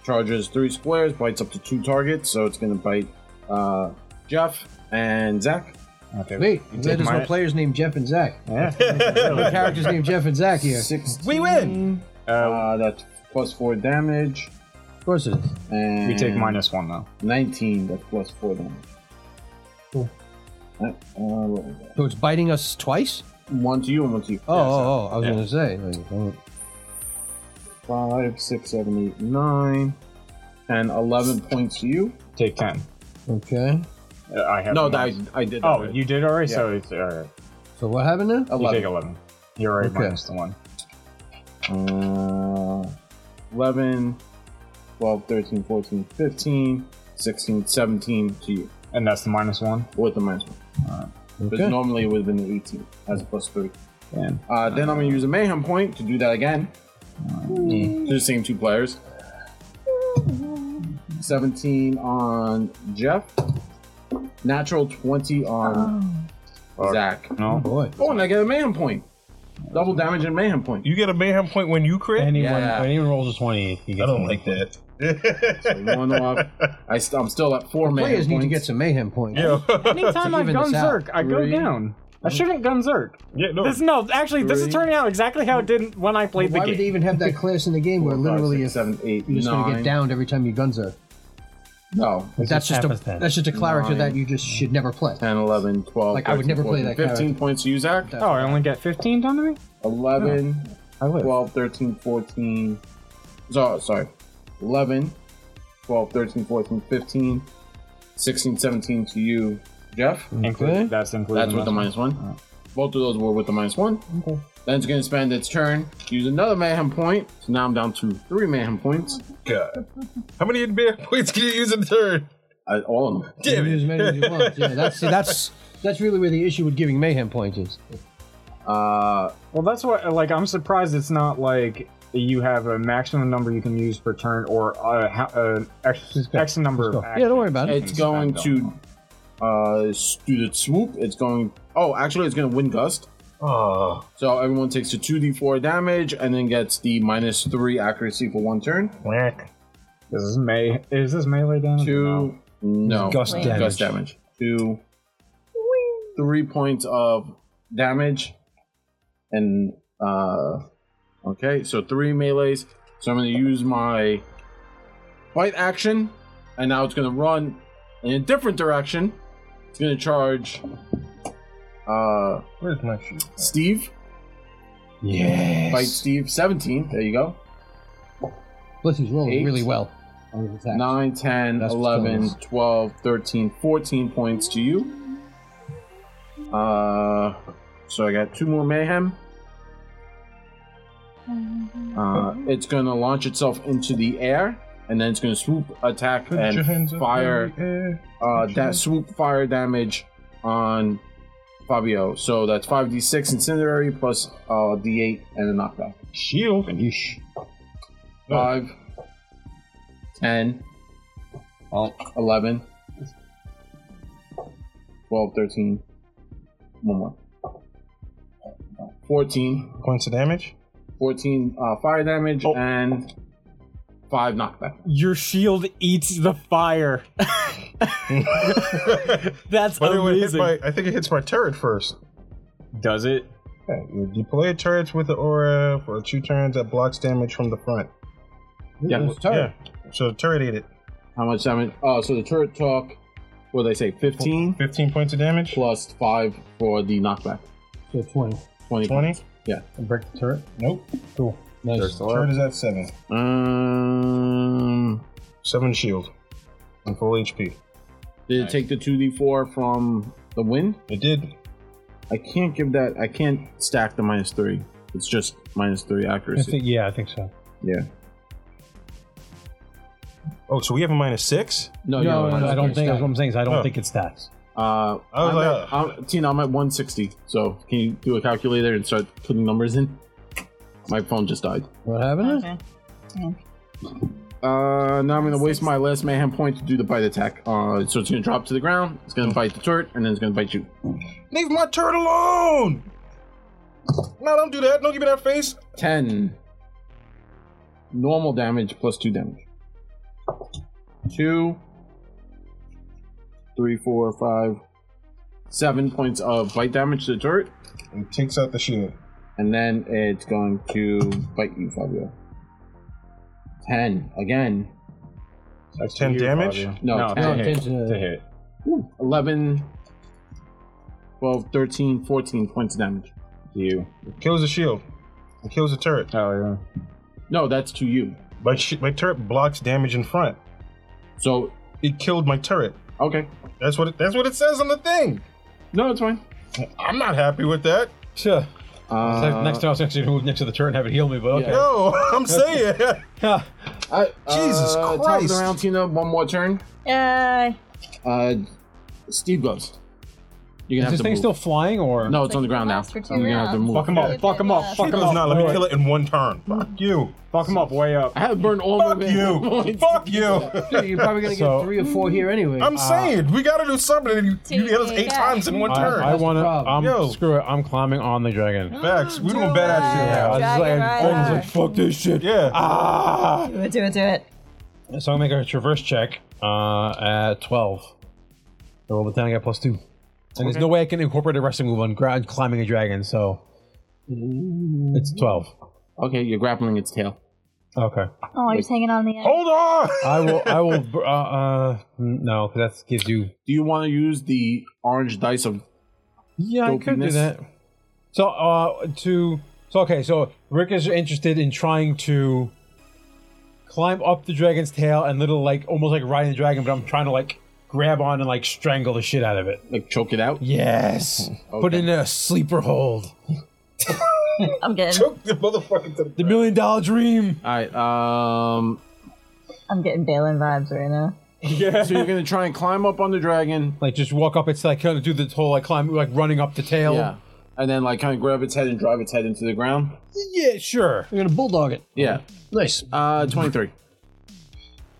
S1: Charges three squares, bites up to two targets, so it's gonna bite uh, Jeff and Zach.
S6: Okay.
S2: Wait,
S6: You
S2: there's
S6: take my-
S2: no players named Jeff and Zach.
S6: Yeah.
S2: No characters named Jeff and Zach here.
S1: Six.
S7: We win.
S1: Uh, that's plus four damage.
S2: Of course it is.
S1: And
S6: You take
S8: Mm.
S6: minus one though.
S1: 19, that's plus four damage.
S2: Cool.
S1: Alright, uh, what was that?
S2: So it's biting us twice?
S1: one to you and one to you.
S2: Oh,
S1: Yeah, so-
S2: oh, oh, I was going to say. like, oh,
S1: Five, six, seven, eight, nine, and eleven points to you.
S6: Take ten.
S2: okay.
S6: Uh, I have
S1: No,
S6: a
S1: that
S6: minus-
S1: I, I did. That
S6: Oh,
S1: already.
S6: you did already.
S1: Yeah.
S6: So it's alright.
S2: So what happened now?
S6: You
S1: eleven.
S6: take eleven. You're already
S2: Okay.
S6: minus the one.
S1: Uh, 11, 12, 13, 14, 15, 16, 17 to you
S6: And that's the minus one.
S1: with the minus one. Because
S2: Okay.
S1: normally it would have been 18 as a plus three.
S6: Damn.
S1: Uh, then I'm going to use a mayhem point to do that again. To the same two players. 17 on Jeff. Natural 20 on Zach.
S6: No.
S2: Boy.
S1: Oh, and I get a mayhem point. Double damage and mayhem point.
S8: You get a mayhem point when you crit.
S7: Anyone,
S1: Yeah.
S7: when anyone rolls a twenty, he gets
S8: I don't
S7: one.
S8: like that.
S1: One off. I st- I'm still at four mayhem
S2: Players
S1: points.
S2: need to get some mayhem points.
S8: yeah.
S6: Anytime
S2: To
S6: I
S2: even
S6: gun
S2: this out.
S6: Zerk, I go
S1: Three.
S6: down. I shouldn't gun Zerk.
S8: yeah. No.
S6: This no, actually, this is
S1: Three.
S6: turning out exactly how it did when I played
S2: Why
S6: the
S2: would they
S6: game.
S2: even have that class in the game where
S1: Four, five,
S2: literally
S1: six,
S2: if
S1: seven, eight,
S2: you're just going to
S1: nine.
S2: get downed every time your guns are.
S1: No.
S2: That's just,
S7: happens
S2: a,
S7: then.
S2: that's just a character
S1: Nine.
S2: that you just should never play.
S1: 10, 11, 12.
S2: Like, I would
S1: 13,
S2: never play
S1: 14,
S2: that
S1: 15 points to you, Zach.
S6: Oh, I only get 15 done to me?
S1: 11,
S7: I live.
S1: 12, 13, 14. So, sorry. 11, 12, 13, 14, 15, 16, 17 to you, Jeff.
S6: Include, that's included.
S1: That's with the minus one.
S2: Uh.
S1: Both of those were with the minus one. Then it's going to spend its turn, use another mayhem point. So now I'm down to three mayhem points.
S8: God. How many mayhem points can you use in a turn?
S1: I, all of them.
S2: You can do as many as you want. Yeah, that's, see, that's, that's really where the issue with giving mayhem points is.
S1: Uh,
S6: Well, that's what, like, I'm surprised it's not like you have a maximum number you can use per turn or uh, ha- uh, X,
S2: Let's go.
S6: X number
S2: Let's
S6: of
S2: go. Yeah, don't worry about it.
S1: it's going to uh, do the swoop. It's going. Oh, actually, it's going to wind gust.
S8: Oh,
S1: So everyone takes the 2d4 damage and then gets the minus 3 accuracy for one turn.
S8: whack.
S6: This is, me- is this melee damage?
S1: 2. No.
S7: Gust damage.
S1: Gust damage. 2. 3 points of damage. And, uh. Okay, so 3 melees. So I'm going to use my bite action. And now it's going to run in a different direction. It's going to charge. Uh.
S7: Where's my shoe?
S1: Steve.
S7: Yes.
S1: Bite Steve. 17. There you go.
S2: Plus, he's rolling
S1: Eight.
S2: really well on his attacks.
S1: 9, 10,
S2: That's
S1: 11,
S2: close.
S1: 12, 13, 14 points to you. Uh, so I got two more mayhem. Uh, it's gonna launch itself into the air, and then it's gonna swoop, attack,
S8: Put your
S1: and
S8: hands up
S1: fire.
S8: in the air.
S1: Uh,
S8: Put your
S1: that
S8: hands-
S1: swoop fire damage on Fabio. So that's five d six incendiary plus uh d eight and a knockback.
S8: shield.
S1: Five, ten,
S6: Oh.
S1: 11, 12, 13, one more. 14,
S8: Points of damage.
S1: 14 uh, fire damage
S8: Oh.
S1: and 5 knockback.
S10: Your shield eats the fire.
S8: but
S10: That's
S8: it would hit
S10: amazing.
S8: my, I think it hits my turret first.
S6: does it.
S8: Yeah, you deploy turrets with the aura for two turns that blocks damage from the front.
S1: Yeah,
S8: It's
S1: turret.
S8: yeah. So turret ate it.
S1: How much damage? Oh, so the turret took, what did I say, 15?
S8: 15 points of damage.
S1: Plus 5 for the knockback.
S7: So 20.
S1: 20.
S8: 20?
S1: points. Yeah.
S7: And break the turret?
S8: Nope.
S7: Cool. Nice.
S8: Turret is at 7.
S1: Um,
S8: 7 shield. And full HP.
S1: Did it take the 2d4 from the wind?
S8: It did.
S1: I can't give that, I can't stack the minus 3. It's just minus 3
S7: I
S1: accuracy.
S7: think, yeah, I think so.
S1: Yeah.
S8: Oh, so we have a minus 6?
S1: No, you're
S7: no,
S1: right.
S7: I don't think that's what I'm saying. is I don't
S8: Oh.
S7: think it's that.
S1: Uh,
S8: I was
S1: I'm
S8: like,
S1: at, I'm, Tina, I'm at 160. So can you do a calculator and start putting numbers in? My phone just died.
S7: What happened?
S5: Okay.
S1: Uh, now I'm gonna waste my last mayhem point to do the bite attack. Uh, so it's gonna drop to the ground. It's
S8: Mm.
S1: gonna bite the turret, and then it's gonna bite you.
S8: Leave my turret alone! No, don't do that. Don't give me that face.
S1: Ten. Normal damage plus two damage. Two. Three, four, five, seven points of bite damage to the turret,
S8: It takes out the shield.
S1: and then it's going to bite you, Fabio. Ten again.
S8: That's 10 damage.
S1: No,
S6: No,
S1: 10.
S6: to hit. To hit.
S1: 11, 12, 13, 14 points of damage.
S6: You.
S8: It kills the shield. It kills the turret.
S6: Oh, yeah.
S1: No, that's to you.
S8: My, sh- my turret blocks damage in front.
S1: So,
S8: It killed my turret.
S1: okay.
S8: That's what it, that's what it says on the thing.
S1: No, it's fine.
S8: I'm not happy with that.
S7: Sure.
S1: Uh,
S7: next time I was actually going to move next to the turret and have it heal me, but okay.
S8: No, I'm saying.
S7: Huh.
S1: I-
S8: Jesus
S1: top of the
S8: Christ.
S1: round, Tina, one more turn.
S5: Uh,
S1: Uh, Steve goes. You're
S7: Is
S1: gonna
S7: this
S1: have to
S7: thing
S1: move.
S7: still flying or?
S1: no, Oh, it's
S5: Like
S1: on the
S5: the
S1: ground now.
S5: last for two
S1: You're gonna have to
S5: rounds.
S1: move.
S6: Fuck him up. Fuck him up. Fuck
S8: He
S6: him
S8: goes,
S6: up.
S8: not let me kill it in one turn. Fuck you.
S6: Mm. Fuck him up. Way up.
S1: I have burned all
S8: Fuck
S1: my
S8: you.
S1: points.
S8: Fuck you.
S9: You're probably gonna
S7: So-
S9: get three or four here anyway.
S8: I'm
S6: Ah.
S8: saying we gotta do something. You, you
S5: Take
S8: hit us
S5: it
S8: eight
S5: back.
S8: times in one
S7: I,
S8: turn.
S7: I want to.
S9: problem.
S7: I'm
S8: Yo.
S7: screw it. I'm climbing on the dragon.
S8: Facts. We
S5: Do
S8: doing bad
S5: it.
S7: I
S8: out
S5: Yeah.
S7: was
S8: here.
S7: just
S5: Dragon
S7: like,
S5: rider.
S7: I was like, fuck this shit.
S8: Yeah.
S7: Ah.
S5: do it, do it, do it.
S7: So I'll make a traverse check uh, at 12. I rolled a 10, I got plus 2. And there's no way I can incorporate a wrestling move on ground climbing a dragon, so. It's 12.
S1: Okay, you're grappling its tail.
S7: Okay.
S5: Oh, I'm just hanging on the end.
S8: Hold on.
S7: I will. I will. br- Uh, uh, no, because that gives you.
S1: Do you want to use the orange dice of?
S7: Yeah, I could do
S1: Dopiness.
S7: that. So, uh, to. So, okay, so Rick is interested in trying to climb up the dragon's tail and little, like, almost like riding the dragon, but I'm trying to, like, grab on and, like, strangle the shit out of it.
S1: Like choke it out.
S7: Yes. Put
S1: Okay.
S7: in a sleeper hold.
S5: I'm getting,
S8: Choke the motherfucker to
S7: The million dollar dream.
S1: All right. Um.
S5: I'm getting Balin vibes right now.
S1: So you're gonna try and climb up on the dragon.
S7: Like just walk up. It's like kind of do the whole like climb, like running up the tail.
S1: Yeah. And then like kind of grab its head and drive its head into the ground.
S7: Yeah, sure.
S9: You're gonna bulldog it.
S1: Yeah.
S9: Nice.
S1: Uh, 23.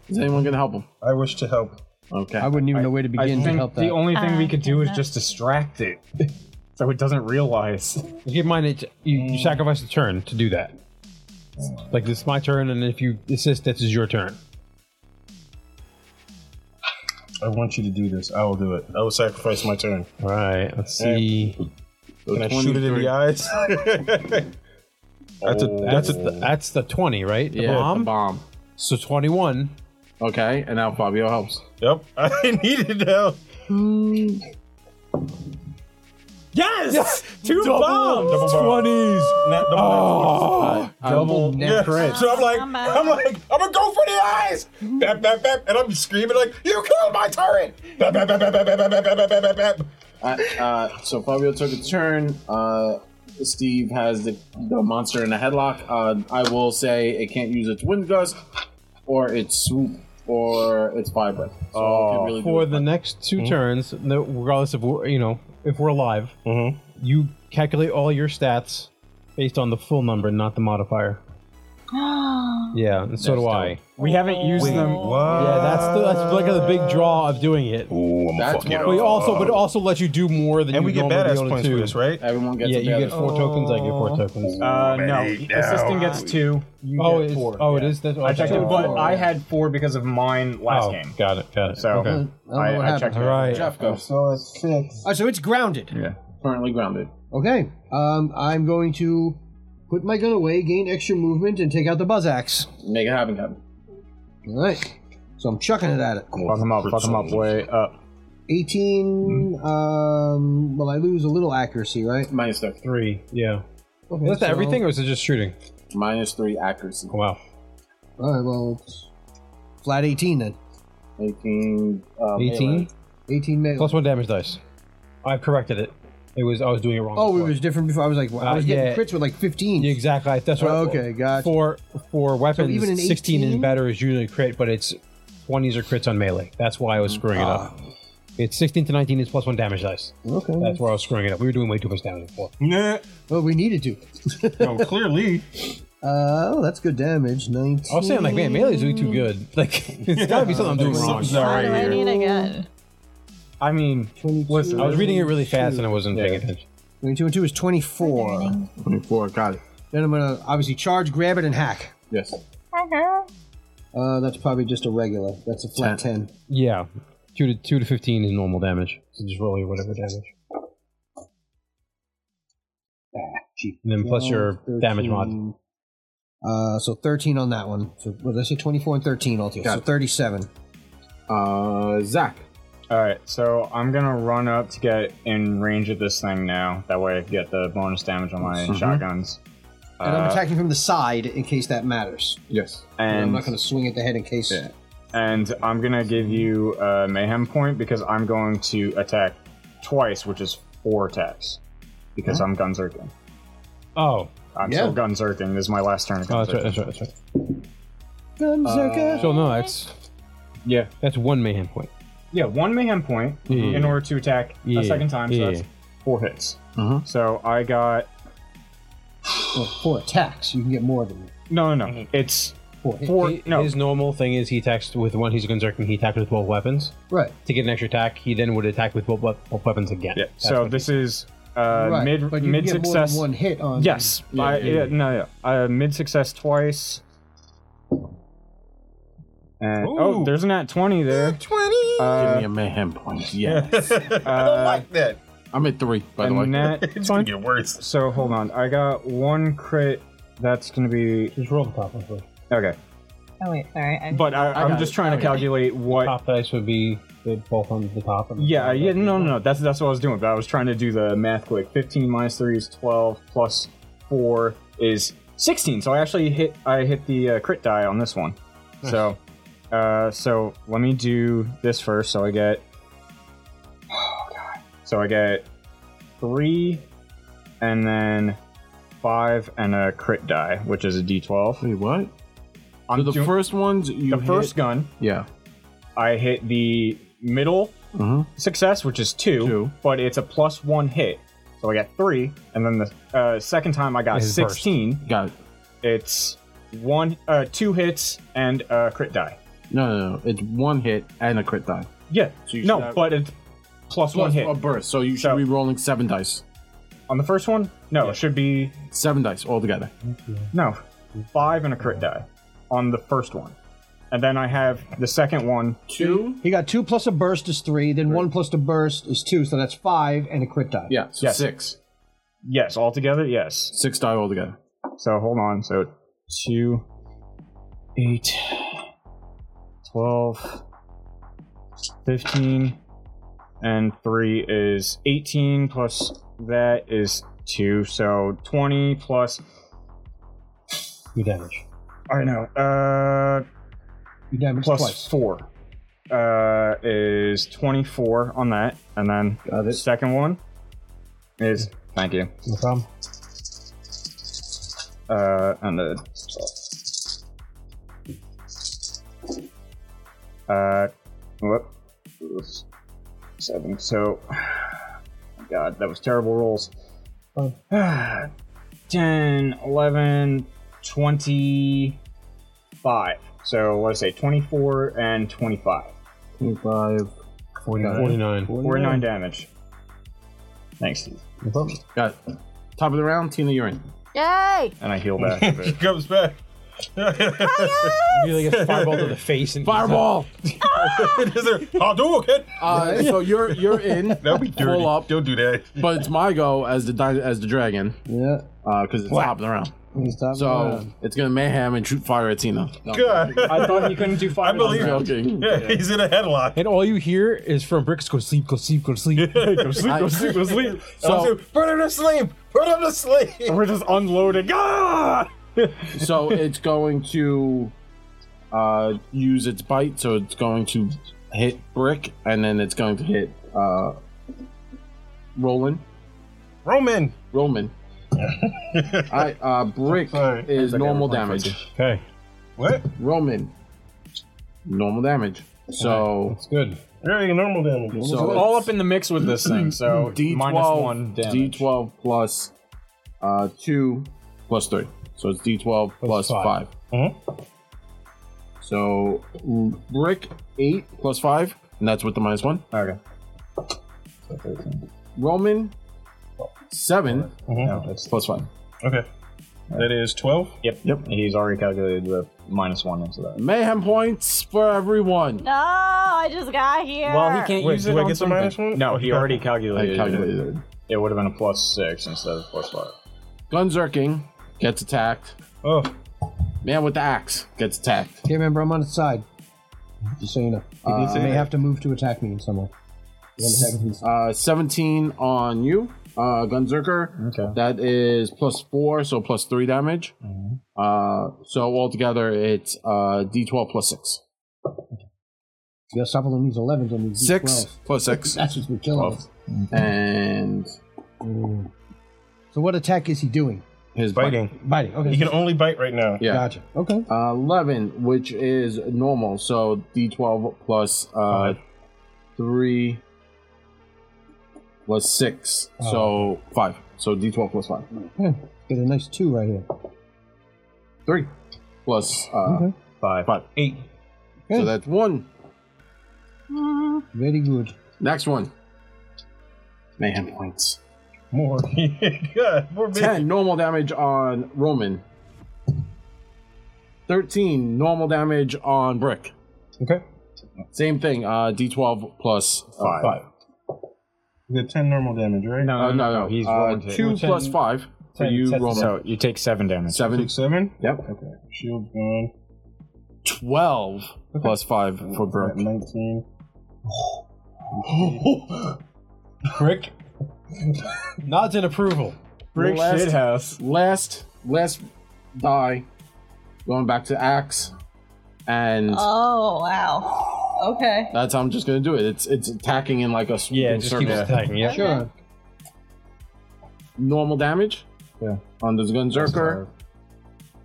S1: Is anyone going to help him?
S8: I wish to help.
S1: Okay.
S9: I wouldn't even know where to
S6: I
S9: begin to
S6: think
S9: help
S6: the
S9: that.
S6: only thing we
S5: Uh,
S6: could do is
S5: yeah.
S6: just distract it, so it doesn't realize.
S7: You Keep in mind, it, you, you sacrifice a turn to do that. Like this is my turn, and if you assist, this is your turn.
S8: I want you to do this. I will do it. I will sacrifice my turn.
S7: All right. Let's see.
S8: Can I shoot it in the
S1: 23.
S8: eyes? that's a
S7: That's a, that's the twenty, right? The
S1: Yeah,
S7: bomb.
S1: the bomb.
S7: So twenty-one.
S1: Okay, and now Fabio helps.
S8: yep. I needed help.
S7: Yes. Two bombs.
S8: Double bomb.
S7: Twenties.
S8: Not double
S7: Oh.
S1: Double
S8: yeah. So I'm like, I'm like, I'm gonna go for the eyes. Bap, bap, bap, and I'm screaming like, you killed my turret. Bap, bap, bap, bap, bap, bap, bap, bap, bap, bap, bap.
S1: Uh, uh, so Fabio took a turn. Uh, Steve has the, the monster in a headlock. Uh, I will say it can't use its wind gust, or its swoop, or its fire breath. So it can't really do
S7: for
S1: it.
S7: the next 2
S8: Mm-hmm.
S7: turns, no, regardless of we're, you know if we're alive,
S8: Mm-hmm.
S7: you calculate all your stats based on the full number, not the modifier. yeah, and so do I.
S6: We haven't used them.
S7: Yeah, that's the, that's like the big draw of doing it.
S1: That's why
S7: But it also, but it also lets you do more than
S8: And
S7: you
S8: we get
S7: normally be
S8: badass
S7: able
S8: points
S7: to.
S8: for this, right?
S1: everyone gets
S7: Yeah,
S1: a
S7: you get
S1: bad
S7: four tokens. I get four tokens.
S6: Uh, no.
S8: Eight now.
S6: Assistant gets two. You
S7: oh,
S6: get
S7: it's,
S6: four.
S7: oh, it
S6: Yeah.
S7: is. That's,
S6: I checked
S7: okay.
S6: it, but I had four because of mine last
S7: Oh,
S6: game.
S7: Got it. Got it.
S6: So
S7: okay.
S9: I don't know what
S6: I, I
S9: happened.
S6: checked
S7: all
S6: it.
S7: right.
S1: Jeff goes.
S8: So Oh, it's six.
S9: All right, Oh, so it's grounded.
S6: Yeah.
S1: currently grounded.
S2: Okay. Um, I'm going to put my gun away, gain extra movement, and take out the buzz axe.
S1: Make it happen, Captain.
S2: All right. So I'm chucking it at it.
S6: Fuck him up, fuck him up, way up.
S2: 18. Um, well, I lose a little accuracy, right?
S1: Minus three.
S7: Three. Yeah.
S2: Okay,
S6: uh,
S7: Is that
S2: so-
S7: everything, or is it just shooting?
S1: Minus three accuracy.
S7: Wow.
S2: All right. Well, it's flat 18 then.
S1: 18. Uh,
S7: 18?
S2: 18 melee.
S7: Plus one damage dice. I corrected it. It was I was doing it wrong.
S2: Oh, it
S7: before.
S2: was different before. I was like, I
S7: Uh,
S2: was getting
S7: yeah.
S2: crits with like 15.
S7: Yeah, exactly. That's what.
S2: Okay, gotcha.
S7: For for weapons,
S2: even an
S7: sixteen
S2: 18?
S7: and better is usually crit, but it's twenties or crits on melee. That's why I was screwing it up.
S2: Ah.
S7: It's sixteen to nineteen is plus one damage dice.
S2: Okay.
S7: That's where I was screwing it up. We were doing way too much damage before.
S8: Nah.
S2: Well, we needed to.
S8: No, clearly.
S2: Uh, oh, that's good damage. 19.
S7: I was saying like, man, melee's doing too good. Like, it's gotta be something I'm doing wrong.
S8: Something's not
S5: Why do
S8: right
S5: I
S8: here.
S5: need a gun?
S7: I mean,
S2: 22.
S7: listen, I was reading it really fast and I wasn't paying attention.
S2: 22 and 2 is 24.
S1: 24. Got it.
S2: Then I'm going to obviously charge, grab it, and hack.
S1: Yes.
S5: Uh-huh.
S2: Uh, that's probably just a regular. That's a flat 10.
S7: Yeah, two to two to fifteen is normal damage. So just roll your whatever damage,
S2: Ah, cheap.
S7: and then plus your
S2: 12,
S7: damage mod.
S2: 13. Oh, Uh, so 13 on that one. So, what did I say? 24 and 13 altogether.
S1: Got
S2: So
S1: it.
S2: 37.
S1: Uh, Zach.
S6: Alright, so I'm gonna run up to get in range of this thing now. That way I can get the bonus damage on my shotguns.
S2: And I'm
S6: Uh,
S2: attacking from the side in case that matters.
S1: Yes.
S2: And I'm
S6: and
S2: not going to swing at the head in case.
S6: Yeah. and I'm gonna give you a mayhem point because I'm going to attack twice, which is four attacks. Because I'm gun zerking.
S7: Oh,
S6: I'm
S2: Yeah.
S6: still gun zerking. This is my last turn of
S7: oh,
S6: gun
S7: that's right,
S6: zerking.
S7: that's right, that's right.
S2: Gunzerker.
S7: So no, that's
S6: Uh, Yeah.
S7: that's one mayhem point.
S6: Yeah, one mayhem point
S7: Yeah.
S6: in order to attack
S7: Yeah.
S6: a second time, so
S7: Yeah.
S6: that's four hits.
S1: Mhm.
S6: So I got
S2: Well, four attacks. You can get more than
S6: no no no. It's
S2: four. hits.
S6: four
S7: Hi-
S6: no
S7: His normal thing is he attacks with one. He's a Gunzerk and he attacked with both weapons
S2: Right.
S7: to get an extra attack. He then would attack with both, wep- both weapons again.
S6: yeah.
S7: That's
S6: So
S7: what-
S6: this is uh
S2: right.
S6: mid
S2: but you
S6: mid
S2: can get more than
S6: success.
S2: one hit on.
S6: Yes. I, yeah, no yeah. Uh, mid success twice. And, oh,
S8: Ooh.
S6: there's an at twenty there.
S8: 20.
S1: Give
S6: Uh,
S1: me a mayhem point. Yeah.
S8: I don't like that.
S1: I'm at three, by the way.
S6: and that
S8: It's going to get worse.
S6: so hold on. I got one crit. That's gonna be
S7: just roll the top one. please.
S6: okay.
S5: Oh wait, sorry. I,
S6: But I,
S1: I
S6: I'm
S1: got
S6: just
S1: it.
S6: trying to
S1: Okay.
S6: calculate what
S7: Top dice would be the, both on the top. And
S6: Yeah, yeah, no, no, no. That's that's what I was doing, but I was trying to do the math quick. Fifteen minus three is twelve, plus four is sixteen. So I actually hit I hit the uh, crit die on this one. So, uh, so let me do this first. So I get, oh god, so I get three, and then five, and a crit die, which is a D twelve.
S1: Wait, what?
S6: I'm
S1: So the
S6: doing-
S1: first ones you
S6: the
S1: hit-
S6: first gun.
S1: Yeah.
S6: I hit the middle
S1: Mhm.
S6: success, which is two,
S1: Two.
S6: but it's a plus one hit. So I got three, and then the uh, second time I got
S7: This is burst.
S6: sixteen.
S1: Got it.
S6: It's one, uh, two hits and a crit die.
S1: No, no, no. It's one hit and a crit die.
S6: Yeah,
S1: So you
S6: no,
S1: should have-
S6: but it's plus, plus one
S1: Plus
S6: hit
S1: a burst. So you should
S6: So-
S1: be rolling seven dice.
S6: on the first one. No, it should be
S1: Seven dice altogether.
S6: no five and a crit die on the first one, and then I have the second one.
S1: Two?
S2: He got two plus a burst is three. Then one plus the burst is two. So that's five and a crit die.
S1: Yeah, so
S6: Yes.
S1: six.
S6: Yes, altogether, yes.
S1: Six die altogether.
S6: So hold on. So two, eight, 12, 15, and three is 18, plus that is two. So 20 plus,
S7: Two damage.
S6: I know, uh,
S2: You damage
S6: plus
S2: twice.
S6: four uh, is 24 on that. And then the second one is, thank you.
S7: No problem.
S6: Uh, and a 12. Uh, whoop. Oops. Seven. So, God, that was terrible rolls. 10, 11, 25. So, what did I say? 24 and 25.
S1: Twenty-five.
S7: Forty nine.
S6: 49 damage. Thanks, Steve.
S1: Got it. Top of the round, Tina, you're in.
S5: Yay!
S6: And I heal back. a
S8: She
S6: bit.
S8: comes back.
S7: Really gets fireball to the face and
S1: Fireball!
S8: I'll do it.
S1: Uh, so you're you're in.
S8: That'd be dirty.
S1: Pull up,
S8: Don't do that.
S1: but it's my go as the di- as the dragon
S2: Yeah.
S1: because it's hopping around.
S2: He's top
S1: So it's gonna mayhem and shoot fire at Tina.
S8: God.
S6: I thought you couldn't do fire.
S8: I believe you.
S1: Joking.
S8: Yeah, he's in a headlock.
S10: And all you hear is from Bricks go sleep, go sleep, go sleep, go sleep, go sleep, go sleep.
S1: So
S8: Put him to sleep. Put him to sleep.
S6: We're just unloading. Ah!
S1: so it's going to uh, use its bite. So it's going to hit brick and then it's going to hit uh, Roland.
S8: Roman.
S1: Roman. I uh, brick
S8: Sorry.
S1: is normal damage.
S7: Okay.
S8: What?
S1: Roman. Normal damage. So
S7: That's good.
S8: Very normal damage.
S1: so
S6: We're all up in the mix with this thing, so
S1: D
S6: minus one
S1: twelve D
S6: damage.
S1: twelve plus uh two plus three. So it's D twelve plus, plus
S7: five.
S1: 5 So mm, brick eight plus five, and that's with the minus one.
S7: Okay.
S1: Roman 7
S7: No, that's
S1: plus five.
S8: Okay. That is 12.
S6: Yep.
S1: Yep.
S6: He's already calculated the minus one into that.
S1: Mayhem points for everyone.
S5: No, I just got here.
S6: Well, he can't
S8: Wait,
S6: use
S8: do
S6: it
S8: I
S6: on
S8: get the
S6: something.
S8: minus one?
S6: No, he
S8: Okay.
S6: already
S1: I
S6: calculated. it.
S1: calculated.
S6: It would have been a plus six instead of plus five.
S1: Gunzerking gets attacked.
S7: Oh,
S1: Man with the axe gets attacked.
S2: Okay, remember, I'm on its side. Just so you know. Uh, they have to move to attack me in some way. They're gonna attack me.
S1: Uh, 17 on you, uh, Gunzerker.
S6: Okay.
S1: That is plus four, so plus three damage. Uh, so altogether, it's uh, d12 plus six.
S2: You gotta stop all these 11s on these
S1: Six
S2: 12s.
S1: plus six.
S2: That's what's been killing us.
S1: And
S2: Mm. So what attack is he doing?
S1: his bite.
S8: Biting.
S2: Biting. Okay.
S8: He can only bite right now.
S1: Yeah.
S2: Gotcha. Okay.
S1: Uh, 11, which is normal, so d12 plus uh, 3 plus 6, so 5. So d12 plus 5.
S2: Yeah. Get a nice two right here.
S1: 3 plus uh,
S2: Okay.
S1: 5. five.
S7: eight.
S1: So
S2: Good.
S1: that's 1.
S2: Very good.
S1: Next one. Mayhem points.
S7: More.
S8: God, more big.
S1: 10 normal damage on Roman. 13 normal damage on Brick.
S7: Okay.
S1: Same thing, uh, d12 plus 5.
S7: Five.
S8: The 10 normal damage, right?
S6: No,
S1: Uh, no, no. He's
S6: He's
S1: uh,
S6: rolling to-
S1: two
S7: ten-
S1: plus five for
S7: ten-
S1: you,
S7: ten-
S1: Roman.
S6: So you take seven damage.
S1: seven.
S8: Six, seven.
S1: Yep.
S8: Okay. Shield gone.
S1: Twelve plus five for
S8: At
S1: Brooke.
S8: 19.
S7: Brick nods in approval.
S6: Brick
S1: Last-
S6: shithouse.
S1: Last, last die. Going back to axe, and
S5: Oh wow. Okay.
S1: that's how I'm just gonna do it. It's it's attacking in like a swooping
S7: Yeah, just keep
S1: circle.
S7: attacking. Yeah.
S2: Sure.
S1: normal damage.
S7: Yeah.
S1: On the Gunzerker.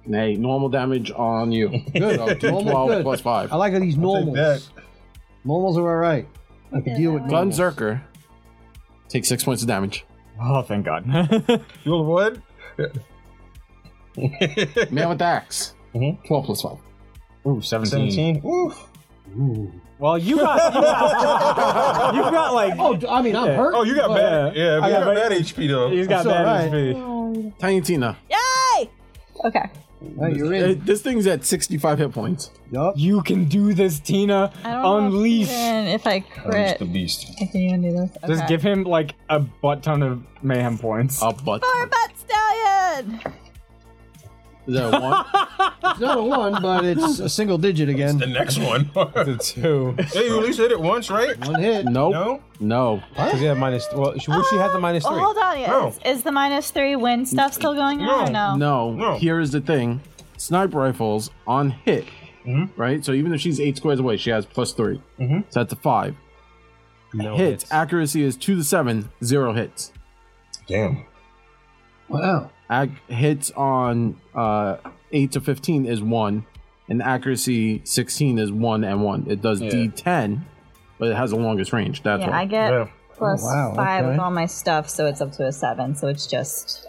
S1: Hey, normal damage on you.
S2: Good.
S1: So
S2: Normal
S1: D12
S2: good.
S1: plus five.
S2: I like these normals.
S8: that.
S2: Normals are all right. I can deal with normals.
S1: Gunzerker takes six points of damage.
S6: Oh, thank God.
S8: You want what?
S1: Man with the axe.
S8: Mhm.
S1: Twelve plus five.
S6: Ooh, 17.
S8: 17. Oof.
S6: Well, you got, you got, you got like,
S2: Oh, d- I mean, I'm hurt.
S8: Oh, you got bad. Yeah, you
S6: I got
S8: got
S6: bad-
S8: bad HP, though.
S6: he's got
S2: That's all right.
S6: bad HP.
S1: Tiny Tina.
S5: Yay! Okay.
S2: Hey, you're
S1: Uh,
S2: in.
S1: This thing's at sixty-five hit points.
S2: Yup.
S6: You can do this, Tina.
S5: I don't know if
S6: Unleash.
S5: even If, I crit,
S3: the beast.
S5: I can even do this. Okay.
S6: Just give him like a butt ton of mayhem points.
S1: A butt.
S5: Four butt stallion.
S1: Is that a one?
S2: It's not a one, but it's a single digit again.
S8: The next one.
S7: The two.
S8: hey, you at least hit it once, right?
S2: One hit.
S1: nope.
S8: No?
S1: No.
S7: 'Cause he had minus. Well, she wish she had the minus
S5: Oh,
S7: three.
S5: hold on.
S8: No.
S5: Is, is the minus three win stuff still going on or no?
S1: No.
S8: No.
S1: Here is the thing: sniper rifles on hit. Right. So even if she's eight squares away, she has plus three.
S8: Mhm.
S1: So that's a five.
S7: No
S1: hits. Accuracy is two to seven. Zero hits.
S8: Damn.
S2: Wow.
S1: Ac- hits on uh, eight to fifteen is one, and accuracy sixteen is one and one. It does D ten, but it has the longest range. That's
S5: Yeah,
S1: why.
S5: I get
S8: Yeah.
S5: plus
S2: Oh, wow,
S5: five
S2: okay.
S5: with all my stuff, so it's up to a seven. So it's just,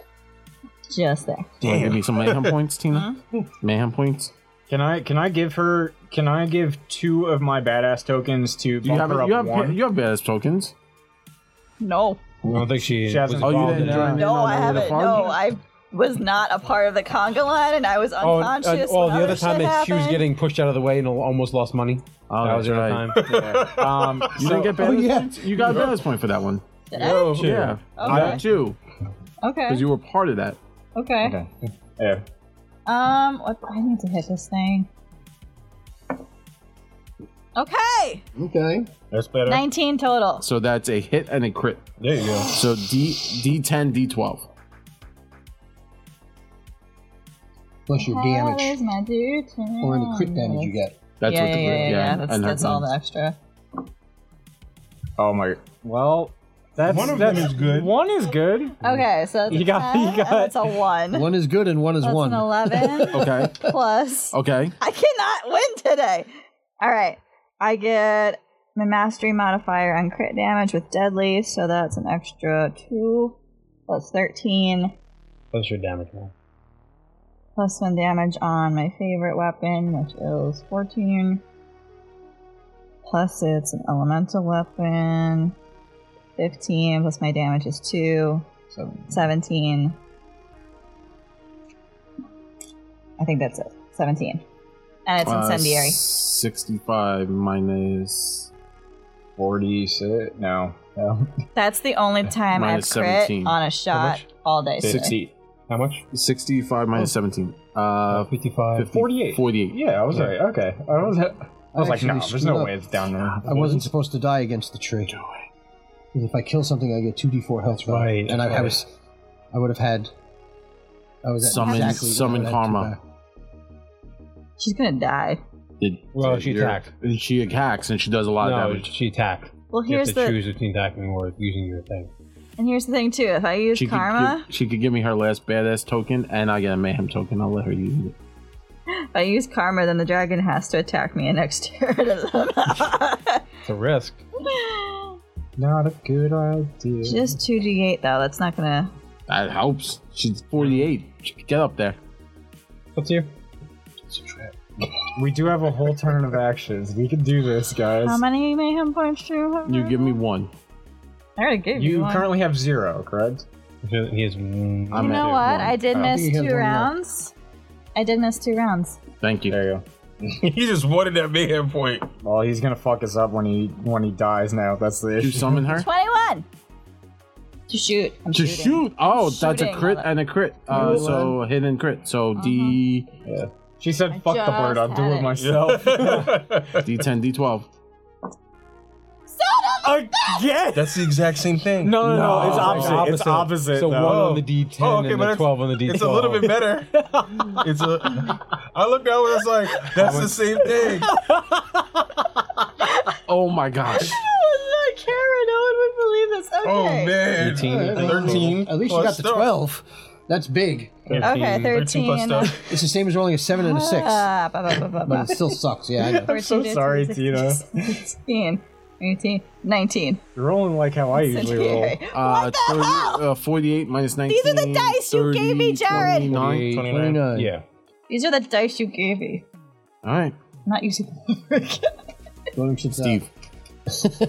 S5: just there.
S1: Wanna give me some mayhem points, Tina. mayhem points.
S6: Can I can I give her can I give two of my badass tokens to
S1: You
S6: bump
S1: have
S6: her up
S1: you have
S6: one?
S1: you have badass tokens.
S5: No,
S7: I don't think she.
S6: She hasn't
S1: Oh, you
S6: involved
S1: didn't
S7: Oh,
S6: in
S1: join
S6: it.
S1: in on the- the farm?
S5: I was not a part of the conga line, and I was
S7: Oh, and-
S5: unconscious.
S7: and- oh,
S5: when
S7: the other
S5: shit
S7: time that she was
S5: happened.
S7: getting pushed out of the way and al- almost lost money.
S1: Oh,
S7: that was
S1: that's
S7: the
S1: right.
S7: other time. Yeah. Um,
S1: You
S7: so-
S1: didn't get bonus points? You got a bonus point for that one.
S5: Did I?
S1: Oh, yeah.
S5: Okay.
S1: I got two
S5: Okay.
S1: because you were part of that.
S5: okay.
S7: Yeah.
S5: Um, what, I need to hit this thing. Okay,
S1: Okay.
S7: That's better.
S5: 19 total.
S1: So that's a hit and a crit.
S7: There you go.
S1: So D D10, D12.
S2: Plus your
S5: How
S2: damage
S5: is my dude?
S2: or the crit damage you get.
S1: That's
S5: yeah,
S1: what the
S5: yeah,
S1: crit-
S5: yeah,
S1: yeah,
S5: yeah. That's,
S1: and her
S5: that's all the
S1: damage.
S5: extra.
S6: Oh my. Well, that's
S7: One of
S6: that's,
S7: them is good.
S6: One is good.
S5: Okay, so that's
S6: You
S5: a
S6: got-
S5: 10,
S6: you
S5: and
S6: got-
S5: that's a one.
S2: One is good and one is
S5: that's
S2: one.
S5: an eleven
S1: Okay. Oh.
S5: plus.
S1: Okay.
S5: I cannot win today. All right, I get my mastery modifier on crit damage with deadly, so that's an extra two plus thirteen.
S7: That's your damage roll.
S5: plus one damage on my favorite weapon, which is 14. Plus it's an elemental weapon. 15 plus my damage is 2. So 17. I think that's it. 17. And it's
S1: Uh,
S5: incendiary.
S1: 65 minus.
S6: 46. No. No.
S5: That's the only time I've
S1: minus
S5: crit
S1: 17.
S5: on a shot all day. today.
S1: 60.
S7: How much?
S1: 65 minus
S7: Oh.
S1: 17. Uh,
S7: 55.
S1: 50,
S6: 48.
S1: 48.
S6: Yeah, I was right. Okay. I was, I was like,
S2: actually
S6: no, there's
S2: screwed
S6: no
S2: up.
S6: way it's down there.
S2: I wasn't supposed to die against the tree. Because if I kill something, I get two d4 health. from it.
S7: Right,
S2: And I, I
S7: right.
S2: was, I would have had. I was at
S1: Summon-
S2: exactly,
S1: summon
S2: I would have had two
S1: karma.
S2: back.
S5: She's gonna die.
S1: Did,
S7: Well, she
S1: you're-
S7: attacked.
S1: She attacks and she does a lot of
S7: No,
S1: damage.
S7: she attacked.
S5: Well,
S7: You have
S5: here's
S7: to
S5: the
S7: choose between attacking or using your thing.
S5: and here's the thing too. If I use
S1: she
S5: karma,
S1: Could give, she could give me her last badass token, and I get a mayhem token. I'll let her use it.
S5: If I use karma, then the dragon has to attack me next turn.
S7: It's a risk. Not a good idea.
S5: Just 2d8 though, that's not gonna.
S1: That helps. She's 48. She could get up there.
S7: What's here?
S6: We do have a whole turn of actions. We can do this, guys.
S5: How many mayhem points do you have?
S1: You give me one.
S5: I already gave you,
S6: You
S5: one.
S6: currently have zero, correct?
S7: He is. mm,
S5: you
S1: I'm at
S5: know what?
S1: one.
S5: I did
S6: I don't
S5: miss
S6: think you have
S5: two
S6: one left.
S5: rounds. I did miss two rounds.
S1: Thank you.
S6: There you
S8: he just wanted that mayhem point.
S6: go. Well, he's gonna fuck us up when he when he dies. Now that's the
S1: Did you
S6: issue.
S1: summon her?
S5: 21! To shoot. I'm
S1: To
S5: shooting.
S1: shoot. Oh, that's a
S5: Shooting,
S1: crit
S5: mother-
S1: and a crit. Uh, so a hit and crit. So
S5: Uh-huh.
S1: D
S6: She said, "Fuck the bird.
S5: just
S6: I'll do
S5: had
S6: it
S5: it.
S6: myself."
S1: D10, D12.
S6: Again?
S8: That's the exact same thing.
S6: No, no, no. It's
S10: No,
S6: opposite. It's
S10: opposite.
S6: opposite.
S10: So
S6: though.
S10: one on the D10
S8: Oh, okay,
S10: and
S8: but
S10: the
S8: it's-
S10: 12 on the D12.
S8: It's a little bit better. It's a. I looked over. I was like, "That's the same thing."
S1: Oh my gosh.
S5: I was not Oh, Karen. No
S8: Oh
S5: one would believe this. Okay.
S8: man, thirteen.
S2: At least you
S8: plus
S2: got the
S8: stuff.
S2: twelve. That's big.
S5: Okay,
S8: 13 plus
S5: 13.
S8: stuff.
S2: It's the same as rolling a seven and a six,
S5: Ah, ba, ba, ba, ba, ba.
S2: but it still sucks. Yeah, I know.
S5: I'm
S6: so sorry, Tina.
S5: 16, 18, 19.
S6: You're rolling like how I usually roll.
S1: Uh,
S5: what the
S1: 30
S5: hell?
S1: uh, 48 minus 19.
S5: These are the dice you gave me, Jared.
S1: 29.
S2: 29.
S7: Yeah.
S5: These are the dice you gave me.
S1: All right.
S5: I'm not using them.
S2: Throw them shits out.
S1: Steve.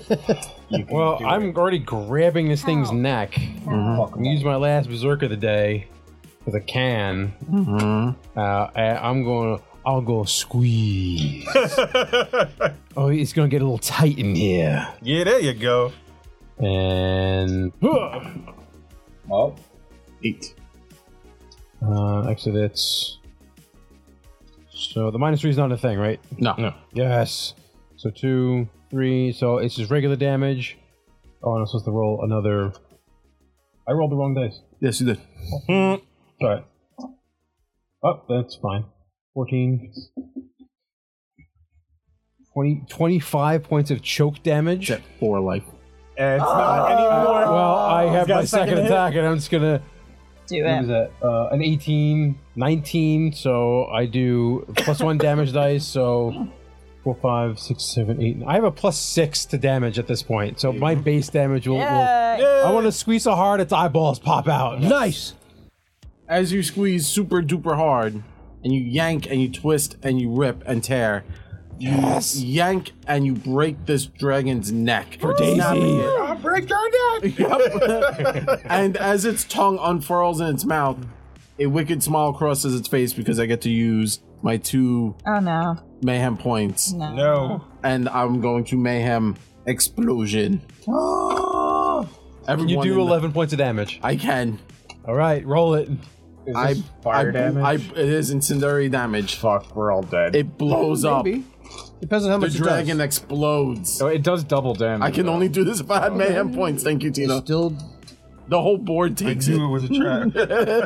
S7: Well, I'm already grabbing this thing's neck. Fuck, I'm gonna use my last berserk of the day because I can. Uh, I, am going. to I'll go squeeze. oh, it's gonna get a little tight in here.
S8: Yeah, there you go.
S7: And
S6: Oh,
S1: Eight.
S7: uh, actually, that's so the minus three is not a thing, right?
S1: No.
S7: Yes. So two, three. So it's just regular damage. Oh, and I'm supposed to roll another. I rolled the wrong dice.
S1: Yes, you did.
S7: Sorry. Oh, that's fine. 14. 20, 25 points of choke damage.
S1: At four life.
S6: it's not anymore.
S7: Well, I have
S6: Oh, got
S7: my
S6: a
S7: second,
S6: second hit.
S7: attack, and I'm just gonna.
S5: Do
S7: What
S5: it.
S7: is that? Uh, an 18, 19. So I do plus one damage dice. So four, five, six, seven, eight. I have a plus six to damage at this point. So my base damage will. will-
S5: Yay.
S7: I want to squeeze so hard its eyeballs pop out. Nice.
S1: As you squeeze super duper hard, and you yank and you twist and you rip and tear,
S10: Yes.
S1: yank and you break this dragon's neck. For
S10: Daisy.
S8: I break your neck.
S1: and as its tongue unfurls in its mouth, A wicked smile crosses its face because I get to use my two
S5: Oh no.
S1: mayhem points.
S5: No.
S1: And I'm going to mayhem explosion.
S10: You
S1: Everyone
S10: do
S1: in the-
S10: 11 points of damage.
S1: I can.
S10: All right, roll it.
S1: I
S6: fire
S1: I,
S6: damage?
S1: I, it is incendiary damage.
S6: Fuck, we're all dead.
S1: It blows up.
S2: Maybe. Depends on how
S1: The
S2: much it
S1: dragon
S2: does.
S1: explodes.
S6: So Oh, it does double damage.
S1: I can only do this if I had mayhem points. Thank you, Tina.
S2: Still,
S1: The whole board takes it.
S8: knew it was a trap.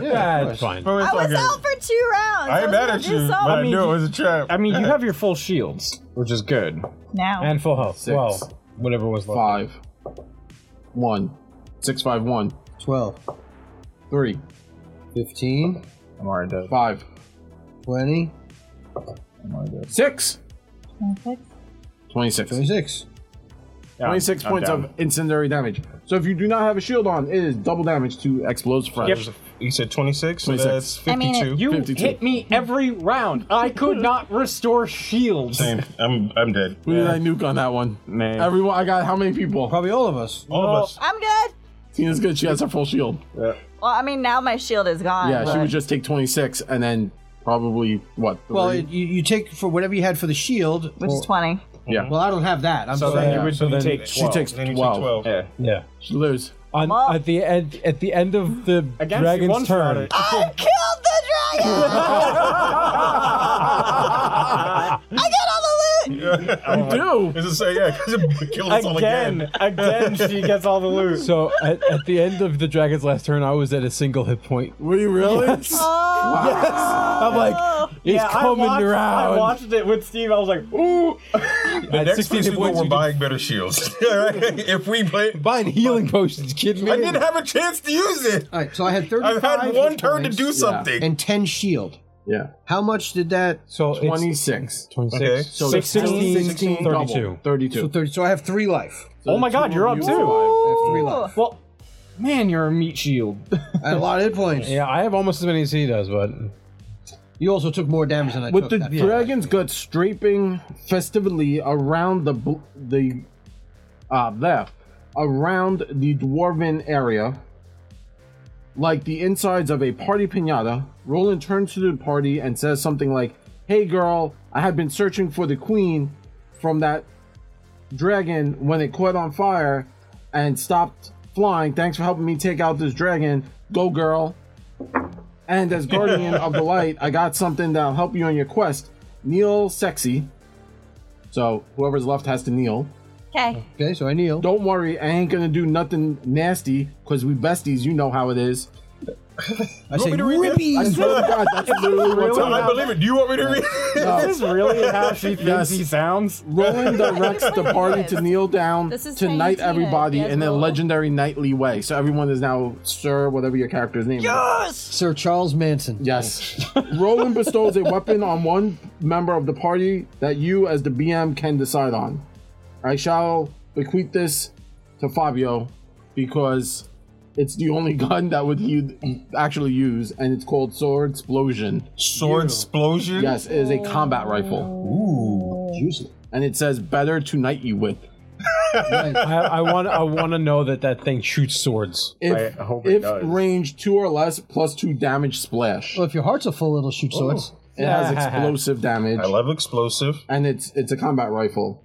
S10: Yeah, it's fine.
S6: Oh,
S8: But it's
S5: I was
S8: okay.
S5: out for two rounds.
S8: I
S5: was
S8: ain't mad
S5: gonna
S8: at
S5: do
S8: you, but
S5: something.
S8: I knew it was a trap.
S6: I mean, you have your full shields, which is good.
S5: now.
S10: And full health.
S1: Six.
S10: Well, whatever was left.
S1: Five. One. Six, five, one.
S2: 12,
S1: Three.
S2: 15,
S6: I'm already dead.
S1: Five.
S2: 20,
S1: Six.
S5: Six.
S1: 26.
S2: 26.
S6: Yeah,
S1: 26
S6: I'm
S1: points
S6: down.
S1: of incendiary damage. So if you do not have a shield on, it is double damage to explode friends.
S8: You said 26, so
S1: 26.
S8: that's
S5: I mean,
S8: 52.
S6: You
S1: 52.
S6: hit me every round. I could not restore shields.
S8: Same. I'm, I'm dead.
S1: We need that nuke on that one.
S6: Man.
S1: Everyone, I got how many people?
S2: Probably all of us.
S8: All of us.
S5: I'm good.
S1: Tina's good. She has her full shield.
S5: Well, I mean, now my shield is gone.
S1: Yeah, she
S5: but-
S1: would just take 26 and then probably, what? Three?
S2: Well, it, you, you take for whatever you had for the shield.
S5: which
S2: well,
S5: is twenty.
S1: yeah.
S2: Well, I don't have that. I'm
S6: So
S2: sorry.
S6: then you would
S8: So then
S6: take
S1: she
S6: 12.
S1: takes
S8: Then you
S1: 12.
S8: took 12.
S6: Yeah.
S10: Yeah.
S1: She lose.
S10: On,
S5: Well-
S10: at the end, at the end of the
S6: Against one
S10: dragon's
S6: shot,
S10: turn,
S6: it-
S5: I killed the dragon. I got all the loot.
S1: Do!
S8: Is it say, yeah, because it killed us all again.
S6: Again, again, she gets all the loot.
S10: so at, at the end of the dragon's last turn, I was at a single hit point.
S1: Were you really?
S5: Oh,
S10: I'm like, it's coming
S6: I watched,
S10: around.
S6: I watched it with Steve. I was like, ooh.
S8: The
S10: At
S8: next
S10: 16
S8: place
S10: hit
S8: we go,
S10: points,
S8: we're
S10: you
S8: buying better shields. if we play,
S10: Buying healing potions, kid me.
S8: I didn't have a chance to use it.
S2: all right, so I had 35.
S8: I've had one
S2: hit
S8: turn to
S2: points
S8: do something.
S2: And 10 shield.
S1: Yeah.
S2: How much did that?
S10: so it's
S1: 26.
S10: 26.
S8: Okay.
S10: So
S6: 16,
S10: 16,
S1: 16,
S10: 32.
S1: 32.
S2: So 30. So I have three life.
S6: Oh my god, you're up too.
S2: I have three
S5: Ooh.
S2: life.
S6: Well, man, you're a meat shield.
S2: I had a lot of hit points.
S10: Yeah, I have almost as many as he does, but
S2: You also took more damage than I
S1: With
S2: took.
S1: the
S2: That's
S1: dragon's guts straping festively around the bl- the uh left around the dwarven area, like the insides of a party pinata. Roland turns to the party and says something like, "Hey, girl, I have been searching for the queen from that dragon when it caught on fire and stopped flying. Thanks for helping me take out this dragon. Go, girl." And as guardian of the light, I got something that'll help you on your quest. Kneel sexy. So whoever's left has to kneel.
S5: Okay.
S2: Okay, so I kneel.
S1: Don't worry, I ain't gonna do nothing nasty, cause we besties, you know how it is.
S2: I say,
S8: me to read this?
S1: I
S2: rippies.
S1: swear to God, that's literally what's
S8: I
S1: up.
S8: believe it. Do you want me to read? it?
S6: This is really how she thinks
S1: Yes.
S6: he sounds.
S1: Roland directs the party to kneel down
S5: This is
S1: to
S5: how you
S1: knight
S5: do it,
S1: everybody
S5: yes,
S1: in a
S5: roll.
S1: legendary knightly way. So everyone is now Sir, whatever your character's name is.
S2: Sir Charles Manson.
S1: Yes. Roland bestows a weapon on one member of the party that you, as the BM, can decide on. I shall bequeath this to Fabio because it's the only gun that would you actually use, and it's called Sword Explosion.
S8: Sword explosion.
S1: Yes, it is a combat rifle,
S2: Juicy.
S1: and it says "Better to knight you with."
S10: I, I want I want to know that that thing shoots swords.
S1: If,
S6: I hope it
S1: if
S6: does.
S1: range two or less, plus two damage splash.
S2: Well, if your hearts are full, it'll shoot swords.
S1: It has explosive damage.
S8: I love explosive.
S1: and it's it's a combat rifle.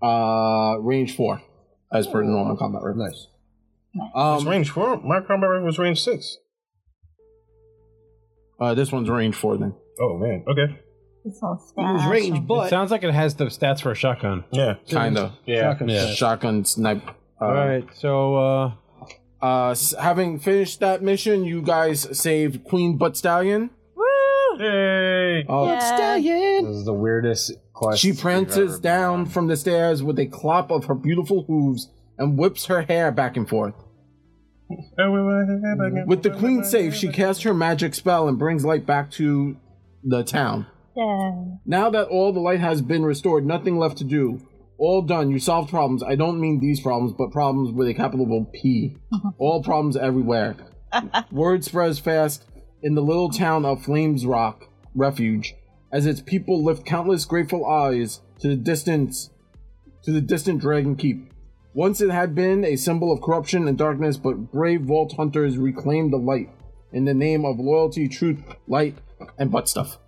S1: Uh, range four, as per the normal combat rifle.
S2: Nice.
S8: It's
S1: Um,
S8: range four. My combat rifle was range six.
S1: uh, this one's range four then.
S8: Oh man. Okay.
S5: This whole stash.
S2: range,
S10: It
S2: but
S10: sounds like it has the stats for a shotgun.
S8: Yeah.
S1: Kinda
S6: Yeah.
S10: Yeah.
S1: shotgun snipe. Uh,
S10: All right, so uh,
S1: uh, s- having finished that mission, you guys saved Queen Butt Stallion.
S8: Yay.
S1: Uh,
S2: stallion.
S6: This is the weirdest quest.
S1: She prances down from the stairs with a clop of her beautiful hooves and whips her hair back and forth. With the queen safe, she casts her magic spell and brings light back to the town.
S5: Yeah.
S1: Now that all the light has been restored, nothing left to do. All done. You solved problems. I don't mean these problems, but problems with a capital P. all problems everywhere. Word spreads fast in the little town of Flames Rock Refuge, as its people lift countless grateful eyes to the distance, to the distant Dragon Keep. Once it had been a symbol of corruption and darkness, but brave Vault Hunters reclaimed the light. in the name of loyalty, truth, light, and butt stuff.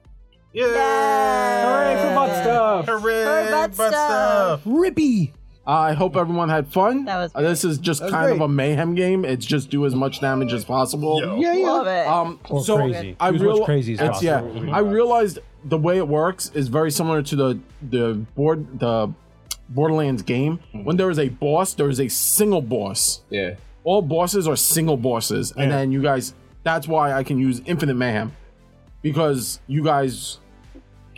S8: Yeah! Hooray
S6: for butt stuff!
S8: Hooray
S1: For butt stuff.
S9: Rippy.
S1: I hope everyone had fun. That was this is just
S9: That was
S1: kind of
S9: great.
S1: a mayhem game. It's just do as much damage as possible.
S9: Yeah, yeah.
S5: Love it.
S1: Um,
S10: Or
S1: so
S10: crazy.
S1: I
S10: Do as much
S1: real-
S10: crazy as
S1: it's- yeah,
S10: possible.
S1: I realized the way it works is very similar to the the board the Borderlands game. When there is a boss, there is a single boss.
S3: Yeah.
S1: All bosses are single bosses, and then you guys. That's why I can use Infinite Mayhem, because you guys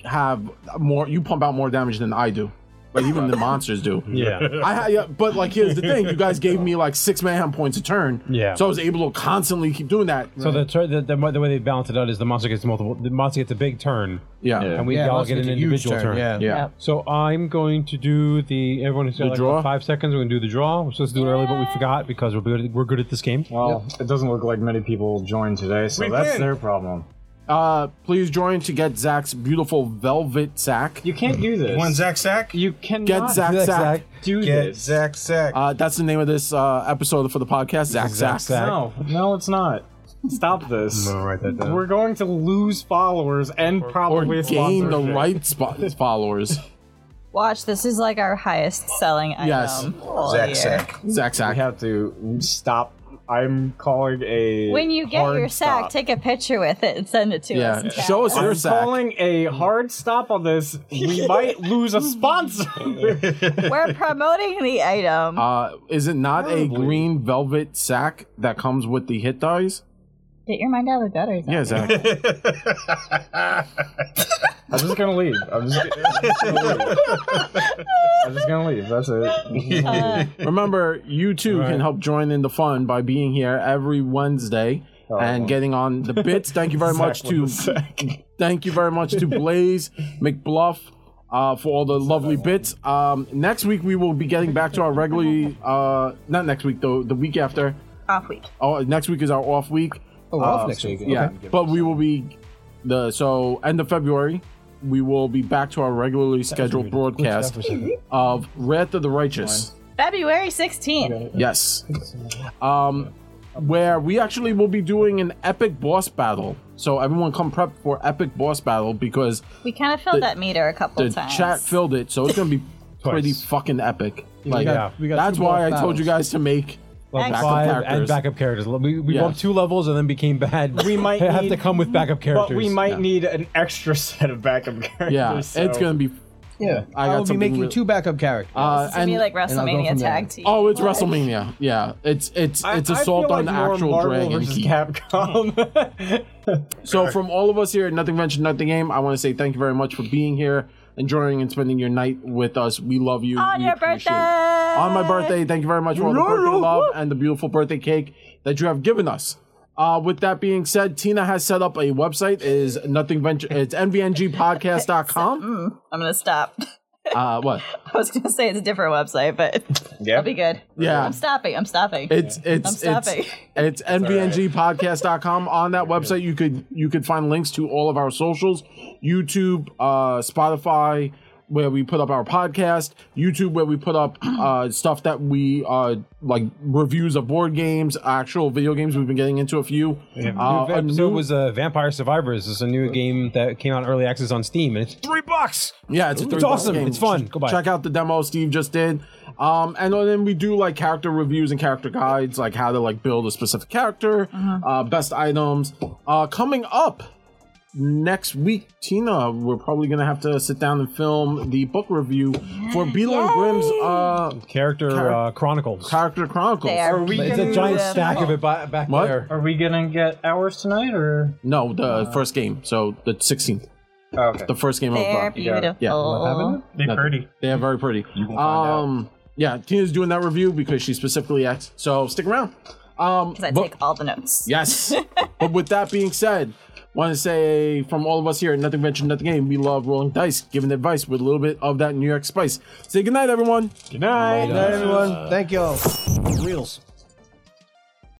S1: have more. You pump out more damage than I do. Like even the monsters do.
S10: Yeah.
S1: I ha- yeah, but like here's the thing: you guys gave me like six mayhem points a turn,
S10: Yeah.
S1: So I was able to constantly keep doing that.
S10: So the, tur- the, the mo- the way they balance it out is the monster gets multiple. The monster gets a big turn.
S1: Yeah.
S10: and we
S1: Yeah,
S10: all
S1: monster
S10: get an
S1: gets a huge
S10: individual
S1: turn,
S10: turn.
S1: yeah. Yeah. Yeah.
S10: So I'm going to do the everyone has got
S1: The
S10: like oh,
S1: draw?
S10: five seconds. We're going to do the draw. We're supposed to do it early, but we forgot because we're good. At, we're good at this game.
S6: Well, it doesn't look like many people joined today, so
S1: We
S6: that's
S1: win.
S6: their problem.
S1: Uh, please join to get Zach's beautiful velvet sack.
S6: You can't do this.
S1: One
S8: Zach Sack?
S6: You cannot
S1: Get Zach sack.
S6: Zach Sack. do
S8: Get
S6: this.
S8: Zach Sack.
S1: Uh, that's the name of this uh, episode for the podcast. Zach Zach.
S6: No, no, it's not. Stop this.
S10: I'm gonna write that down.
S6: We're going to lose followers and
S1: Or
S6: probably
S1: gain the
S6: sponsorship.
S1: right spot followers.
S5: Watch, this is like our highest selling item.
S1: Yes.
S5: all year.
S1: Zach Sack.
S6: We have to stop. I'm calling a.
S5: When you get
S6: hard
S5: your sack,
S6: stop.
S5: take a picture with it and send it to
S1: Yeah.
S5: us. and tag
S1: Show us your
S6: I'm
S1: sack.
S6: calling a hard stop on this. We might lose a sponsor.
S5: We're promoting the item.
S1: Uh, is it not a green velvet sack that comes with the hit dies?
S5: Get your mind out of the gutter. Zach.
S1: Yeah, Zach.
S6: I'm just gonna leave. I'm just, I'm just gonna leave. I'm just gonna leave. That's it.
S1: Remember, you too
S6: Right.
S1: can help join in the fun by being here every Wednesday and getting on the bits. Thank you very much
S6: Exactly
S1: to thank you very much to Blaze McBluff uh, for all the lovely bits. Um, next week we will be getting back to our regularly uh, not next week though the week after.
S5: Off week.
S1: Oh, next week is our off week.
S2: Oh, we're off next week.
S1: Yeah,
S2: Okay.
S1: but we will be the so end of February. We will be back to our regularly scheduled broadcast of Wrath of the Righteous.
S5: February 16th.
S1: Yes. Um, where we actually will be doing an epic boss battle. So everyone come prep for epic boss battle because
S5: We kind of filled
S1: The-
S5: that meter a couple
S1: the
S5: times.
S1: chat filled it. So it's gonna be pretty fucking epic. Like
S10: got- we got
S1: that's
S10: two
S1: why I
S10: boss
S1: told you guys to make
S10: Level
S5: Excellent.
S10: five and
S1: characters.
S10: backup characters. We, we
S1: Yeah.
S10: bumped two levels and then became bad.
S6: We might
S10: have
S6: need-
S10: to come with backup characters.
S6: But we might need an extra set of backup characters.
S1: yeah. It's gonna be
S2: Yeah.
S1: I
S2: I,
S1: got
S2: will be
S1: something
S2: making
S1: really-
S2: two backup characters.
S1: uh,
S5: This would be
S1: and-
S5: like
S2: I'll go from
S5: WrestleMania
S2: there.
S5: tag team.
S1: oh, it's WrestleMania. Yeah, it's it's it's assault on the actual dragon.
S6: versus
S1: key.
S6: Capcom.
S1: So from all of us here at Nothing Venture Nothing Game, I want to say thank you very much for being here, enjoying and spending your night with us. We love you.
S5: On
S1: We
S5: your
S1: appreciate
S5: birthday!
S1: it. on my birthday. Thank you very much for all the birthday love and the beautiful birthday cake that you have given us. Uh, with that being said, Tina has set up a website. It is nothing venture. It's nvngpodcast.com.
S5: Mm, I'm going to stop.
S1: Uh, what?
S5: I was going to say it's a different website, but
S6: Yeah.
S5: I'll be good.
S1: Yeah.
S5: I'm stopping. I'm stopping.
S1: It's
S5: I'm
S1: it's it's
S5: stopping.
S1: it's nvngpodcast.com. On that website, you could you could find links to all of our socials, YouTube, uh, Spotify, where we put up our podcast, YouTube where we put up uh, stuff that we uh, like reviews of board games, actual video games. We've been getting into a few. Uh,
S10: New
S1: a
S10: episode
S1: new-
S10: was uh, Vampire Survivors. It's a new game that came out in early access on Steam, and it's three bucks.
S1: Yeah, it's, a
S10: It's
S1: three-buck
S10: awesome.
S1: game.
S10: It's fun. Go buy it.
S1: Check out the demo Steve just did. Um, and then we do like character reviews and character guides, like how to like build a specific character, uh, best items. Uh, coming up next week, Tina, we're probably gonna have to sit down and film the book review for Beetle and Grimm's uh,
S10: Character uh, Chronicles.
S1: Character Chronicles.
S5: They are
S6: we
S10: it's a
S6: can-
S10: giant
S5: Yeah.
S10: stack of it by, back
S1: What?
S10: there.
S6: Are we gonna get ours tonight or?
S1: No, the first game, so the 16th,
S6: Oh, okay.
S1: the first game
S5: They're
S1: of. Uh,
S5: beautiful.
S1: Yeah. What
S6: They
S1: Nothing.
S6: pretty.
S1: they are very pretty. Um, yeah, Tina's doing that review because she specifically asked. So stick around. Um,
S5: Because I
S1: but-
S5: take all the notes.
S1: Yes. but with that being said, want to say from all of us here at Nothing Venture, Nothing Game, we love rolling dice, giving advice with a little bit of that New York spice. Say goodnight, everyone.
S6: Good night.
S10: uh,
S1: Good night, everyone.
S2: Thank you all. Reels.